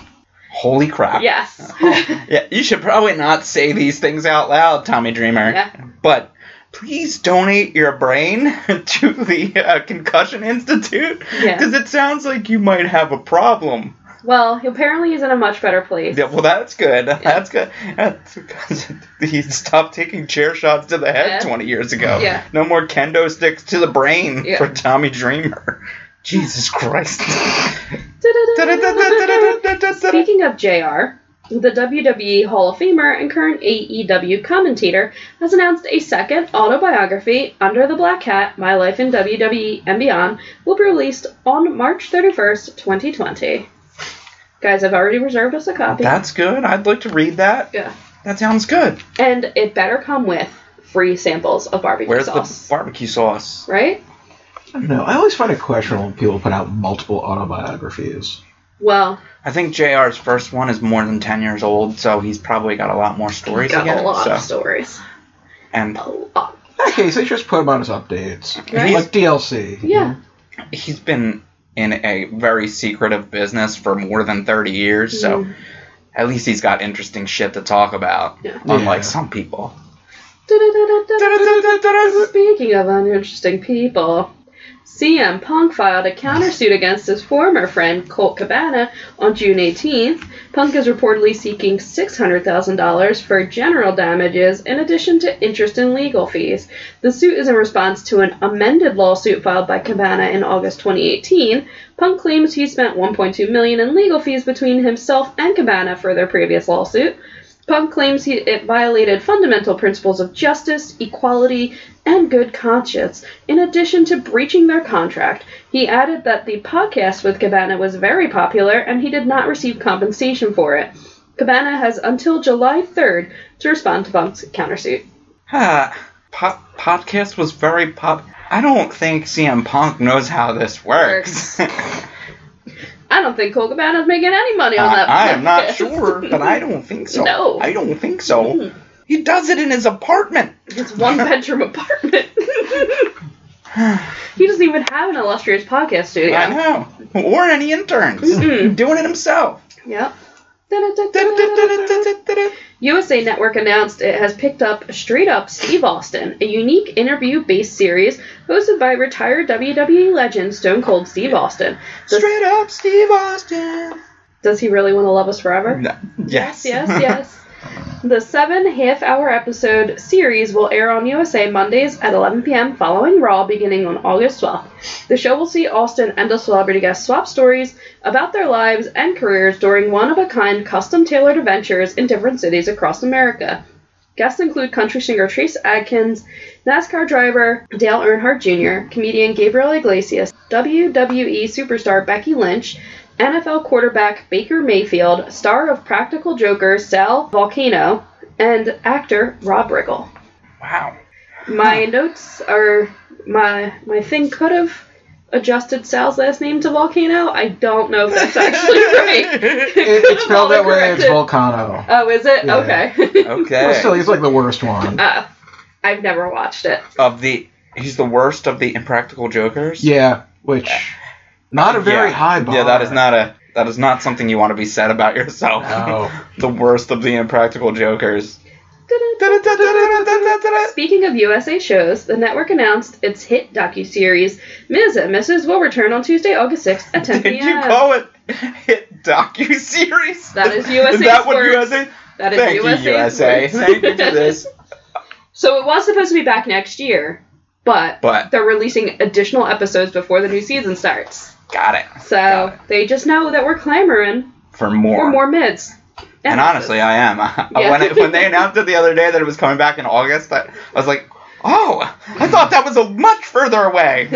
[SPEAKER 1] Holy crap.
[SPEAKER 2] Yes.
[SPEAKER 1] Yeah, you should probably not say these things out loud, Tommy
[SPEAKER 2] <laughs>
[SPEAKER 1] Dreamer.
[SPEAKER 2] Yeah.
[SPEAKER 1] But please donate your brain <laughs> to the uh, Concussion Institute
[SPEAKER 2] Yeah.
[SPEAKER 1] because it sounds like you might have a problem.
[SPEAKER 2] well, apparently he's in a much better place.
[SPEAKER 1] Yeah, well, that's good. That's good. That's because <laughs> he stopped taking chair shots to the head
[SPEAKER 2] Yeah.
[SPEAKER 1] 20 years ago.
[SPEAKER 2] Yeah.
[SPEAKER 1] No more kendo sticks to the brain
[SPEAKER 2] Yeah.
[SPEAKER 1] for
[SPEAKER 2] <laughs>
[SPEAKER 1] Tommy Dreamer. Jesus Christ.
[SPEAKER 2] Speaking of JR, the WWE Hall of Famer and current AEW commentator has announced a second autobiography, Under the Black Hat My Life in WWE and Beyond, will be released on March 31st, 2020. Guys, I've already reserved us a copy.
[SPEAKER 1] That's good. I'd like to read that.
[SPEAKER 2] yeah.
[SPEAKER 1] That sounds good.
[SPEAKER 2] And it better come with free samples of barbecue
[SPEAKER 1] Where's
[SPEAKER 2] sauce.
[SPEAKER 1] the barbecue sauce?
[SPEAKER 2] right?
[SPEAKER 3] I don't know. I always find it questionable when people put out multiple autobiographies.
[SPEAKER 2] Well,
[SPEAKER 1] I think JR's first one is more than 10 years old, so he's probably got a lot more stories.
[SPEAKER 2] got
[SPEAKER 1] again,
[SPEAKER 2] a lot of
[SPEAKER 1] so-
[SPEAKER 2] stories.
[SPEAKER 1] And
[SPEAKER 2] A lot.
[SPEAKER 3] In that case, they just put him on as updates.
[SPEAKER 2] Right?
[SPEAKER 3] Like DLC.
[SPEAKER 1] Mm-hmm.
[SPEAKER 2] Yeah.
[SPEAKER 1] he's been in a very secretive business for more than 30 years, so
[SPEAKER 2] Mm.
[SPEAKER 1] at least he's got interesting shit to talk about,
[SPEAKER 2] Yeah.
[SPEAKER 1] unlike
[SPEAKER 3] Yeah.
[SPEAKER 1] some people.
[SPEAKER 2] <laughs>
[SPEAKER 1] <sighs>
[SPEAKER 2] Da-da-da-da-da-da-da-da. Speaking of uninteresting people, CM Punk filed a countersuit against his former friend Colt Cabana on June 18th. Punk is reportedly seeking $600,000 for general damages in addition to interest and legal fees. The suit is in response to an amended lawsuit filed by Cabana in August 2018. Punk claims he spent 1.2 million in legal fees between himself and Cabana for their previous lawsuit. Punk claims he, it violated fundamental principles of justice, equality, and good conscience, in addition to breaching their contract. He added that the podcast with Cabana was very popular and he did not receive compensation for it. Cabana has until July 3rd to respond to Punk's countersuit.
[SPEAKER 1] Ah, po- podcast was very pop. I don't think CM Punk knows how this <laughs> works.
[SPEAKER 2] I don't think Cole Cabana's making any money on that.
[SPEAKER 1] I, I am not
[SPEAKER 2] podcast.
[SPEAKER 1] sure,
[SPEAKER 2] <laughs>
[SPEAKER 1] but I don't think so.
[SPEAKER 2] No.
[SPEAKER 1] I don't think so.
[SPEAKER 2] Mm.
[SPEAKER 1] He does it in his apartment.
[SPEAKER 2] His one bedroom
[SPEAKER 1] <sighs>
[SPEAKER 2] apartment. he doesn't even have an illustrious podcast studio.
[SPEAKER 1] I know. Or any interns.
[SPEAKER 2] Mm-mm.
[SPEAKER 1] Doing it himself.
[SPEAKER 2] Yep. USA Network announced it has picked up Straight Up Steve Austin, a unique interview based series hosted by retired WWE legend Stone Cold Steve Austin. Does,
[SPEAKER 1] Straight up Steve Austin.
[SPEAKER 2] does he really want to love us forever?
[SPEAKER 1] Yes.
[SPEAKER 2] Yes, yes. The seven half hour episode series will air on USA Mondays at 11 p.m. following Raw beginning on August 12th. The show will see Austin and a celebrity guest swap stories about their lives and careers during one of a kind custom tailored adventures in different cities across America. Guests include country singer Trace Adkins, NASCAR driver Dale Earnhardt Jr., comedian Gabriel Iglesias, WWE superstar Becky Lynch, NFL quarterback Baker Mayfield, star of Practical Joker Sal Volcano, and actor Rob Riggle.
[SPEAKER 1] <laughs> Wow.
[SPEAKER 2] My notes are my my thing could have adjusted Sal's last name to Volcano. I don't know if
[SPEAKER 1] <laughs>
[SPEAKER 2] that's actually right.
[SPEAKER 3] It,
[SPEAKER 2] <laughs>
[SPEAKER 3] it's spelled that way, it's
[SPEAKER 2] Autocorrected.
[SPEAKER 3] Volcano.
[SPEAKER 2] Oh, is it?
[SPEAKER 3] Yeah.
[SPEAKER 2] Okay. <laughs>
[SPEAKER 1] Okay.
[SPEAKER 3] But still, he's like the worst one.
[SPEAKER 2] uh, I've never watched it.
[SPEAKER 1] of the he's the worst of the impractical jokers.
[SPEAKER 3] Yeah, which. Not a very
[SPEAKER 1] Yeah.
[SPEAKER 3] high bar.
[SPEAKER 1] Yeah, that is not a that is not something you want to be said about yourself.
[SPEAKER 3] No.
[SPEAKER 1] <laughs> the worst of the impractical jokers.
[SPEAKER 2] Speaking of USA shows, the network announced its hit docuseries Ms. and Mrs. will return on Tuesday, August 6th at 10
[SPEAKER 1] Did
[SPEAKER 2] p.m.
[SPEAKER 1] you call it <laughs> hit docu series?
[SPEAKER 2] That is USA
[SPEAKER 1] <laughs> Is that what
[SPEAKER 2] sports.
[SPEAKER 1] USA?
[SPEAKER 2] That is
[SPEAKER 1] Thank
[SPEAKER 2] USA.
[SPEAKER 1] you, USA. Thank you for this.
[SPEAKER 2] <laughs> so it was supposed to be back next year, but,
[SPEAKER 1] But
[SPEAKER 2] they're releasing additional episodes before the new season starts.
[SPEAKER 1] got it Got
[SPEAKER 2] So they just know that we're clamoring
[SPEAKER 1] for more.
[SPEAKER 2] for more mids.
[SPEAKER 1] And honestly, I am. <laughs>
[SPEAKER 2] Yeah.
[SPEAKER 1] when it,
[SPEAKER 2] <laughs>
[SPEAKER 1] when they announced it the other day that it was coming back in August, I, I was like, oh, I thought that was a much further
[SPEAKER 2] <laughs>
[SPEAKER 1] away.
[SPEAKER 2] <laughs>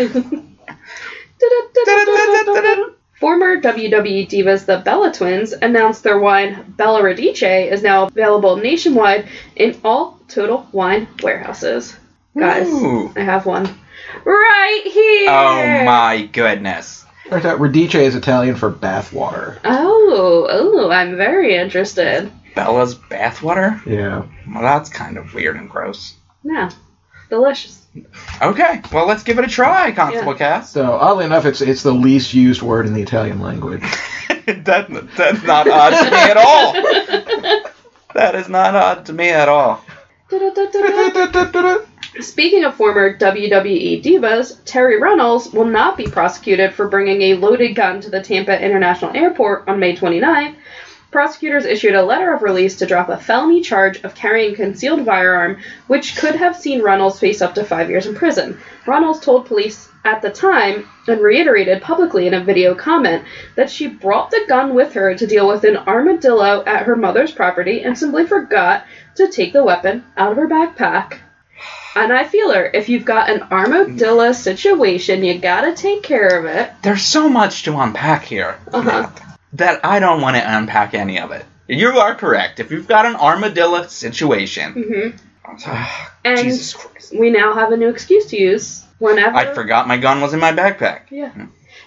[SPEAKER 2] Former WWE divas the Bella Twins announced their wine Bella Radice is now available nationwide in all Total Wine warehouses. Guys,
[SPEAKER 1] Ooh.
[SPEAKER 2] I have one right here.
[SPEAKER 1] Oh my goodness.
[SPEAKER 3] Turns out Radice is Italian for bathwater.
[SPEAKER 2] Oh, oh, I'm very interested.
[SPEAKER 1] Bella's bathwater?
[SPEAKER 3] Yeah.
[SPEAKER 1] Well, that's kind of weird and gross.
[SPEAKER 2] No, delicious.
[SPEAKER 1] Okay, well, let's give it a try, Constable Cass. <laughs>
[SPEAKER 3] So oddly enough, it's it's the least used word in the Italian language. <laughs>
[SPEAKER 1] that, that's not odd to me at all.
[SPEAKER 2] <laughs>
[SPEAKER 1] That is not odd to me at all.
[SPEAKER 2] <laughs>
[SPEAKER 1] <laughs>
[SPEAKER 2] Speaking of former WWE divas, Terry Reynolds will not be prosecuted for bringing a loaded gun to the Tampa International Airport on May 29th. Prosecutors issued a letter of release to drop a felony charge of carrying concealed firearm, which could have seen Reynolds face up to five years in prison. Reynolds told police at the time and reiterated publicly in a video comment that she brought the gun with her to deal with an armadillo at her mother's property and simply forgot to take the weapon out of her backpack. And I feel her. If you've got an
[SPEAKER 1] Mm.
[SPEAKER 2] armadillo situation, you gotta take care of it.
[SPEAKER 1] There's so much to unpack here
[SPEAKER 2] Uh-huh.
[SPEAKER 1] that I don't want to unpack any of it. You are correct. If you've got an armadillo
[SPEAKER 2] <sighs>
[SPEAKER 1] situation, Ah,
[SPEAKER 2] hmm And
[SPEAKER 1] Jesus Christ.
[SPEAKER 2] we now have a new excuse to use whenever.
[SPEAKER 1] I forgot my gun was in my backpack.
[SPEAKER 2] Yeah.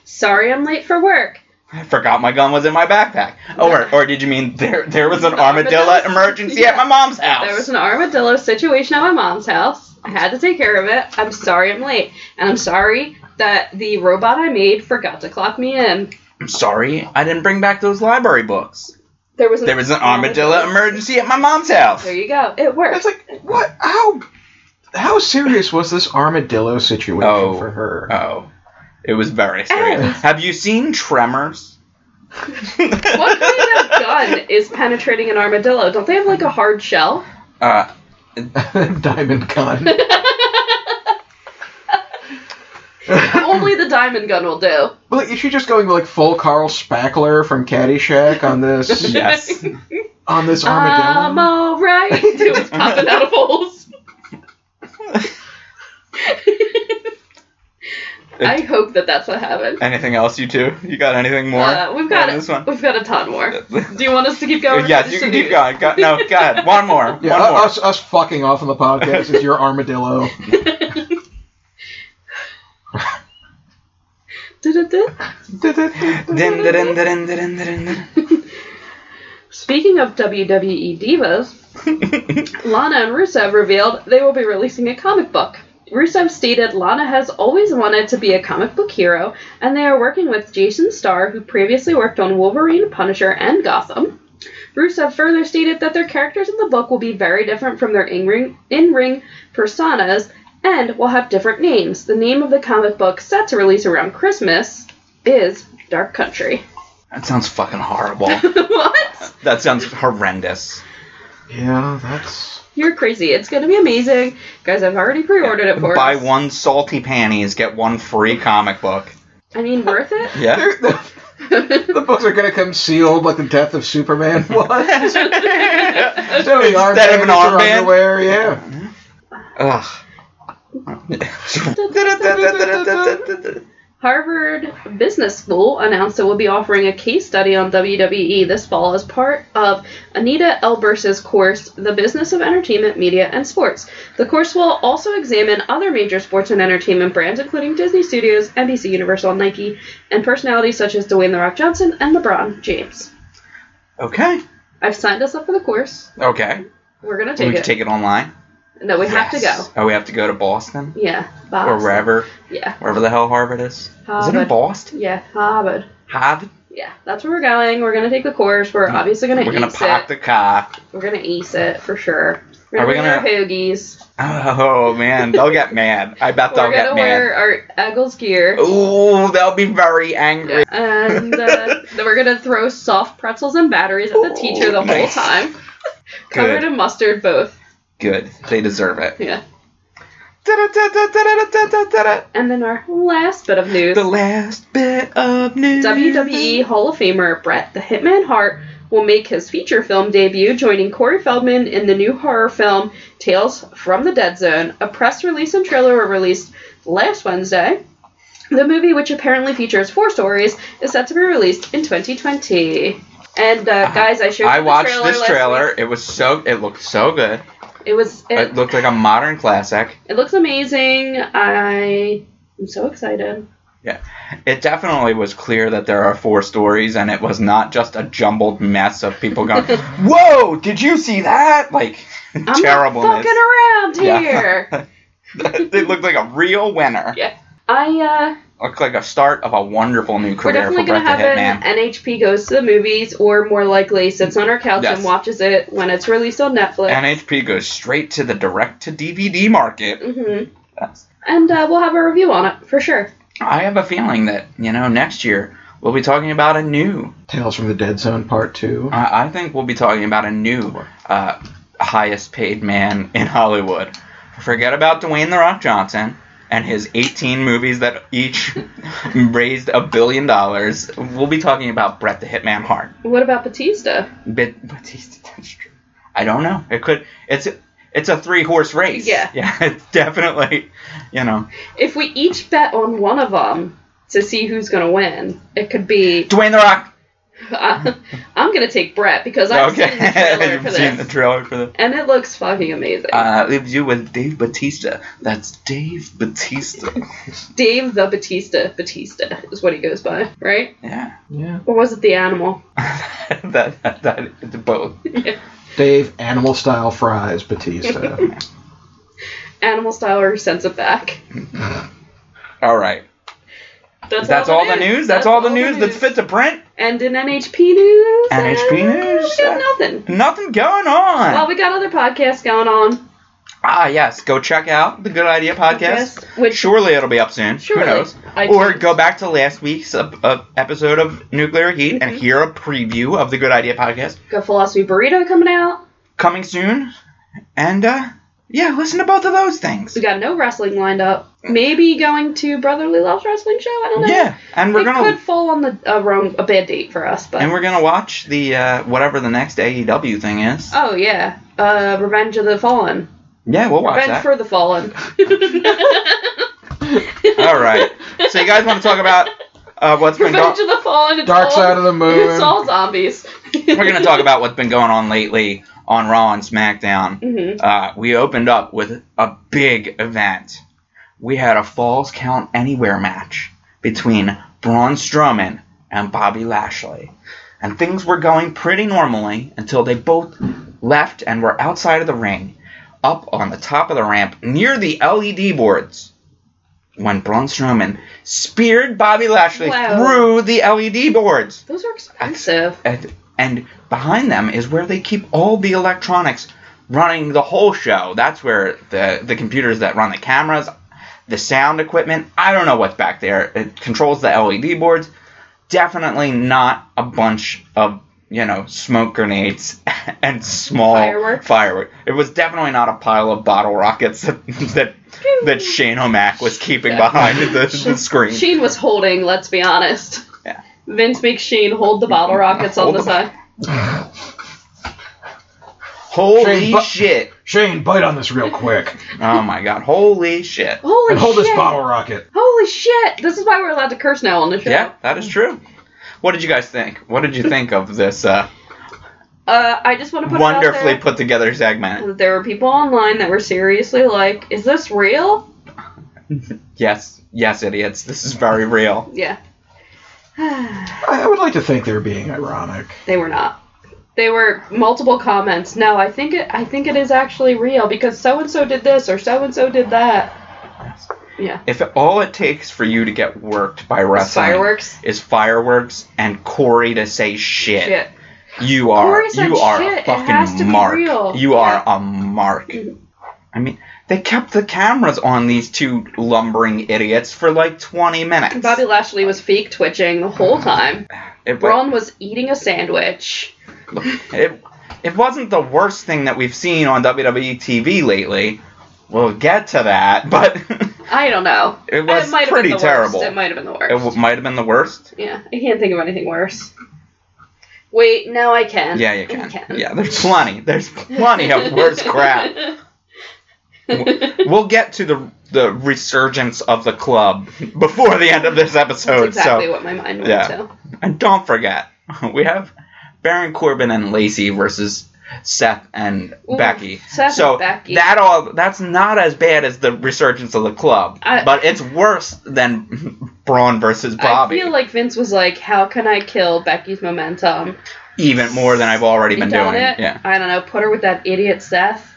[SPEAKER 2] Sorry, I'm late for work.
[SPEAKER 1] I forgot my gun was in my backpack. Oh, or, or did you mean there there was an armadillo
[SPEAKER 2] <laughs> Armadillo.
[SPEAKER 1] emergency at
[SPEAKER 2] Yeah.
[SPEAKER 1] my mom's house?
[SPEAKER 2] There was an armadillo situation at my mom's house. I had to take care of it. I'm sorry I'm late. And I'm sorry that the robot I made forgot to clock me in.
[SPEAKER 1] I'm sorry, I didn't bring back those library books.
[SPEAKER 2] There was an,
[SPEAKER 1] There was an armadillo emergency at my mom's house.
[SPEAKER 2] There you go. It worked.
[SPEAKER 3] It's like what? How? How serious was this armadillo situation
[SPEAKER 1] Oh.
[SPEAKER 3] for her?
[SPEAKER 1] Oh, it was very serious.
[SPEAKER 2] Ow.
[SPEAKER 1] Have you seen Tremors?
[SPEAKER 2] <laughs> what kind of gun is penetrating an armadillo? Don't they have like a hard shell? <laughs>
[SPEAKER 1] Uh,
[SPEAKER 3] <laughs> Diamond gun. <laughs>
[SPEAKER 2] Only the diamond gun will do.
[SPEAKER 3] Well, is she just going like full Carl Spackler from Caddyshack on
[SPEAKER 2] <laughs>
[SPEAKER 3] this
[SPEAKER 1] yes.
[SPEAKER 3] on this
[SPEAKER 2] I'm
[SPEAKER 3] armadillo?
[SPEAKER 2] alright. <laughs> It was popping out of
[SPEAKER 1] <laughs>
[SPEAKER 2] holes. I hope that that's what happened.
[SPEAKER 1] anything else, you two? You got anything more?
[SPEAKER 2] Uh, we've got
[SPEAKER 1] on this one.
[SPEAKER 2] We've got a ton more. Do you want us to keep going? or
[SPEAKER 1] yes,
[SPEAKER 2] just
[SPEAKER 1] you
[SPEAKER 2] to
[SPEAKER 1] can
[SPEAKER 2] do-
[SPEAKER 1] keep going. Go, no,
[SPEAKER 2] <laughs>
[SPEAKER 1] go ahead. One more.
[SPEAKER 3] Yeah,
[SPEAKER 1] one more.
[SPEAKER 3] us us fucking off on the podcast is your armadillo.
[SPEAKER 2] Du-du-du.
[SPEAKER 1] Din, din, din, din, din, din, din.
[SPEAKER 2] Speaking of WWE divas, Lana and Rusev revealed they will be releasing a comic book. Rusev stated Lana has always wanted to be a comic book hero, and they are working with Jason Starr, who previously worked on Wolverine, Punisher, and Gotham. Rusev further stated that their characters in the book will be very different from their in-ring, in-ring personas and will have different names. The name of the comic book set to release around Christmas is Dark Country.
[SPEAKER 1] <laughs>
[SPEAKER 2] <laughs>
[SPEAKER 1] That sounds fucking horrible.
[SPEAKER 2] what?
[SPEAKER 1] that sounds horrendous.
[SPEAKER 3] yeah, that's
[SPEAKER 2] You're crazy. It's gonna be amazing. Guys, I've already pre-ordered it for
[SPEAKER 1] Buy
[SPEAKER 2] us.
[SPEAKER 1] one salty panties, get one free comic book.
[SPEAKER 2] I mean, worth it?
[SPEAKER 1] Yeah.
[SPEAKER 3] They're- <laughs> the, the books are gonna come sealed like the death of Superman was. Instead of, the arm
[SPEAKER 1] Instead of
[SPEAKER 3] bandages
[SPEAKER 1] an
[SPEAKER 3] or
[SPEAKER 1] armband?
[SPEAKER 3] underwear, yeah.
[SPEAKER 2] <laughs>
[SPEAKER 1] Ugh.
[SPEAKER 2] <laughs> Harvard Business School announced it will be offering a case study on WWE this fall as part of Anita Elbers's course, The Business of Entertainment, Media, and Sports. The course will also examine other major sports and entertainment brands, including Disney Studios, NBC Universal, Nike, and personalities such as Dwayne The Rock Johnson and LeBron James.
[SPEAKER 1] okay.
[SPEAKER 2] I've signed us up for the course.
[SPEAKER 1] Okay.
[SPEAKER 2] We're gonna
[SPEAKER 1] we
[SPEAKER 2] take
[SPEAKER 1] can
[SPEAKER 2] it.
[SPEAKER 1] take it online.
[SPEAKER 2] No, we have to
[SPEAKER 1] Yes.
[SPEAKER 2] go.
[SPEAKER 1] Oh, we have to go to Boston
[SPEAKER 2] Yeah.
[SPEAKER 1] or
[SPEAKER 2] Box.
[SPEAKER 1] wherever,
[SPEAKER 2] Yeah.
[SPEAKER 1] wherever the hell Harvard is. Is it in
[SPEAKER 2] Harvard.
[SPEAKER 1] Boston?
[SPEAKER 2] Yeah, Ah, Harvard.
[SPEAKER 1] Harvard.
[SPEAKER 2] Yeah, that's where we're going. We're gonna take the course. We're obviously gonna
[SPEAKER 1] Mm-hmm. We're gonna
[SPEAKER 2] ace
[SPEAKER 1] pop
[SPEAKER 2] it.
[SPEAKER 1] the car.
[SPEAKER 2] We're gonna ace it for sure. We're
[SPEAKER 1] Are we
[SPEAKER 2] gonna wear our hoagies.
[SPEAKER 1] Oh man, they'll get mad. I bet they'll
[SPEAKER 2] We're
[SPEAKER 1] get
[SPEAKER 2] gonna
[SPEAKER 1] mad.
[SPEAKER 2] wear our Eggles gear.
[SPEAKER 1] Oh, Ooh, they'll be very angry.
[SPEAKER 2] And
[SPEAKER 1] <laughs>
[SPEAKER 2] uh, then we're gonna throw soft pretzels and batteries at the
[SPEAKER 1] Ooh,
[SPEAKER 2] teacher the whole
[SPEAKER 1] nice.
[SPEAKER 2] time. Covered
[SPEAKER 1] Good.
[SPEAKER 2] in mustard, both.
[SPEAKER 1] Good. They deserve it.
[SPEAKER 2] Yeah.
[SPEAKER 1] Da-da-da-da-da-da-da-da-da.
[SPEAKER 2] And then our last bit of news:
[SPEAKER 1] The last bit of news. E. Mm-hmm.
[SPEAKER 2] WWE E Hall of Famer Bret the Hitman Hart will make his feature film debut, joining Corey Feldman in the new horror film Tales from the Dead Zone. A press release and trailer were released last Wednesday. The movie, which apparently features four stories, is set to be released in 2020. And uh, guys, I showed you
[SPEAKER 1] Uh-huh. I
[SPEAKER 2] the
[SPEAKER 1] watched
[SPEAKER 2] trailer
[SPEAKER 1] this
[SPEAKER 2] last
[SPEAKER 1] trailer.
[SPEAKER 2] week.
[SPEAKER 1] It was so. It looked so good.
[SPEAKER 2] It was it,
[SPEAKER 1] It, looked like a modern classic.
[SPEAKER 2] it looks amazing. I am so excited.
[SPEAKER 1] It definitely was clear that there are four stories, and it was not just a jumbled mess of
[SPEAKER 2] <laughs>
[SPEAKER 1] people going, "Whoa, did you see that?" Like
[SPEAKER 2] I'm not
[SPEAKER 1] terribleness.
[SPEAKER 2] fucking around
[SPEAKER 1] Yeah. <laughs>
[SPEAKER 2] here.
[SPEAKER 1] it looked like a real winner.
[SPEAKER 2] Yeah. I uh.
[SPEAKER 1] Looked like a start of a wonderful
[SPEAKER 2] We're
[SPEAKER 1] new career for
[SPEAKER 2] definitely
[SPEAKER 1] Bret
[SPEAKER 2] going
[SPEAKER 1] the
[SPEAKER 2] to have an
[SPEAKER 1] Hitman.
[SPEAKER 2] NHP goes to the movies, or more likely sits on our couch
[SPEAKER 1] Yes.
[SPEAKER 2] and watches it when it's released on Netflix.
[SPEAKER 1] NHP goes straight to the direct to DVD market.
[SPEAKER 2] hmm
[SPEAKER 1] That's-
[SPEAKER 2] And uh, we'll have a review on it for sure.
[SPEAKER 1] I have a feeling that you know next year we'll be talking about a new.
[SPEAKER 3] Tales from the Dead Zone Part Two.
[SPEAKER 1] I, I think we'll be talking about a new uh, highest paid man in Hollywood. Forget about Dwayne the Rock Johnson and his 18 movies that
[SPEAKER 2] <laughs>
[SPEAKER 1] each raised a billion dollars. We'll be talking about Bret the Hitman Hart.
[SPEAKER 2] What about Batista?
[SPEAKER 1] Bit Batista that's true. I don't know. It could. It's it's a three horse race.
[SPEAKER 2] Yeah.
[SPEAKER 1] <laughs> Yeah. It's definitely. You know,
[SPEAKER 2] If we each bet on one of them to see who's going to win, it could be <laughs>
[SPEAKER 1] Dwayne the Rock
[SPEAKER 2] I, I'm gonna take Brett because I've
[SPEAKER 1] okay.
[SPEAKER 2] seen the trailer for
[SPEAKER 1] <laughs> You've seen the
[SPEAKER 2] this,
[SPEAKER 1] trailer for the.
[SPEAKER 2] and it looks fucking amazing.
[SPEAKER 1] Uh, leaves you with Dave Batista. That's Dave
[SPEAKER 2] <laughs>
[SPEAKER 1] Batista.
[SPEAKER 2] Dave the Batista, Batista is what he goes by, right?
[SPEAKER 1] yeah.
[SPEAKER 3] Yeah.
[SPEAKER 2] Or was it the animal? <laughs>
[SPEAKER 1] that, <laughs> that, that, it's both.
[SPEAKER 3] Dave, animal style
[SPEAKER 2] <laughs>
[SPEAKER 3] fries, Batista.
[SPEAKER 2] Animal style or sends it back.
[SPEAKER 1] All right.
[SPEAKER 2] That's,
[SPEAKER 1] That's all the news? That's all the news that's fit to print?
[SPEAKER 2] And in NHP news,
[SPEAKER 1] NHP
[SPEAKER 2] uh,
[SPEAKER 1] news,
[SPEAKER 2] we got
[SPEAKER 1] uh,
[SPEAKER 2] nothing.
[SPEAKER 1] Nothing going on.
[SPEAKER 2] Well, we got other podcasts going on.
[SPEAKER 1] ah, yes. Go check out the Good Idea podcast.
[SPEAKER 2] Yes, which-
[SPEAKER 1] Surely it'll be up soon.
[SPEAKER 2] Surely.
[SPEAKER 1] Who knows?
[SPEAKER 2] I-
[SPEAKER 1] or go back to last week's uh, uh, episode of Nuclear Heat and
[SPEAKER 2] Mhm.
[SPEAKER 1] hear a preview of the Good Idea podcast
[SPEAKER 2] Got philosophy burrito coming out.
[SPEAKER 1] coming soon. And uh, yeah, listen to both of those things.
[SPEAKER 2] We got no wrestling lined up. Maybe going to Brotherly Love's wrestling show. I don't know.
[SPEAKER 1] Yeah, and we're
[SPEAKER 2] it
[SPEAKER 1] gonna
[SPEAKER 2] could fall on the a wrong a bad date for us, but
[SPEAKER 1] and we're gonna watch the uh, whatever the next AEW thing is.
[SPEAKER 2] oh yeah, uh, Revenge of the Fallen,
[SPEAKER 1] yeah, we'll watch
[SPEAKER 2] Revenge
[SPEAKER 1] that.
[SPEAKER 2] for the
[SPEAKER 1] <laughs>
[SPEAKER 2] Fallen. <laughs>
[SPEAKER 1] All right. So you guys want to talk about uh, what's been
[SPEAKER 2] Revenge
[SPEAKER 1] going?
[SPEAKER 2] of the Fallen. It's
[SPEAKER 3] Dark
[SPEAKER 2] all,
[SPEAKER 3] side of the moon.
[SPEAKER 2] <laughs> It's all zombies. <laughs>
[SPEAKER 1] We're gonna talk about what's been going on lately on Raw and SmackDown.
[SPEAKER 2] hmm
[SPEAKER 1] uh, we opened up with a big event. We had a Falls Count Anywhere match between Braun Strowman and Bobby Lashley. And things were going pretty normally until they both left and were outside of the ring, up on the top of the ramp near the LED boards. When Braun Strowman speared Bobby Lashley
[SPEAKER 2] Wow.
[SPEAKER 1] through the LED boards.
[SPEAKER 2] Those are expensive.
[SPEAKER 1] And, and behind them is where they keep all the electronics running the whole show. That's where the, the computers that run the cameras, the sound equipment, I don't know what's back there. It controls the LED boards. Definitely not a bunch of, you know, smoke grenades <laughs> and small
[SPEAKER 2] Fireworks?
[SPEAKER 1] firework. It was definitely not a pile of bottle rockets <laughs> that that, that Shane O'Mac was keeping behind
[SPEAKER 2] <laughs>
[SPEAKER 1] the, the screen.
[SPEAKER 2] Sheen was holding. Let's be honest.
[SPEAKER 1] Yeah.
[SPEAKER 2] Vince makes Sheen hold the bottle rockets on
[SPEAKER 1] Hold
[SPEAKER 2] the
[SPEAKER 1] the-
[SPEAKER 2] side.
[SPEAKER 1] Holy
[SPEAKER 3] Shane, bu-
[SPEAKER 1] shit.
[SPEAKER 3] <laughs> Shane, bite on this real quick.
[SPEAKER 1] Oh my god. Holy shit.
[SPEAKER 2] Holy
[SPEAKER 3] and
[SPEAKER 2] Oh,
[SPEAKER 3] hold
[SPEAKER 2] shit!
[SPEAKER 3] this bottle rocket.
[SPEAKER 2] Holy shit! This is why we're allowed to curse now on the show.
[SPEAKER 1] Yeah, that is true. What did you guys think? What did you think of this uh,
[SPEAKER 2] Uh, I just want to <laughs> put it out
[SPEAKER 1] wonderfully
[SPEAKER 2] there.
[SPEAKER 1] put together segment?
[SPEAKER 2] that there were people online that were seriously like, "Is this real?"
[SPEAKER 1] Yes, yes, idiots. This is very real.
[SPEAKER 2] Yeah. <sighs>
[SPEAKER 3] I, I would like to think they're being ironic.
[SPEAKER 2] they were not. They were multiple comments. No, I think it. I think it is actually real because so and so did this or so and so did that. Yeah.
[SPEAKER 1] If all it takes for you to get worked by
[SPEAKER 2] It's
[SPEAKER 1] wrestling
[SPEAKER 2] fireworks.
[SPEAKER 1] is fireworks and Corey to say shit,
[SPEAKER 2] Shit.
[SPEAKER 1] you are
[SPEAKER 2] Corey said
[SPEAKER 1] you are
[SPEAKER 2] shit.
[SPEAKER 1] a
[SPEAKER 2] It
[SPEAKER 1] fucking
[SPEAKER 2] has to be
[SPEAKER 1] mark.
[SPEAKER 2] real.
[SPEAKER 1] You
[SPEAKER 2] Yeah.
[SPEAKER 1] are a mark.
[SPEAKER 2] Mhm.
[SPEAKER 1] I mean, they kept the cameras on these two lumbering idiots for like 20 minutes.
[SPEAKER 2] Bobby Lashley was fake twitching the whole time.
[SPEAKER 1] It wa-
[SPEAKER 2] Braun was eating a sandwich.
[SPEAKER 1] it it wasn't the worst thing that we've seen on WWE TV lately. We'll get to that, <laughs> but
[SPEAKER 2] I don't know.
[SPEAKER 1] It was
[SPEAKER 2] might have
[SPEAKER 1] pretty
[SPEAKER 2] been the
[SPEAKER 1] terrible.
[SPEAKER 2] Worst. It might have been the
[SPEAKER 1] it
[SPEAKER 2] worst.
[SPEAKER 1] w- might have been the worst.
[SPEAKER 2] yeah, I can't think of anything worse. Wait, no, I can.
[SPEAKER 1] Yeah, you
[SPEAKER 2] I
[SPEAKER 1] can. Yeah, there's plenty. There's plenty of worse crap.
[SPEAKER 2] <laughs> That's
[SPEAKER 1] We'll get to the the resurgence of the club before the end of this episode.
[SPEAKER 2] exactly what my mind went
[SPEAKER 1] Oh, yeah.
[SPEAKER 2] to.
[SPEAKER 1] So, and don't forget, <laughs> we have Baron Corbin and Lacey versus Seth and
[SPEAKER 2] Ooh,
[SPEAKER 1] Becky.
[SPEAKER 2] Seth
[SPEAKER 1] so
[SPEAKER 2] and Becky.
[SPEAKER 1] that all that's not as bad as the resurgence of the club,
[SPEAKER 2] I-
[SPEAKER 1] but it's worse than Braun versus
[SPEAKER 2] I
[SPEAKER 1] Bobby.
[SPEAKER 2] feel like Vince was like, "How can I kill Becky's momentum?"
[SPEAKER 1] even more than I've already
[SPEAKER 2] He
[SPEAKER 1] been
[SPEAKER 2] done
[SPEAKER 1] doing.
[SPEAKER 2] it.
[SPEAKER 1] Yeah.
[SPEAKER 2] I don't know. Put her with that idiot Seth.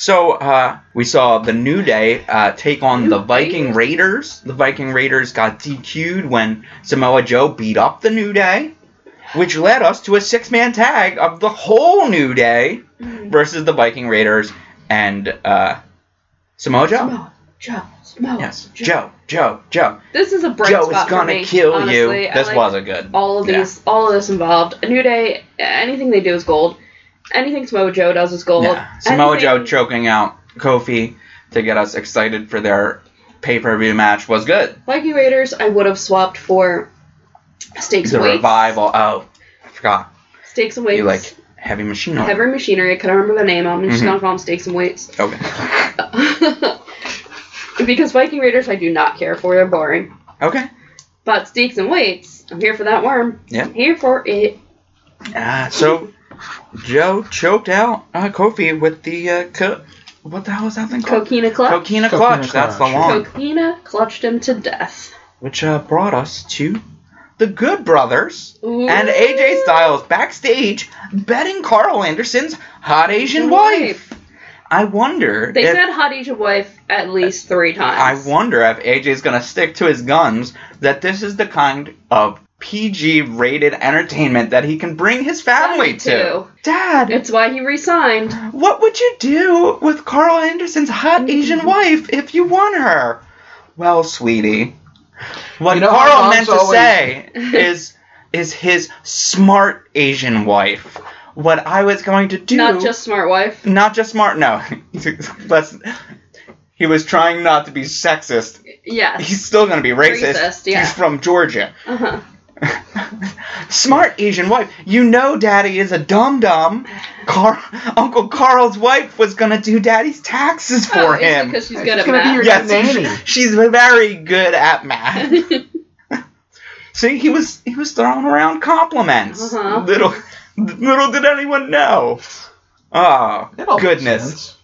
[SPEAKER 1] So uh, we saw the New Day uh, take on
[SPEAKER 2] New
[SPEAKER 1] the Viking Raiders. The Viking Raiders got DQ'd when Samoa Joe beat up the New Day, which led us to a six-man tag of the whole New Day
[SPEAKER 2] Mm-hmm.
[SPEAKER 1] versus the Viking Raiders and uh, Samoa Joe.
[SPEAKER 2] Samoa Joe. Samoa
[SPEAKER 1] Yes,
[SPEAKER 2] Joe.
[SPEAKER 1] Joe, Joe, Joe.
[SPEAKER 2] This is a bright
[SPEAKER 1] Joe
[SPEAKER 2] spot
[SPEAKER 1] is gonna
[SPEAKER 2] for me,
[SPEAKER 1] kill
[SPEAKER 2] honestly.
[SPEAKER 1] you.
[SPEAKER 2] I
[SPEAKER 1] This
[SPEAKER 2] like
[SPEAKER 1] wasn't good.
[SPEAKER 2] all of
[SPEAKER 1] Yeah.
[SPEAKER 2] these, all of this involved. A New Day, anything they do is gold. Anything Samoa Joe does is gold.
[SPEAKER 1] Yeah. Samoa Joe
[SPEAKER 2] Anything-
[SPEAKER 1] choking out Kofi to get us excited for their pay-per-view match was good.
[SPEAKER 2] Viking Raiders, I would have swapped for Stakes
[SPEAKER 1] the
[SPEAKER 2] and Weights.
[SPEAKER 1] revival. Oh, I forgot.
[SPEAKER 2] Stakes and Weights.
[SPEAKER 1] You like heavy machinery.
[SPEAKER 2] Heavy Machinery. I couldn't remember the name. I'm just
[SPEAKER 1] Mhm.
[SPEAKER 2] gonna call them Stakes and Weights. <laughs>
[SPEAKER 1] Okay.
[SPEAKER 2] because Viking Raiders, I do not care for. They're boring.
[SPEAKER 1] Okay.
[SPEAKER 2] spots, deeks, and weights. I'm here for that worm.
[SPEAKER 1] Yeah.
[SPEAKER 2] Here for it.
[SPEAKER 1] Uh, so Joe choked out uh, Kofi with the uh, co- what the hell is that thing called?
[SPEAKER 2] Coquina clutch.
[SPEAKER 1] Coquina
[SPEAKER 3] Coquina
[SPEAKER 1] clutch. That's the
[SPEAKER 3] clutch.
[SPEAKER 1] one,
[SPEAKER 2] Coquina clutched him to death.
[SPEAKER 1] which uh, brought us to the Good Brothers.
[SPEAKER 2] Ooh.
[SPEAKER 1] and AJ Styles backstage betting Carl Anderson's hot Asian
[SPEAKER 2] Good
[SPEAKER 1] wife. I wonder.
[SPEAKER 2] They
[SPEAKER 1] if,
[SPEAKER 2] said hot Asian wife at least three
[SPEAKER 1] I
[SPEAKER 2] times.
[SPEAKER 1] wonder if AJ's gonna stick to his guns. That this is the kind of PG rated entertainment that he can bring his
[SPEAKER 2] Family
[SPEAKER 1] family to.
[SPEAKER 2] to.
[SPEAKER 1] Dad,
[SPEAKER 2] It's why he resigned.
[SPEAKER 1] what would you do with Carl Anderson's
[SPEAKER 2] Mm-hmm.
[SPEAKER 1] hot Asian wife if you won her? Well, sweetie, what
[SPEAKER 3] You know how
[SPEAKER 1] Carl
[SPEAKER 3] moms
[SPEAKER 1] meant to
[SPEAKER 3] always-
[SPEAKER 1] say is is his smart Asian wife. What I was going to do
[SPEAKER 2] Not just smart wife.
[SPEAKER 1] not just smart. No, <laughs> let's. He was trying not to be sexist.
[SPEAKER 2] Yes.
[SPEAKER 1] He's still going to be racist.
[SPEAKER 2] Racist, yeah.
[SPEAKER 1] He's from Georgia.
[SPEAKER 2] Uh-huh.
[SPEAKER 1] <laughs> Smart Asian wife. You know, Daddy is a dum dum. Car- Uncle Carl's wife was going to do Daddy's taxes
[SPEAKER 2] Oh,
[SPEAKER 1] for him.
[SPEAKER 2] because she's
[SPEAKER 3] She's
[SPEAKER 2] good at
[SPEAKER 3] gonna
[SPEAKER 2] <laughs>
[SPEAKER 3] be
[SPEAKER 2] math.
[SPEAKER 3] your-
[SPEAKER 1] yes,
[SPEAKER 3] nanny.
[SPEAKER 1] she- she's very good
[SPEAKER 2] <laughs>
[SPEAKER 1] at math. See, he was he was throwing around compliments.
[SPEAKER 2] Uh-huh.
[SPEAKER 1] Little little did anyone know. Oh
[SPEAKER 3] That all makes
[SPEAKER 1] goodness.
[SPEAKER 3] sense.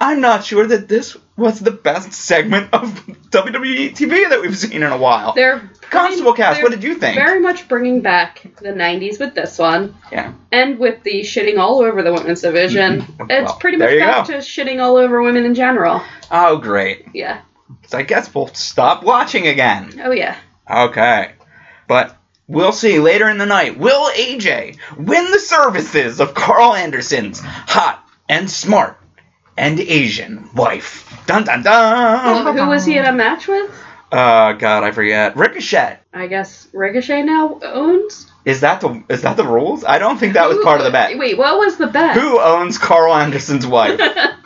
[SPEAKER 1] I'm not sure that this was the best segment of <laughs> WWE TV that we've seen in a while.
[SPEAKER 2] They're
[SPEAKER 1] Constable Cass,
[SPEAKER 2] they're
[SPEAKER 1] what did you think?
[SPEAKER 2] very much bringing back the 90s with this one.
[SPEAKER 1] yeah. Mm-hmm.
[SPEAKER 2] And with the shitting all over the women's division, it's
[SPEAKER 1] Well,
[SPEAKER 2] pretty
[SPEAKER 1] there
[SPEAKER 2] much
[SPEAKER 1] you
[SPEAKER 2] back
[SPEAKER 1] go.
[SPEAKER 2] to shitting all over women in general.
[SPEAKER 1] Oh, great.
[SPEAKER 2] Yeah.
[SPEAKER 1] So I guess we'll stop watching again.
[SPEAKER 2] Oh, yeah.
[SPEAKER 1] Okay. But we'll see later in the night. Will AJ win the services of Carl Anderson's hot and smart and Asian wife? Dun dun
[SPEAKER 2] Who <laughs>
[SPEAKER 1] dun!
[SPEAKER 2] who was he in a match with?
[SPEAKER 1] Uh, God, I forget. Ricochet.
[SPEAKER 2] I guess Ricochet now owns?
[SPEAKER 1] Is that the is that the rules? I don't think that was
[SPEAKER 2] Who-
[SPEAKER 1] part of
[SPEAKER 2] <laughs>
[SPEAKER 1] the bet.
[SPEAKER 2] Wait, what was the bet?
[SPEAKER 1] Who owns Carl
[SPEAKER 2] <laughs>
[SPEAKER 1] Anderson's wife? <laughs> that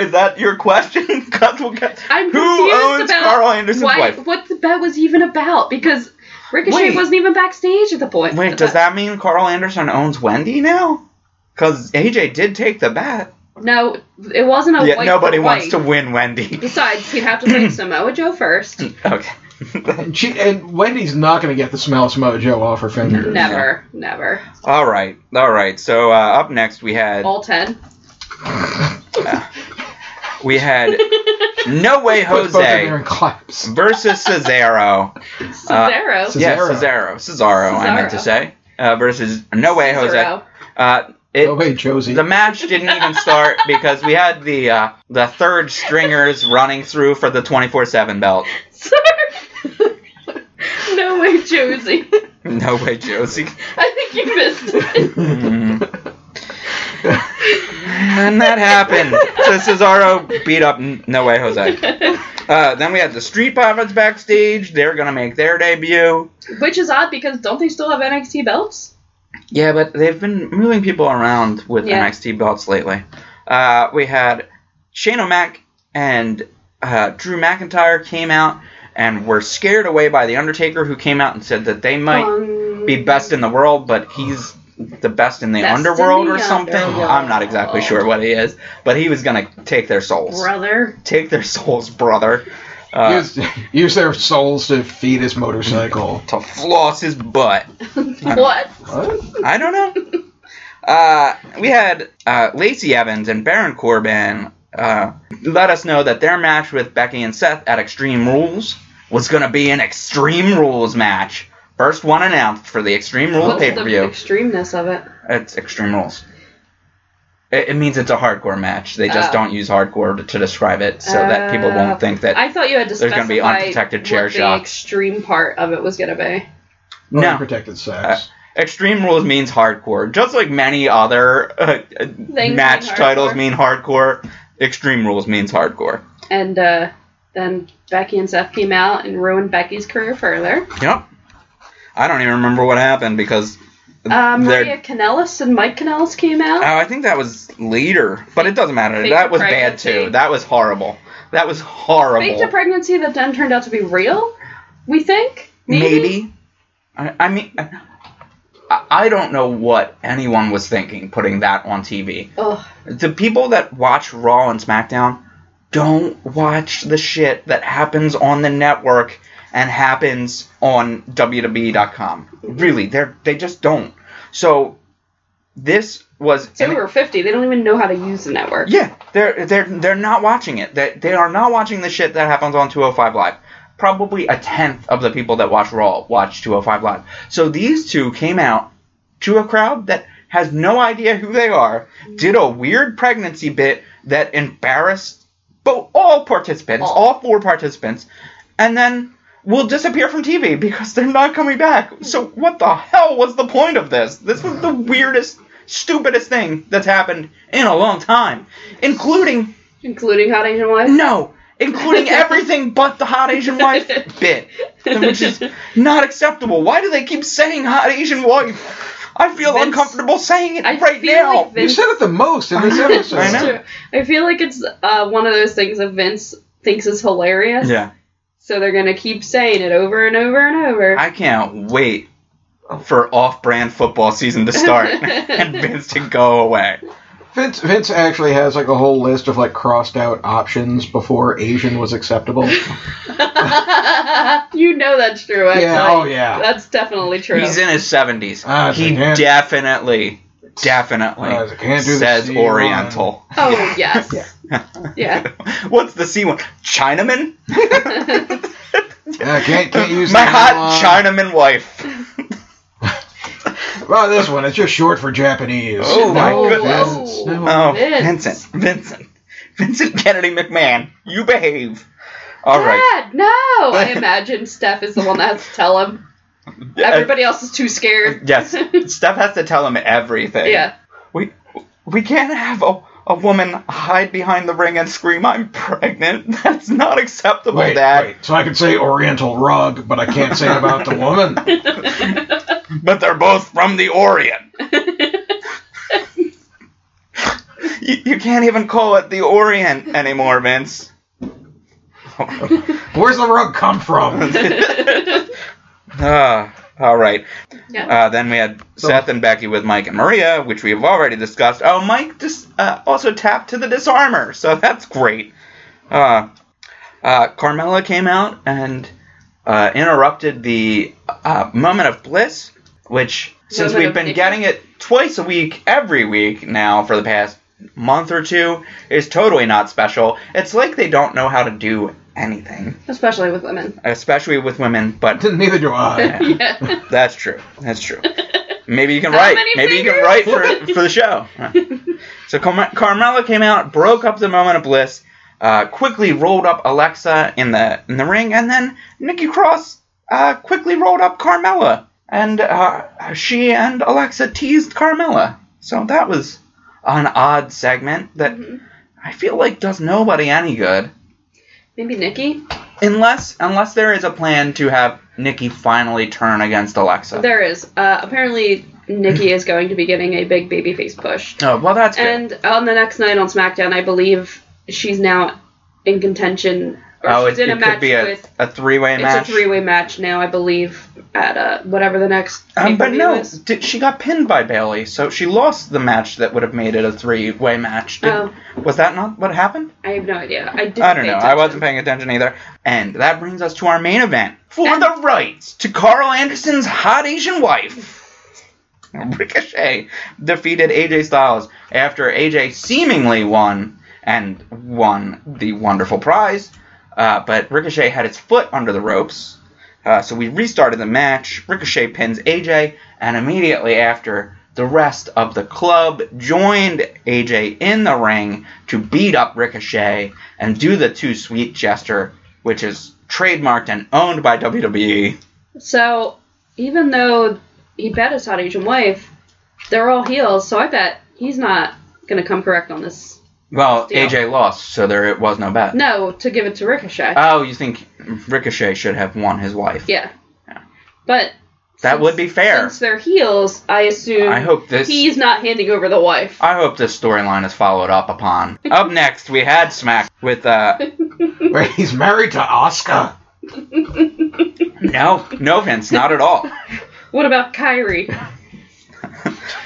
[SPEAKER 1] is that your question? <laughs> Cause we'll get-
[SPEAKER 2] I'm
[SPEAKER 1] Who
[SPEAKER 2] confused
[SPEAKER 1] owns
[SPEAKER 2] about
[SPEAKER 1] Carl Anderson's
[SPEAKER 2] why,
[SPEAKER 1] wife?
[SPEAKER 2] What the bet was even about? Because Ricochet
[SPEAKER 1] Wait.
[SPEAKER 2] wasn't even backstage at the point.
[SPEAKER 1] Wait,
[SPEAKER 2] the
[SPEAKER 1] does
[SPEAKER 2] bet.
[SPEAKER 1] that mean Carl Anderson owns Wendy now? Because AJ did take the bet.
[SPEAKER 2] No, it wasn't a
[SPEAKER 1] Yet
[SPEAKER 2] white.
[SPEAKER 1] nobody
[SPEAKER 2] for
[SPEAKER 1] wants
[SPEAKER 2] white.
[SPEAKER 1] to win Wendy. <laughs>
[SPEAKER 2] Besides, he'd have to
[SPEAKER 1] <clears throat>
[SPEAKER 2] take Samoa Joe first.
[SPEAKER 1] okay. <laughs>
[SPEAKER 3] And, she, and Wendy's not going to get the smell of Samoa Joe off her fingers. <laughs>
[SPEAKER 2] Never, never.
[SPEAKER 1] all right, all right. So uh, up next we had
[SPEAKER 2] All ten. <laughs>
[SPEAKER 1] we
[SPEAKER 2] <laughs>
[SPEAKER 1] had No Way
[SPEAKER 3] Puts both in there
[SPEAKER 1] Jose
[SPEAKER 3] and claps.
[SPEAKER 1] versus Cesaro.
[SPEAKER 2] Cesaro.
[SPEAKER 3] Cesaro.
[SPEAKER 1] Yeah, Cesaro, Cesaro. I meant to
[SPEAKER 2] Cesaro.
[SPEAKER 1] say uh, versus No Way Jose.
[SPEAKER 2] Cesaro.
[SPEAKER 1] Uh, it,
[SPEAKER 3] oh wait, Josie. <laughs>
[SPEAKER 1] The match didn't even start because we had the uh, the third stringers running through for the 24/7 belt.
[SPEAKER 2] Sir. <laughs> no way, Josie. <laughs>
[SPEAKER 1] No way, Josie.
[SPEAKER 2] I think you missed it.
[SPEAKER 1] Mm. and that
[SPEAKER 2] <laughs>
[SPEAKER 1] happened. So Cesaro beat up N- No Way Jose.
[SPEAKER 2] <laughs>
[SPEAKER 1] Uh, then we had the Street Profits backstage. They're gonna make their debut.
[SPEAKER 2] Which is odd because don't they still have NXT belts?
[SPEAKER 1] Yeah, but they've been moving people around with
[SPEAKER 2] Yeah.
[SPEAKER 1] NXT belts lately. Uh, we had Shane O'Mac and uh, Drew McIntyre came out and were scared away by The Undertaker, who came out and said that they might
[SPEAKER 2] Um,
[SPEAKER 1] be best in the world, but he's the best in the
[SPEAKER 2] Best in
[SPEAKER 1] underworld
[SPEAKER 2] the
[SPEAKER 1] or something.
[SPEAKER 2] underworld.
[SPEAKER 1] I'm not exactly sure what he is, but he was going to take their souls. <laughs>
[SPEAKER 2] brother.
[SPEAKER 1] Take their souls, brother. Uh,
[SPEAKER 3] use, use their souls to feed his motorcycle.
[SPEAKER 1] to floss his butt.
[SPEAKER 2] What?
[SPEAKER 3] What?
[SPEAKER 1] I don't
[SPEAKER 2] <laughs>
[SPEAKER 1] know. Uh, we had uh, Lacey Evans and Baron Corbin uh, let us know that their match with Becky and Seth at Extreme Rules was going to be an Extreme Rules match. First one announced for the Extreme Rules
[SPEAKER 2] What's
[SPEAKER 1] pay
[SPEAKER 2] the
[SPEAKER 1] per view.
[SPEAKER 2] extremeness of it?
[SPEAKER 1] It's Extreme Rules. It, it means it's a hardcore match. They just
[SPEAKER 2] Oh.
[SPEAKER 1] don't use hardcore to, to describe it so that people
[SPEAKER 2] Oh.
[SPEAKER 1] won't think that.
[SPEAKER 2] I thought you had to
[SPEAKER 1] There's
[SPEAKER 2] specify
[SPEAKER 1] gonna be unprotected chair
[SPEAKER 2] what the
[SPEAKER 1] shots.
[SPEAKER 2] extreme part of it was gonna be.
[SPEAKER 3] Or
[SPEAKER 1] No.
[SPEAKER 3] Unprotected
[SPEAKER 1] Uh,
[SPEAKER 3] sex.
[SPEAKER 1] Extreme Rules means hardcore. Just like many other uh, uh,
[SPEAKER 2] mean
[SPEAKER 1] match titles
[SPEAKER 2] hardcore.
[SPEAKER 1] mean hardcore, Extreme Rules means hardcore.
[SPEAKER 2] And uh, then Becky and Seth came out and ruined Becky's career further.
[SPEAKER 1] Yep. I don't even remember what happened because.
[SPEAKER 2] Uh,
[SPEAKER 1] they're-
[SPEAKER 2] Maria Kanellis and Mike Kanellis came out.
[SPEAKER 1] Oh, I think that was later, but it doesn't matter.
[SPEAKER 2] Fake
[SPEAKER 1] that
[SPEAKER 2] to
[SPEAKER 1] was bad
[SPEAKER 2] pregnancy.
[SPEAKER 1] too. That was horrible. That was horrible.
[SPEAKER 2] Faked a pregnancy that then turned out to be real. We think
[SPEAKER 1] Maybe. I, I mean, I, I don't know what anyone was thinking putting that on TV.
[SPEAKER 2] Ugh.
[SPEAKER 1] The people that watch Raw and SmackDown don't watch the shit that happens on the network and happens on WWE.com. Really, they're they just don't. So this was
[SPEAKER 2] It's over 50. They don't even know how to use the network.
[SPEAKER 1] yeah, they're they're they're not watching it. They they are not watching the shit that happens on 205 Live. Probably a tenth of the people that watch Raw watch 205 Live. So these two came out to a crowd that has no idea who they are, did a weird pregnancy bit that embarrassed both all participants,
[SPEAKER 2] All.
[SPEAKER 1] all four participants, and then will disappear from TV because they're not coming back. So what the hell was the point of this? This was the weirdest, stupidest thing that's happened in a long time, including
[SPEAKER 2] Including Hot Asian Wife.
[SPEAKER 1] no,
[SPEAKER 2] <laughs>
[SPEAKER 1] including everything but the hot Asian wife bit, which is not acceptable. Why do they keep saying hot Asian wife? I feel
[SPEAKER 2] Vince-
[SPEAKER 1] uncomfortable saying it
[SPEAKER 2] I
[SPEAKER 1] right
[SPEAKER 2] feel
[SPEAKER 1] now.
[SPEAKER 2] like
[SPEAKER 3] You
[SPEAKER 2] Vince
[SPEAKER 3] said it the most in this
[SPEAKER 2] It's
[SPEAKER 3] episode.
[SPEAKER 1] I know.
[SPEAKER 2] true. I feel like it's uh, one of those things that Vince thinks is hilarious.
[SPEAKER 1] yeah,
[SPEAKER 2] So they're gonna keep saying it over and over and over.
[SPEAKER 1] I can't wait for off-brand football season
[SPEAKER 2] <laughs>
[SPEAKER 1] to start and Vince to go away.
[SPEAKER 3] Vince Vince actually has like a whole list of like crossed out options before Asian was acceptable.
[SPEAKER 2] <laughs> you know that's true. Actually.
[SPEAKER 3] Yeah, oh, yeah.
[SPEAKER 2] That's definitely true.
[SPEAKER 1] He's in his seventies.
[SPEAKER 3] Ah, it's
[SPEAKER 1] he
[SPEAKER 3] a hand-
[SPEAKER 1] definitely, definitely
[SPEAKER 3] Ah, it's a can't do the
[SPEAKER 1] says
[SPEAKER 3] C one.
[SPEAKER 1] Oriental.
[SPEAKER 2] oh yes.
[SPEAKER 3] Yeah.
[SPEAKER 2] Yeah.
[SPEAKER 1] <laughs> What's the C one? Chinaman.
[SPEAKER 3] Yeah, can't, can't use
[SPEAKER 1] My
[SPEAKER 3] that
[SPEAKER 1] hot
[SPEAKER 3] one. <laughs>
[SPEAKER 1] Chinaman wife.
[SPEAKER 3] Well, this one it's just short for Japanese.
[SPEAKER 1] Oh, my
[SPEAKER 3] No,
[SPEAKER 1] goodness.
[SPEAKER 3] Vince,
[SPEAKER 2] Oh.
[SPEAKER 3] no.
[SPEAKER 1] Oh,
[SPEAKER 2] Vince.
[SPEAKER 1] Vincent, Vincent, Vincent Kennedy McMahon. You behave. <laughs> All right.
[SPEAKER 2] Dad, no.
[SPEAKER 3] <laughs>
[SPEAKER 2] I imagine Steph is the one that has to tell him. Ah, Everybody else is too
[SPEAKER 1] Uh,
[SPEAKER 2] scared.
[SPEAKER 1] yes, Steph has to tell him
[SPEAKER 2] <laughs>
[SPEAKER 1] everything. <laughs>
[SPEAKER 2] yeah. <laughs>
[SPEAKER 1] We we can't have a, a woman hide behind the ring and scream, "I'm pregnant." <laughs> That's not acceptable,
[SPEAKER 3] Wait,
[SPEAKER 1] Dad.
[SPEAKER 3] wait, so I could say Oriental rug, but I can't say it about the woman.
[SPEAKER 1] but they're both from the Orient. you, you can't even call it the Orient anymore, Vince.
[SPEAKER 3] Where's the rug come from? <laughs>
[SPEAKER 1] Ah, all right.
[SPEAKER 2] Yeah.
[SPEAKER 1] Uh, then we had Seth and Becky with Mike and Maria, which we have already discussed. Oh, Mike dis- uh, also tapped to the disarmer, so <laughs> that's great. Uh, uh, Carmella came out and uh, interrupted the uh, moment of bliss, which since
[SPEAKER 2] Moment
[SPEAKER 1] we've
[SPEAKER 2] of
[SPEAKER 1] been
[SPEAKER 2] ignorance.
[SPEAKER 1] getting it twice a week, every week now for the past month or two, is totally not special. It's like they don't know how to do anything,
[SPEAKER 2] Especially with women.
[SPEAKER 1] especially with women, but
[SPEAKER 3] Neither do I.
[SPEAKER 2] <laughs> Yeah.
[SPEAKER 1] that's true.
[SPEAKER 2] <laughs>
[SPEAKER 1] That's true. Maybe you can
[SPEAKER 2] How
[SPEAKER 1] write.
[SPEAKER 2] many
[SPEAKER 1] Maybe you can
[SPEAKER 2] <laughs>
[SPEAKER 1] write for, for the show. So Car- Carmella came out, broke up the moment of bliss, uh, quickly rolled up Alexa in the in the ring, and then Nikki Cross uh, quickly rolled up Carmella, and uh, she and Alexa teased Carmella. So that was an odd segment that
[SPEAKER 2] Mm-hmm.
[SPEAKER 1] I feel like does nobody any good
[SPEAKER 2] <laughs> Maybe Nikki.
[SPEAKER 1] unless unless there is a plan to have Nikki finally turn against Alexa.
[SPEAKER 2] There is. Uh, apparently, Nikki is going to be getting a big babyface push.
[SPEAKER 1] oh well, that's good.
[SPEAKER 2] And on the next night on SmackDown, I believe she's now in contention. Or
[SPEAKER 1] oh,
[SPEAKER 2] she's
[SPEAKER 1] it,
[SPEAKER 2] in a
[SPEAKER 1] it
[SPEAKER 2] match
[SPEAKER 1] could be a,
[SPEAKER 2] with.
[SPEAKER 1] a three-way
[SPEAKER 2] It's
[SPEAKER 1] match.
[SPEAKER 2] a three-way match now, I believe, at uh, whatever the next.
[SPEAKER 1] Um, but
[SPEAKER 2] pay-per-view
[SPEAKER 1] no,
[SPEAKER 2] is.
[SPEAKER 1] did, she got pinned by Bailey, so she lost the match that would have made it a three-way match. Did,
[SPEAKER 2] Oh.
[SPEAKER 1] Was that not what happened?
[SPEAKER 2] I have no idea. I didn't.
[SPEAKER 1] I don't know.
[SPEAKER 2] pay
[SPEAKER 1] I
[SPEAKER 2] attention.
[SPEAKER 1] wasn't paying attention either. And that brings us to our main event for
[SPEAKER 2] And-
[SPEAKER 1] the rights to Carl Anderson's hot Asian wife. <laughs> Ricochet defeated AJ Styles after AJ seemingly won and won the wonderful prize, uh, but Ricochet had his foot under the ropes. Uh, so we restarted the match. Ricochet pins AJ, and immediately after, the rest of the club joined AJ in the ring to beat up Ricochet and do the two sweet gesture, which is trademarked and owned by E. WWE.
[SPEAKER 2] So even though he bet his hot Asian wife, they're all heels. So I bet he's not gonna come correct on this.
[SPEAKER 1] Well,
[SPEAKER 2] Deal.
[SPEAKER 1] AJ lost, so there it was no bet.
[SPEAKER 2] No, to give it to Ricochet.
[SPEAKER 1] Oh, you think Ricochet should have won his wife?
[SPEAKER 2] yeah. But
[SPEAKER 1] that
[SPEAKER 2] since-
[SPEAKER 1] would be fair.
[SPEAKER 2] Since they're heels, I assume
[SPEAKER 1] I hope this.
[SPEAKER 2] he's not handing over the wife.
[SPEAKER 1] I hope this storyline is followed up upon. up next, we had Smack with
[SPEAKER 2] <laughs>
[SPEAKER 1] uh,
[SPEAKER 3] Wait, he's married to Oscar.
[SPEAKER 1] no, no Vince, not at all.
[SPEAKER 2] What about
[SPEAKER 1] <laughs>
[SPEAKER 2] Kyrie? <laughs>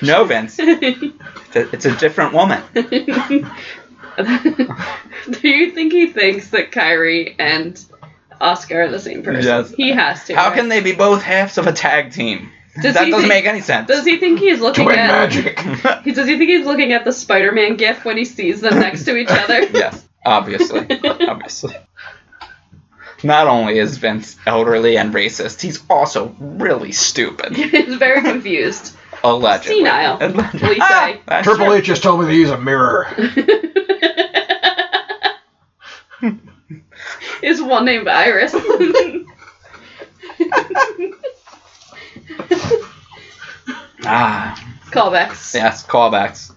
[SPEAKER 1] No Vince, It's a- it's a different
[SPEAKER 2] <laughs>
[SPEAKER 1] woman.
[SPEAKER 2] Do you think he thinks that Kyrie and Oscar are the same person.
[SPEAKER 1] Yes.
[SPEAKER 2] He has to.
[SPEAKER 1] How
[SPEAKER 2] right?
[SPEAKER 1] can they be both halves of a tag team?
[SPEAKER 2] Does
[SPEAKER 1] that
[SPEAKER 2] he
[SPEAKER 1] doesn't
[SPEAKER 2] think-
[SPEAKER 1] make any sense.
[SPEAKER 2] Does
[SPEAKER 1] <laughs>
[SPEAKER 2] he think he's looking
[SPEAKER 3] Twin
[SPEAKER 2] at?
[SPEAKER 3] magic.
[SPEAKER 2] He does he think he's looking at the Spider-Man gif when he sees them next to each other?
[SPEAKER 1] <laughs> yes, obviously, obviously. Not only is Vince elderly and racist, he's also really
[SPEAKER 2] <laughs>
[SPEAKER 1] stupid.
[SPEAKER 2] he's very confused.
[SPEAKER 1] Allegedly.
[SPEAKER 2] Senile,
[SPEAKER 1] Allegedly.
[SPEAKER 2] we
[SPEAKER 1] Ah,
[SPEAKER 2] say.
[SPEAKER 1] that's
[SPEAKER 3] Triple
[SPEAKER 1] true.
[SPEAKER 3] H just told me to use a mirror.
[SPEAKER 2] <laughs> Is one named Iris? <laughs>
[SPEAKER 1] Ah.
[SPEAKER 2] Callbacks.
[SPEAKER 1] Yes, callbacks.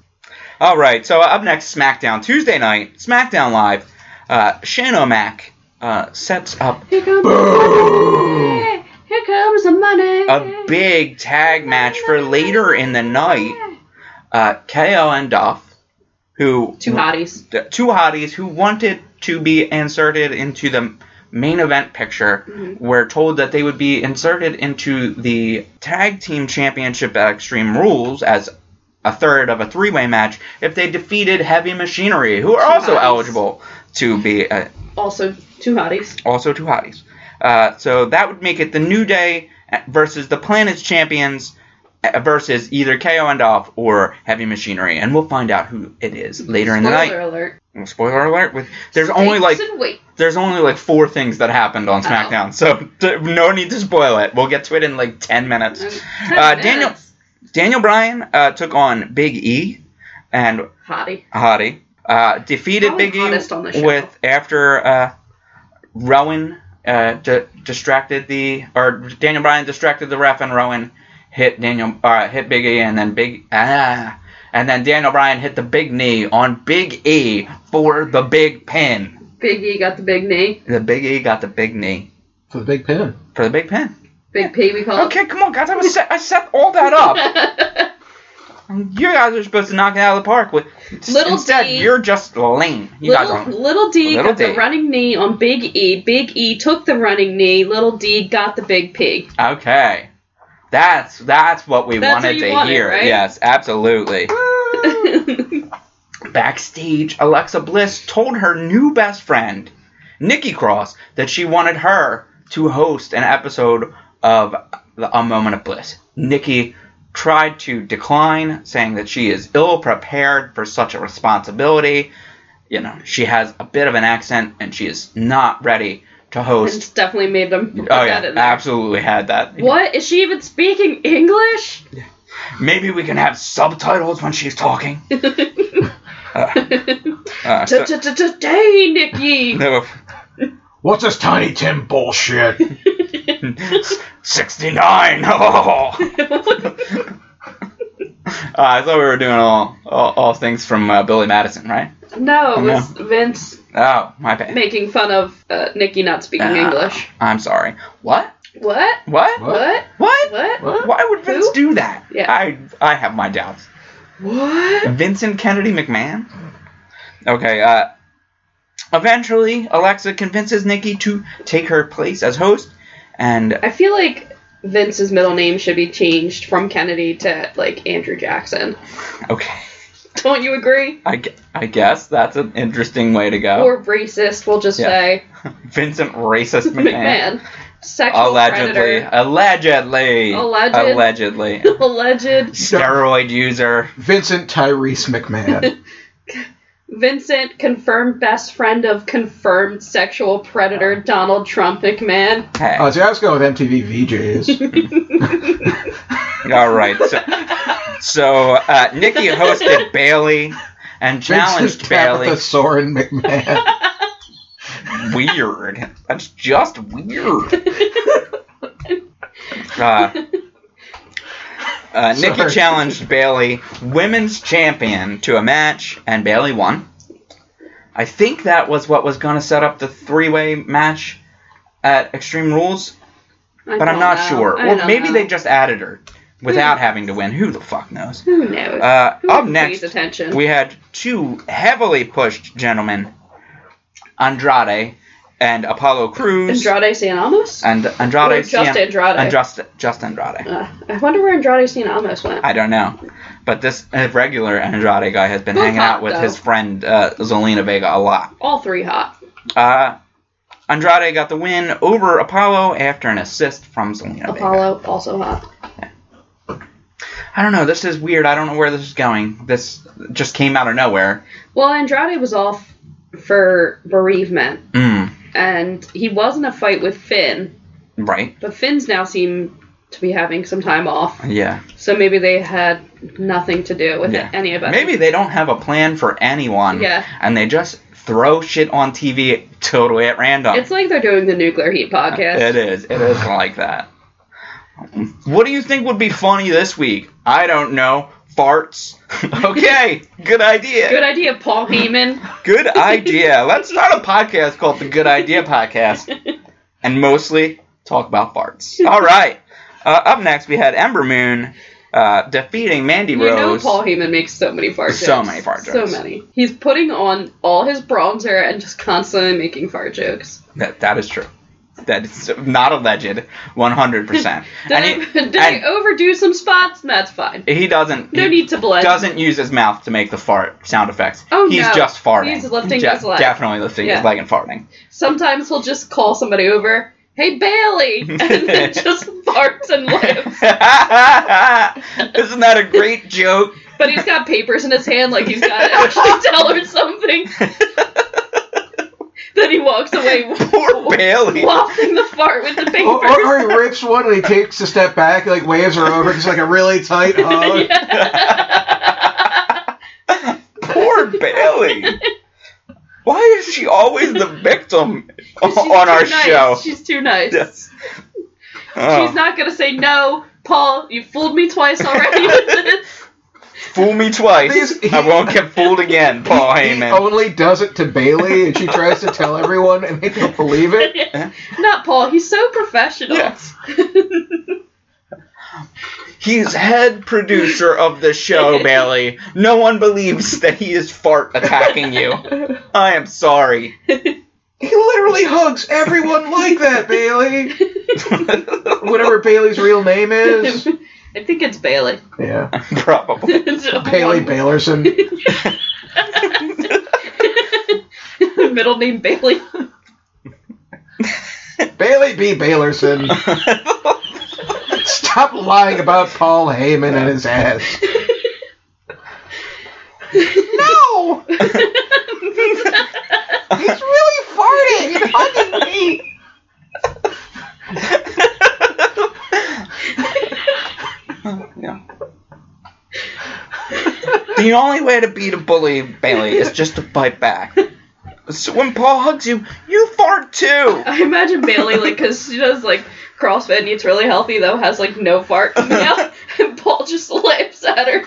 [SPEAKER 1] All right, so up next, SmackDown Tuesday night, SmackDown Live. Uh, Shane O'Mac uh, sets up
[SPEAKER 2] Here comes
[SPEAKER 3] Boo!
[SPEAKER 2] money. Here comes the money.
[SPEAKER 1] a big tag match for later in the night. Uh, KO and Duff, who
[SPEAKER 2] Two hotties.
[SPEAKER 1] the two hotties who wanted to be inserted into the main event picture
[SPEAKER 2] Mm-hmm.
[SPEAKER 1] were told that they would be inserted into the tag team championship at Extreme Rules as a third of a three way match if they defeated Heavy Machinery, who are
[SPEAKER 2] Two
[SPEAKER 1] also
[SPEAKER 2] hotties.
[SPEAKER 1] eligible to be uh,
[SPEAKER 2] Also two hotties.
[SPEAKER 1] also two hotties. Uh, so that would make it the New Day versus the Planet's Champions uh, versus either KO and Off or Heavy Machinery, and we'll find out who it is later in the night.
[SPEAKER 2] Spoiler alert.
[SPEAKER 1] Well, spoiler alert. With there's only like
[SPEAKER 2] Jason, wait.
[SPEAKER 1] there's only like four things that happened on SmackDown, so <laughs> t- no need to spoil it. We'll get to it in like ten minutes.
[SPEAKER 2] Mm-hmm.
[SPEAKER 1] Uh, Daniel Daniel Bryan uh, took on Big E and
[SPEAKER 2] Hottie.
[SPEAKER 1] Hottie, uh, defeated
[SPEAKER 2] Probably
[SPEAKER 1] Big
[SPEAKER 2] hottest on the
[SPEAKER 1] E
[SPEAKER 2] show.
[SPEAKER 1] with after uh, Rowan uh, di- distracted the or Daniel Bryan distracted the ref and Rowan hit Daniel uh, hit Big E and then Big ah and then Daniel Bryan hit the big knee on Big E for the big pin.
[SPEAKER 2] Big E got the big knee.
[SPEAKER 1] The Big E got the big knee
[SPEAKER 3] For the big pin.
[SPEAKER 1] for the big pin.
[SPEAKER 2] Big P we call
[SPEAKER 1] Okay, come on, guys. I was set, I set all that
[SPEAKER 2] <laughs>
[SPEAKER 1] up.
[SPEAKER 2] it.
[SPEAKER 1] You guys are supposed to knock it out of the park. With
[SPEAKER 2] Little
[SPEAKER 1] instead,
[SPEAKER 2] D.
[SPEAKER 1] you're just lame. You guys
[SPEAKER 2] little,
[SPEAKER 1] are.
[SPEAKER 2] little D
[SPEAKER 1] Little
[SPEAKER 2] got
[SPEAKER 1] D.
[SPEAKER 2] the running knee on Big E. Big E took the running knee. Little D got the big P.
[SPEAKER 1] Okay. That's that's what we
[SPEAKER 2] That's what
[SPEAKER 1] wanted
[SPEAKER 2] you
[SPEAKER 1] to
[SPEAKER 2] wanted,
[SPEAKER 1] hear.
[SPEAKER 2] right?
[SPEAKER 1] Yes,
[SPEAKER 2] <laughs>
[SPEAKER 1] absolutely.
[SPEAKER 2] Woo!
[SPEAKER 1] Backstage, Alexa Bliss told her new best friend, Nikki Cross, that she wanted her to host an episode of the, A Moment of Bliss. Nikki tried to decline, saying that she is ill prepared for such a responsibility. You know, she has a bit of an accent and she is not ready to host.
[SPEAKER 2] it's definitely made them. put
[SPEAKER 1] Oh,
[SPEAKER 2] that
[SPEAKER 1] yeah,
[SPEAKER 2] in there.
[SPEAKER 1] absolutely had that.
[SPEAKER 2] What is she even speaking English?
[SPEAKER 1] Maybe we can have subtitles when she's talking. Uh, uh, so-
[SPEAKER 2] Today, Nikki.
[SPEAKER 1] <laughs> no,
[SPEAKER 3] What's this Tiny Tim bullshit?
[SPEAKER 1] 69. <laughs> Oh. Uh, I thought we were doing all all, all things from uh, Billy Madison, right?
[SPEAKER 2] No, it was Vince
[SPEAKER 1] Oh, my bad.
[SPEAKER 2] making fun of uh, Nikki not speaking
[SPEAKER 1] Ah,
[SPEAKER 2] English.
[SPEAKER 1] I'm sorry. What?
[SPEAKER 2] What?
[SPEAKER 1] What?
[SPEAKER 2] What?
[SPEAKER 1] What?
[SPEAKER 2] What?
[SPEAKER 3] What?
[SPEAKER 1] Why would Vince
[SPEAKER 2] Who?
[SPEAKER 1] do that?
[SPEAKER 2] Yeah.
[SPEAKER 1] I I have my doubts.
[SPEAKER 2] What?
[SPEAKER 1] Vincent Kennedy McMahon? Okay, uh eventually Alexa convinces Nikki to take her place as host and
[SPEAKER 2] I feel like Vince's middle name should be changed from Kennedy to like Andrew Jackson.
[SPEAKER 1] okay.
[SPEAKER 2] Don't you agree?
[SPEAKER 1] I, gue- I guess that's an interesting way to go.
[SPEAKER 2] Or racist, we'll just
[SPEAKER 1] Oh. Yeah. <laughs>
[SPEAKER 2] say
[SPEAKER 1] Vincent Racist
[SPEAKER 2] <laughs>
[SPEAKER 1] McMahon.
[SPEAKER 2] McMahon. Sexual
[SPEAKER 1] Allegedly,
[SPEAKER 2] predator.
[SPEAKER 1] allegedly,
[SPEAKER 2] Alleged. <laughs>
[SPEAKER 1] allegedly,
[SPEAKER 2] Alleged
[SPEAKER 1] steroid user.
[SPEAKER 3] <laughs> Vincent Tyrese <laughs> McMahon.
[SPEAKER 2] Vincent, confirmed best friend of confirmed sexual predator Donald Trump McMahon.
[SPEAKER 1] Hey,
[SPEAKER 3] Uh, see, I was going with MTV VJs.
[SPEAKER 1] <laughs> all right. So, so uh, Nikki hosted Bailey and challenged
[SPEAKER 3] Vincent
[SPEAKER 1] Bailey.
[SPEAKER 3] Tabitha Soren McMahon.
[SPEAKER 1] Weird. That's just
[SPEAKER 2] <laughs>
[SPEAKER 1] weird. Uh, uh, Nikki
[SPEAKER 3] Sorry.
[SPEAKER 1] challenged Bailey, women's champion, to a match, and Bailey won. I think that was what was going to set up the three-way match at Extreme Rules.
[SPEAKER 2] I
[SPEAKER 1] but I'm
[SPEAKER 2] don't
[SPEAKER 1] not
[SPEAKER 2] know.
[SPEAKER 1] sure.
[SPEAKER 2] I
[SPEAKER 1] Or
[SPEAKER 2] don't
[SPEAKER 1] maybe
[SPEAKER 2] know.
[SPEAKER 1] they just added her without having to win. Who the fuck knows?
[SPEAKER 2] Who knows?
[SPEAKER 1] Uh,
[SPEAKER 2] Who
[SPEAKER 1] up
[SPEAKER 2] pays
[SPEAKER 1] next,
[SPEAKER 2] attention?
[SPEAKER 1] we had two heavily pushed gentlemen, Andrade and Apollo Cruz.
[SPEAKER 2] Andrade San Amos?
[SPEAKER 1] And Andrade.
[SPEAKER 2] Or just
[SPEAKER 1] Cien-
[SPEAKER 2] Andrade.
[SPEAKER 1] And just, just Andrade.
[SPEAKER 2] Uh, I wonder where Andrade San Amos went.
[SPEAKER 1] I don't know. But this uh, regular Andrade guy has been
[SPEAKER 2] Who's
[SPEAKER 1] hanging
[SPEAKER 2] hot,
[SPEAKER 1] out with
[SPEAKER 2] though?
[SPEAKER 1] his friend uh, Zelina Vega a lot.
[SPEAKER 2] All three hot.
[SPEAKER 1] Uh, Andrade got the win over Apollo after an assist from Zelina Vega.
[SPEAKER 2] Apollo also hot.
[SPEAKER 1] I don't know. This is weird. I don't know where this is going. This just came out of nowhere.
[SPEAKER 2] Well, Andrade was off for bereavement,
[SPEAKER 1] Mm,
[SPEAKER 2] and he was in a fight with Finn,
[SPEAKER 1] right.
[SPEAKER 2] but Finn's now seem to be having some time off.
[SPEAKER 1] Yeah.
[SPEAKER 2] So maybe they had nothing to do with
[SPEAKER 1] Yeah.
[SPEAKER 2] any of us.
[SPEAKER 1] Maybe they don't have a plan for anyone.
[SPEAKER 2] Yeah.
[SPEAKER 1] And they just throw shit on TV totally at random.
[SPEAKER 2] It's like they're doing the nuclear heat podcast.
[SPEAKER 1] Uh, It is. It is like that. What do you think would be funny this week? I don't know. Farts. <laughs> okay. Good idea.
[SPEAKER 2] Good idea, Paul
[SPEAKER 1] <laughs>
[SPEAKER 2] Heyman.
[SPEAKER 1] Good idea. Let's start a podcast called the Good Idea
[SPEAKER 2] <laughs>
[SPEAKER 1] Podcast and mostly talk about farts. All right. Uh, up next, we had Ember Moon uh, defeating Mandy
[SPEAKER 2] you know
[SPEAKER 1] Rose.
[SPEAKER 2] Paul Heyman makes so many fart jokes.
[SPEAKER 1] So many fart jokes.
[SPEAKER 2] So many. He's putting on all his bronzer and just constantly making fart jokes.
[SPEAKER 1] that, that is true. That is not alleged, 100%.
[SPEAKER 2] <laughs> Did,
[SPEAKER 1] and
[SPEAKER 2] I,
[SPEAKER 1] he,
[SPEAKER 2] did I
[SPEAKER 1] and-
[SPEAKER 2] overdo some spots? That's fine.
[SPEAKER 1] he doesn't.
[SPEAKER 2] No
[SPEAKER 1] he
[SPEAKER 2] need to blend.
[SPEAKER 1] Doesn't use his mouth to make the fart sound effects.
[SPEAKER 2] Oh,
[SPEAKER 1] He's
[SPEAKER 2] no.
[SPEAKER 1] just farting.
[SPEAKER 2] He's lifting his leg.
[SPEAKER 1] Definitely lifting
[SPEAKER 2] Yeah.
[SPEAKER 1] his leg and
[SPEAKER 2] <laughs>
[SPEAKER 1] farting. <laughs>
[SPEAKER 2] Sometimes he'll just call somebody over, hey,
[SPEAKER 1] <laughs>
[SPEAKER 2] Bailey! <laughs> And then just farts and laughs.
[SPEAKER 1] Isn't that a great joke? <laughs>
[SPEAKER 2] But he's got papers in his hand like he's got to <laughs> actually tell her something. Then he walks away <laughs>
[SPEAKER 1] Poor Bailey.
[SPEAKER 2] wafting the fart with the papers.
[SPEAKER 3] Or, or,
[SPEAKER 2] <laughs>
[SPEAKER 3] or he rips one and he takes a step back, like waves her over, just like a really tight hug. uh,
[SPEAKER 2] Yeah.
[SPEAKER 1] Poor Bailey. Why is she always the victim
[SPEAKER 2] <laughs> She's
[SPEAKER 1] <laughs> on
[SPEAKER 2] too
[SPEAKER 1] our
[SPEAKER 2] nice.
[SPEAKER 1] show?
[SPEAKER 2] She's too nice.
[SPEAKER 1] Yes. Oh,
[SPEAKER 2] She's not gonna say no, Paul. You fooled me twice already with this.
[SPEAKER 1] fool me twice.
[SPEAKER 3] He's- he-
[SPEAKER 1] I won't get fooled again, Paul
[SPEAKER 3] He
[SPEAKER 1] Heyman.
[SPEAKER 3] only does it to Bailey, and she tries to tell everyone, and they don't believe it.
[SPEAKER 1] <laughs>
[SPEAKER 2] Not Paul. He's so professional. <laughs>
[SPEAKER 1] Yes. He's head producer of
[SPEAKER 2] <laughs>
[SPEAKER 1] the show, Bailey. No one believes that he is fart attacking
[SPEAKER 2] <laughs>
[SPEAKER 1] you. I am sorry.
[SPEAKER 3] He literally hugs everyone like that, Bailey. Whatever Bailey's real name is.
[SPEAKER 2] I think it's Bailey. <laughs>
[SPEAKER 3] Yeah.
[SPEAKER 1] <laughs> Probably.
[SPEAKER 3] Bailey
[SPEAKER 2] Bailey
[SPEAKER 3] Bailerson.
[SPEAKER 2] <laughs> Middle name Bailey.
[SPEAKER 3] Bailey B. Bailerson. Stop lying about Paul Heyman and his ass.
[SPEAKER 2] <laughs>
[SPEAKER 3] No! He's really farting and hugging me. <laughs>
[SPEAKER 1] Yeah. the only way to beat a bully, Bailey, is just to fight back. So when Paul hugs you, you fart too. <laughs>
[SPEAKER 2] I imagine Bailey like because she does like CrossFit and eats really healthy though has like no fart coming out <laughs> and Paul just laughs at
[SPEAKER 1] <laughs>
[SPEAKER 2] her.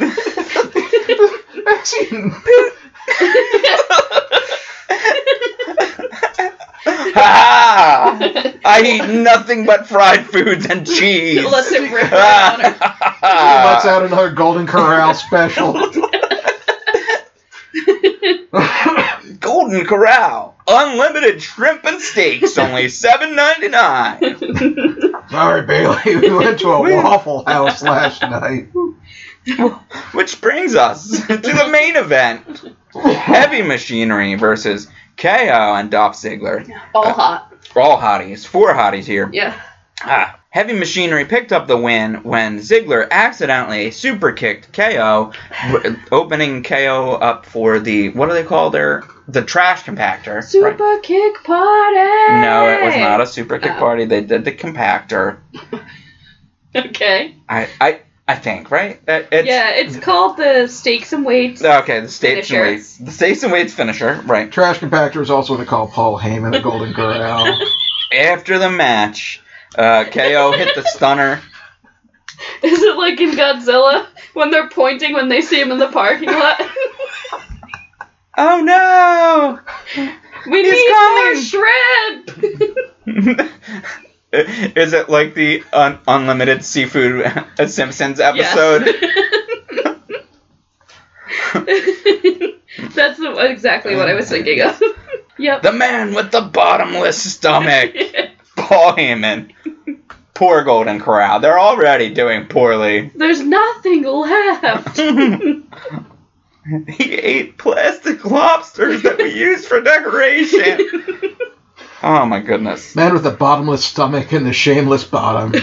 [SPEAKER 3] Actually,
[SPEAKER 1] ha! I eat nothing but fried foods and
[SPEAKER 2] <laughs>
[SPEAKER 1] cheese.
[SPEAKER 2] Lets it rip right on her.
[SPEAKER 1] <laughs>
[SPEAKER 3] lets
[SPEAKER 1] Ah.
[SPEAKER 3] out another Golden Corral special. <laughs>
[SPEAKER 1] Golden Corral, unlimited shrimp and steaks, only seven ninety nine.
[SPEAKER 3] Sorry, Bailey. We went to a Waffle House last night.
[SPEAKER 1] Which brings us to the main event: Heavy Machinery versus KO and Dolph Ziggler.
[SPEAKER 2] All hot.
[SPEAKER 1] We're all hotties, four hotties here.
[SPEAKER 2] Yeah.
[SPEAKER 1] Ah, Heavy Machinery picked up the win when Ziggler accidentally super kicked KO, w- opening KO up for the what do they call their the trash compactor?
[SPEAKER 2] Super
[SPEAKER 1] right?
[SPEAKER 2] kick party.
[SPEAKER 1] No, it was not a super kick
[SPEAKER 2] Oh.
[SPEAKER 1] party. They did the compactor.
[SPEAKER 2] Okay.
[SPEAKER 1] I I I think right. That- it's,
[SPEAKER 2] yeah, it's called the stakes and weights.
[SPEAKER 1] Okay, the states and
[SPEAKER 2] Finisher.
[SPEAKER 1] weights. The states and weights finisher, right?
[SPEAKER 3] Trash compactor is also what they call Paul Heyman a Golden Corral.
[SPEAKER 1] After the match, uh, KO hit the stunner.
[SPEAKER 2] Is it like in Godzilla when they're pointing when they see him in the parking
[SPEAKER 1] <laughs>
[SPEAKER 2] lot?
[SPEAKER 1] Oh no! <laughs>
[SPEAKER 2] we
[SPEAKER 1] He's
[SPEAKER 2] need more
[SPEAKER 1] coming.
[SPEAKER 2] shrimp.
[SPEAKER 1] Is it like the un- unlimited seafood <laughs> Simpsons episode? <laughs>
[SPEAKER 2] Yes. <laughs> That's the, exactly what I was thinking of. <laughs> yep.
[SPEAKER 1] The man with the bottomless
[SPEAKER 2] <laughs>
[SPEAKER 1] stomach, Paul Heyman. Poor Golden Corral. They're already doing poorly. <laughs>
[SPEAKER 2] There's nothing left. <laughs>
[SPEAKER 1] He ate plastic lobsters that we use for decoration. Oh my goodness.
[SPEAKER 3] Man with the bottomless stomach and the shameless bottom.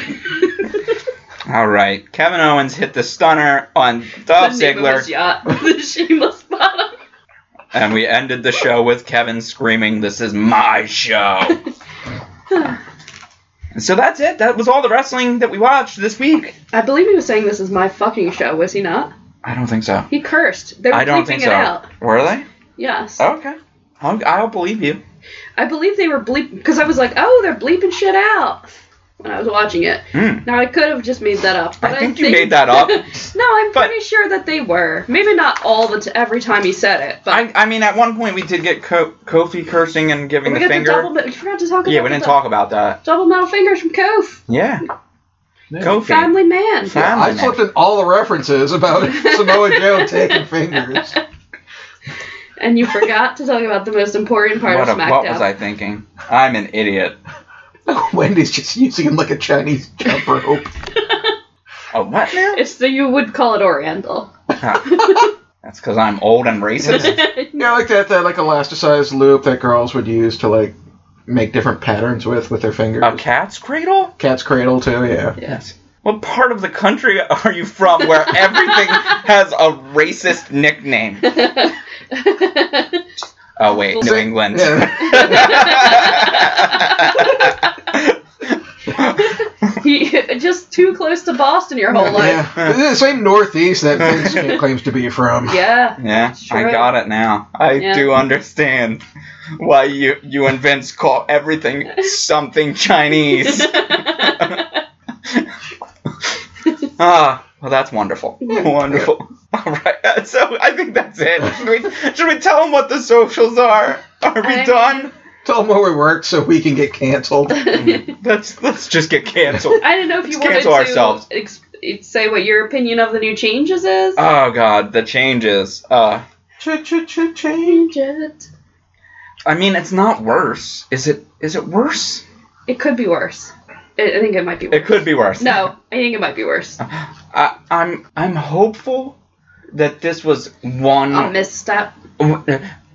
[SPEAKER 1] All right. Kevin Owens hit the stunner on Dolph
[SPEAKER 2] The name of his
[SPEAKER 1] Ziggler,
[SPEAKER 2] yacht, <laughs> the shameless
[SPEAKER 1] <laughs>
[SPEAKER 2] bottom. <laughs>
[SPEAKER 1] and we ended the show with Kevin screaming, This is my show. And so that's it. That was all the wrestling that we watched this week.
[SPEAKER 2] I believe he was saying this is my fucking show, was he not?
[SPEAKER 1] I don't think so.
[SPEAKER 2] He cursed. They were
[SPEAKER 1] I don't
[SPEAKER 2] bleeping
[SPEAKER 1] think
[SPEAKER 2] it
[SPEAKER 1] so. Oh.
[SPEAKER 2] out.
[SPEAKER 1] Were they?
[SPEAKER 2] Yes.
[SPEAKER 1] Okay. I'll, I'll believe you.
[SPEAKER 2] I believe they were bleep because I was like, oh, they're bleeping shit out when I was watching it.
[SPEAKER 1] Hmm.
[SPEAKER 2] Now I could have just made that up. But
[SPEAKER 1] I think you made that up.
[SPEAKER 2] <laughs> no, I'm
[SPEAKER 1] But-
[SPEAKER 2] pretty sure that they were. Maybe not all the t- every time he said it, but
[SPEAKER 1] I, I mean, at one point we did get Co- Kofi cursing and giving
[SPEAKER 2] we
[SPEAKER 1] the
[SPEAKER 2] got the
[SPEAKER 1] finger.
[SPEAKER 2] double. Me- you forgot to talk
[SPEAKER 1] yeah,
[SPEAKER 2] about
[SPEAKER 1] we didn't
[SPEAKER 2] the
[SPEAKER 1] talk about that.
[SPEAKER 2] double metal fingers from Kof,
[SPEAKER 1] Yeah, Kofi.
[SPEAKER 2] family man.
[SPEAKER 1] Fa-
[SPEAKER 3] I slipped in all the references about Samoa Joe taking fingers.
[SPEAKER 2] And you forgot to talk about the most important part
[SPEAKER 1] What,
[SPEAKER 2] of
[SPEAKER 1] a,
[SPEAKER 2] SmackDown.
[SPEAKER 1] what was I thinking? I'm an idiot.
[SPEAKER 3] Wendy's just using him like a Chinese jump rope.
[SPEAKER 1] Oh, what
[SPEAKER 2] <laughs>
[SPEAKER 1] now?
[SPEAKER 2] <laughs> It's the you would call it Oriental.
[SPEAKER 1] Huh. That's because I'm old and racist.
[SPEAKER 2] <laughs>
[SPEAKER 3] You know, like that, that like elasticized loop that girls would use to like make different patterns with with their fingers.
[SPEAKER 1] a cat's cradle?
[SPEAKER 3] Cat's cradle too, yeah.
[SPEAKER 2] yes.
[SPEAKER 1] What part of the country are you from where everything has a racist nickname? Oh, wait, New England.
[SPEAKER 3] yeah.
[SPEAKER 2] <laughs> he just too close to Boston your whole life.
[SPEAKER 3] yeah. This is the same Northeast that Vince <laughs> claims to be from.
[SPEAKER 2] Yeah.
[SPEAKER 1] <laughs> Yeah,
[SPEAKER 2] Sure.
[SPEAKER 1] I got it now. I
[SPEAKER 2] Yeah.
[SPEAKER 1] do understand why you you and Vince call everything something Chinese.
[SPEAKER 2] <laughs>
[SPEAKER 1] ah, well, that's wonderful. Wonderful. <laughs> All right, uh, so I think that's it. Should we, should we tell them what the socials are? Are we
[SPEAKER 2] I-
[SPEAKER 1] done?
[SPEAKER 3] Tell them where we work so we can get
[SPEAKER 2] <laughs>
[SPEAKER 3] canceled.
[SPEAKER 1] Let's let's just get canceled.
[SPEAKER 2] I don't know if you wanted
[SPEAKER 1] Let's
[SPEAKER 2] to
[SPEAKER 1] cancel ourselves.
[SPEAKER 2] ex- say what your opinion of the new changes is.
[SPEAKER 1] Oh God, the changes. Uh,
[SPEAKER 3] Ch-ch-ch-change.
[SPEAKER 2] Changes.
[SPEAKER 1] I mean, it's not worse, is it? Is it worse?
[SPEAKER 2] It could be worse. I I think it might be worse.
[SPEAKER 1] It Uh-huh. could be worse.
[SPEAKER 2] No, I think it might be worse.
[SPEAKER 1] I, I'm I'm hopeful that this was one
[SPEAKER 2] A misstep.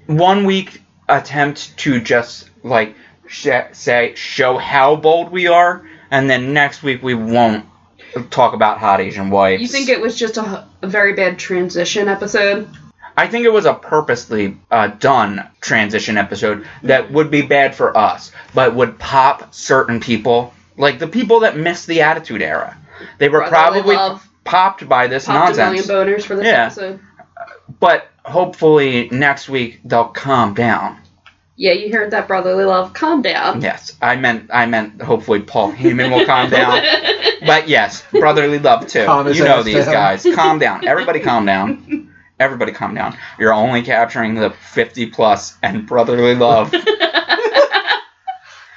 [SPEAKER 1] one week attempt to just like sh- say show how bold we are, and then next week we won't talk about hot Asian wives.
[SPEAKER 2] You think it was just a, a very bad transition episode?
[SPEAKER 1] I think it was a purposely uh, done transition episode
[SPEAKER 2] Mm-hmm.
[SPEAKER 1] that would be bad for us, but would pop certain people, like the people that missed the Attitude Era. They were
[SPEAKER 2] Brotherly
[SPEAKER 1] probably
[SPEAKER 2] love.
[SPEAKER 1] popped by this
[SPEAKER 2] Popped a million
[SPEAKER 1] nonsense.
[SPEAKER 2] boners for this
[SPEAKER 1] Yeah.
[SPEAKER 2] episode.
[SPEAKER 1] But hopefully next week they'll calm down.
[SPEAKER 2] Yeah, you heard that brotherly love. Calm down.
[SPEAKER 1] Yes, I meant I meant hopefully Paul Heyman will
[SPEAKER 2] <laughs>
[SPEAKER 1] calm down. But yes, brotherly love too.
[SPEAKER 3] Calm his
[SPEAKER 1] you know
[SPEAKER 3] ass
[SPEAKER 1] these
[SPEAKER 3] down.
[SPEAKER 1] guys. Calm down. Everybody calm down. Everybody calm down. You're only capturing the 50 plus and
[SPEAKER 2] <laughs>
[SPEAKER 1] brotherly love.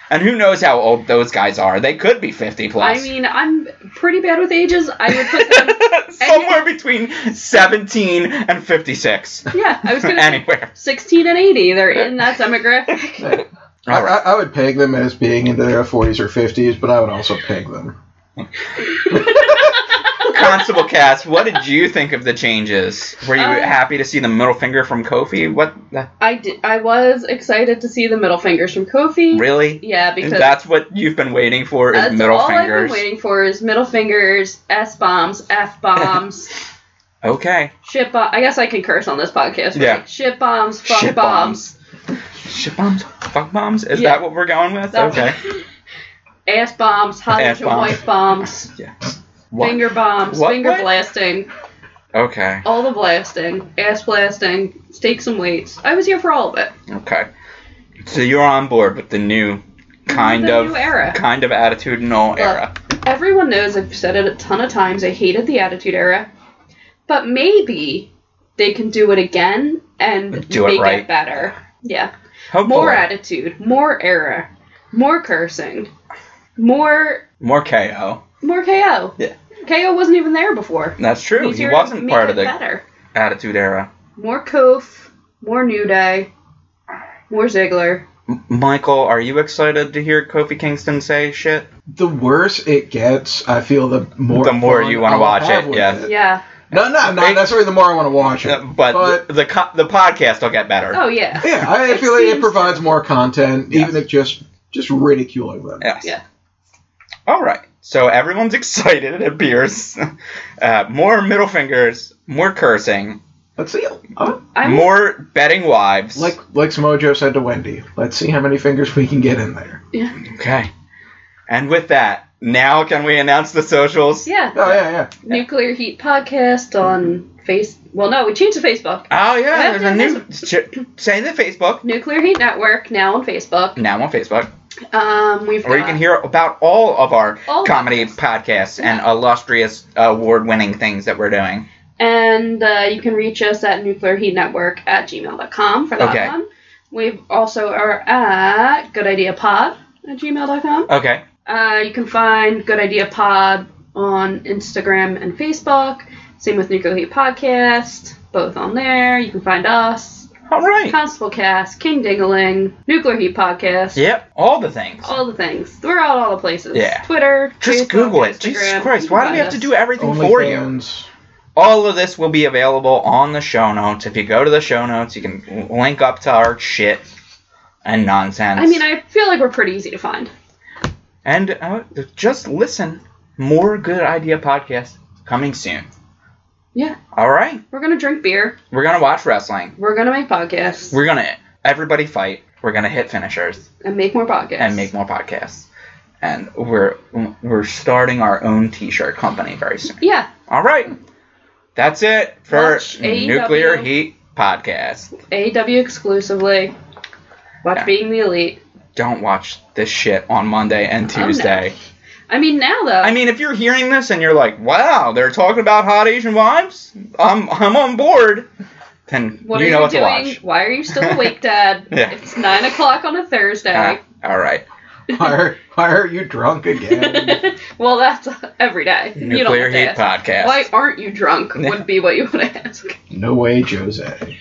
[SPEAKER 1] and who knows how old those guys are? They could be 50 plus.
[SPEAKER 2] I mean, I'm pretty bad with ages. I would put
[SPEAKER 1] <laughs>
[SPEAKER 2] them.
[SPEAKER 1] Somewhere between 17 and 56.
[SPEAKER 2] yeah, I was gonna say
[SPEAKER 1] Anywhere.
[SPEAKER 2] 16 and 80. They're in that demographic.
[SPEAKER 3] I,
[SPEAKER 1] <laughs> All right.
[SPEAKER 3] I, I would peg them as being into their 40s or 50s, but I would also peg them.
[SPEAKER 1] Constable Cass, what did you think of the changes? Were you
[SPEAKER 2] Um,
[SPEAKER 1] happy to see the middle finger from Kofi? What? The,
[SPEAKER 2] I did, I was excited to see the middle fingers from Kofi.
[SPEAKER 1] really?
[SPEAKER 2] Yeah, because
[SPEAKER 1] That's what you've been waiting for is
[SPEAKER 2] that's
[SPEAKER 1] middle
[SPEAKER 2] all I've been
[SPEAKER 1] fingers.
[SPEAKER 2] waiting for is middle fingers, S bombs,
[SPEAKER 1] <laughs>
[SPEAKER 2] F bombs,
[SPEAKER 1] Okay.
[SPEAKER 2] shit bombs. I guess I can curse on this podcast. right?
[SPEAKER 1] Yeah.
[SPEAKER 2] Shit bombs, fuck
[SPEAKER 1] Shit
[SPEAKER 2] bombs,
[SPEAKER 1] bombs. Shit bombs? Fuck bombs? Is
[SPEAKER 2] Yeah.
[SPEAKER 1] that what we're going with?
[SPEAKER 2] That-
[SPEAKER 1] okay.
[SPEAKER 2] <laughs> ass bombs, hot
[SPEAKER 1] Ass
[SPEAKER 2] and white bombs,
[SPEAKER 1] yeah. What?
[SPEAKER 2] finger bombs,
[SPEAKER 1] What?
[SPEAKER 2] finger
[SPEAKER 1] What?
[SPEAKER 2] blasting,
[SPEAKER 1] Okay.
[SPEAKER 2] all the blasting, ass blasting, stake some weights. I was here for all of it.
[SPEAKER 1] Okay. So you're on board with the new kind
[SPEAKER 2] The
[SPEAKER 1] of
[SPEAKER 2] new era.
[SPEAKER 1] kind of attitudinal era.
[SPEAKER 2] Everyone knows I've said it a ton of times. I hated the Attitude Era, but maybe they can do it again and
[SPEAKER 1] Do it
[SPEAKER 2] make
[SPEAKER 1] right.
[SPEAKER 2] it better. Yeah,
[SPEAKER 1] Hopefully.
[SPEAKER 2] more attitude, more era, more cursing, more
[SPEAKER 1] More KO.
[SPEAKER 2] more KO.
[SPEAKER 1] Yeah.
[SPEAKER 2] KO wasn't even there before.
[SPEAKER 1] That's true.
[SPEAKER 2] Easier to
[SPEAKER 1] He wasn't
[SPEAKER 2] make
[SPEAKER 1] part
[SPEAKER 2] it
[SPEAKER 1] of the
[SPEAKER 2] better.
[SPEAKER 1] attitude era.
[SPEAKER 2] More Kof, more New Day, more Ziggler.
[SPEAKER 1] M- Michael, are you excited to hear Kofi Kingston say shit?
[SPEAKER 3] The worse it gets, I feel the more
[SPEAKER 1] The more
[SPEAKER 3] fun
[SPEAKER 1] you wanna
[SPEAKER 3] I'll
[SPEAKER 1] watch
[SPEAKER 3] have
[SPEAKER 1] it,
[SPEAKER 3] with
[SPEAKER 1] yeah.
[SPEAKER 2] Yeah.
[SPEAKER 3] No, no, not necessarily the more I want to watch
[SPEAKER 1] Uh,
[SPEAKER 3] it,
[SPEAKER 1] But,
[SPEAKER 3] but
[SPEAKER 1] the the, co- the podcast will get better.
[SPEAKER 2] Oh yeah.
[SPEAKER 3] yeah, I
[SPEAKER 2] <laughs> It
[SPEAKER 3] feel like it
[SPEAKER 2] seems-
[SPEAKER 3] provides more content, even if just just ridiculing them.
[SPEAKER 1] Yes.
[SPEAKER 2] Yeah.
[SPEAKER 1] All right. So everyone's <laughs> excited. It appears. Uh, more middle fingers. More cursing.
[SPEAKER 3] Let's see. uh,
[SPEAKER 2] I'm
[SPEAKER 1] more betting wives.
[SPEAKER 3] like like Samojo said to Wendy, let's see how many fingers we can get in there.
[SPEAKER 1] okay. And with that, now can we announce the socials?
[SPEAKER 2] yeah.
[SPEAKER 3] Oh yeah, yeah.
[SPEAKER 2] Nuclear Heat podcast on Face. Well, no, we changed to Facebook.
[SPEAKER 1] Oh yeah, there's a
[SPEAKER 2] Yeah,
[SPEAKER 1] new ch- say the Facebook
[SPEAKER 2] Nuclear Heat Network now on Facebook.
[SPEAKER 1] now on Facebook,
[SPEAKER 2] Um, we've
[SPEAKER 1] where you
[SPEAKER 2] got-
[SPEAKER 1] can hear about all of our
[SPEAKER 2] All of
[SPEAKER 1] comedy podcasts and illustrious award-winning things that we're doing.
[SPEAKER 2] And uh, you can reach us at nuclearheatnetwork at gmail.com for that
[SPEAKER 1] Okay.
[SPEAKER 2] one. We also are at goodideapod at gmail.com.
[SPEAKER 1] Okay.
[SPEAKER 2] Uh, you can find Good Idea Pod on Instagram and Facebook. Same with Nuclear Heat Podcast, both on there. You can find us,
[SPEAKER 1] All right.
[SPEAKER 2] Constable Cast, King Dingaling, Nuclear Heat Podcast,
[SPEAKER 1] Yep. All the things.
[SPEAKER 2] all the things. We're out all the places.
[SPEAKER 1] Yeah.
[SPEAKER 2] Twitter,
[SPEAKER 1] Just
[SPEAKER 2] Facebook,
[SPEAKER 1] Google it.
[SPEAKER 2] Instagram.
[SPEAKER 1] Jesus
[SPEAKER 2] You
[SPEAKER 1] Christ!
[SPEAKER 2] can
[SPEAKER 1] Why do
[SPEAKER 2] find
[SPEAKER 1] we have to
[SPEAKER 2] us.
[SPEAKER 1] do everything
[SPEAKER 3] Only
[SPEAKER 1] for you?
[SPEAKER 3] fans.
[SPEAKER 1] All of this will be available on the show notes. If you go to the show notes, you can link up to our shit and nonsense.
[SPEAKER 2] I mean, I feel like we're pretty easy to find.
[SPEAKER 1] and uh, just listen. More good idea podcasts coming soon.
[SPEAKER 2] Yeah.
[SPEAKER 1] All right,
[SPEAKER 2] We're going to drink beer.
[SPEAKER 1] we're gonna watch wrestling.
[SPEAKER 2] We're going to make podcasts
[SPEAKER 1] We're gonna everybody fight. We're gonna hit finishers
[SPEAKER 2] and make more podcasts.
[SPEAKER 1] and make more podcasts. And we're we're starting our own T-shirt company very soon.
[SPEAKER 2] Yeah.
[SPEAKER 1] All right, that's it for
[SPEAKER 2] Watch E AEW.
[SPEAKER 1] Nuclear Heat podcast.
[SPEAKER 2] AEW exclusively. Watch
[SPEAKER 1] Yeah.
[SPEAKER 2] Being the Elite.
[SPEAKER 1] don't watch this shit on Monday and
[SPEAKER 2] Oh, no.
[SPEAKER 1] Tuesday.
[SPEAKER 2] I mean, now, though.
[SPEAKER 1] I mean, if you're hearing this and you're like, "Wow, they're talking about hot Asian wives," I'm I'm on board. Then
[SPEAKER 2] What
[SPEAKER 1] you
[SPEAKER 2] are
[SPEAKER 1] know
[SPEAKER 2] you
[SPEAKER 1] what
[SPEAKER 2] doing?
[SPEAKER 1] to watch.
[SPEAKER 2] Why are you
[SPEAKER 1] <laughs>
[SPEAKER 2] still awake, Dad?
[SPEAKER 1] Yeah.
[SPEAKER 2] It's nine o'clock on a Thursday.
[SPEAKER 1] Ah, all right.
[SPEAKER 3] Why are, why are you drunk again?
[SPEAKER 1] <laughs>
[SPEAKER 2] <laughs> well, that's every day. you don't
[SPEAKER 1] Ah. Nuclear
[SPEAKER 2] have to
[SPEAKER 1] Heat
[SPEAKER 2] ask. <laughs>
[SPEAKER 1] podcast. <laughs>
[SPEAKER 2] Why aren't you drunk? Would be what you would ask.
[SPEAKER 3] no way, Jose.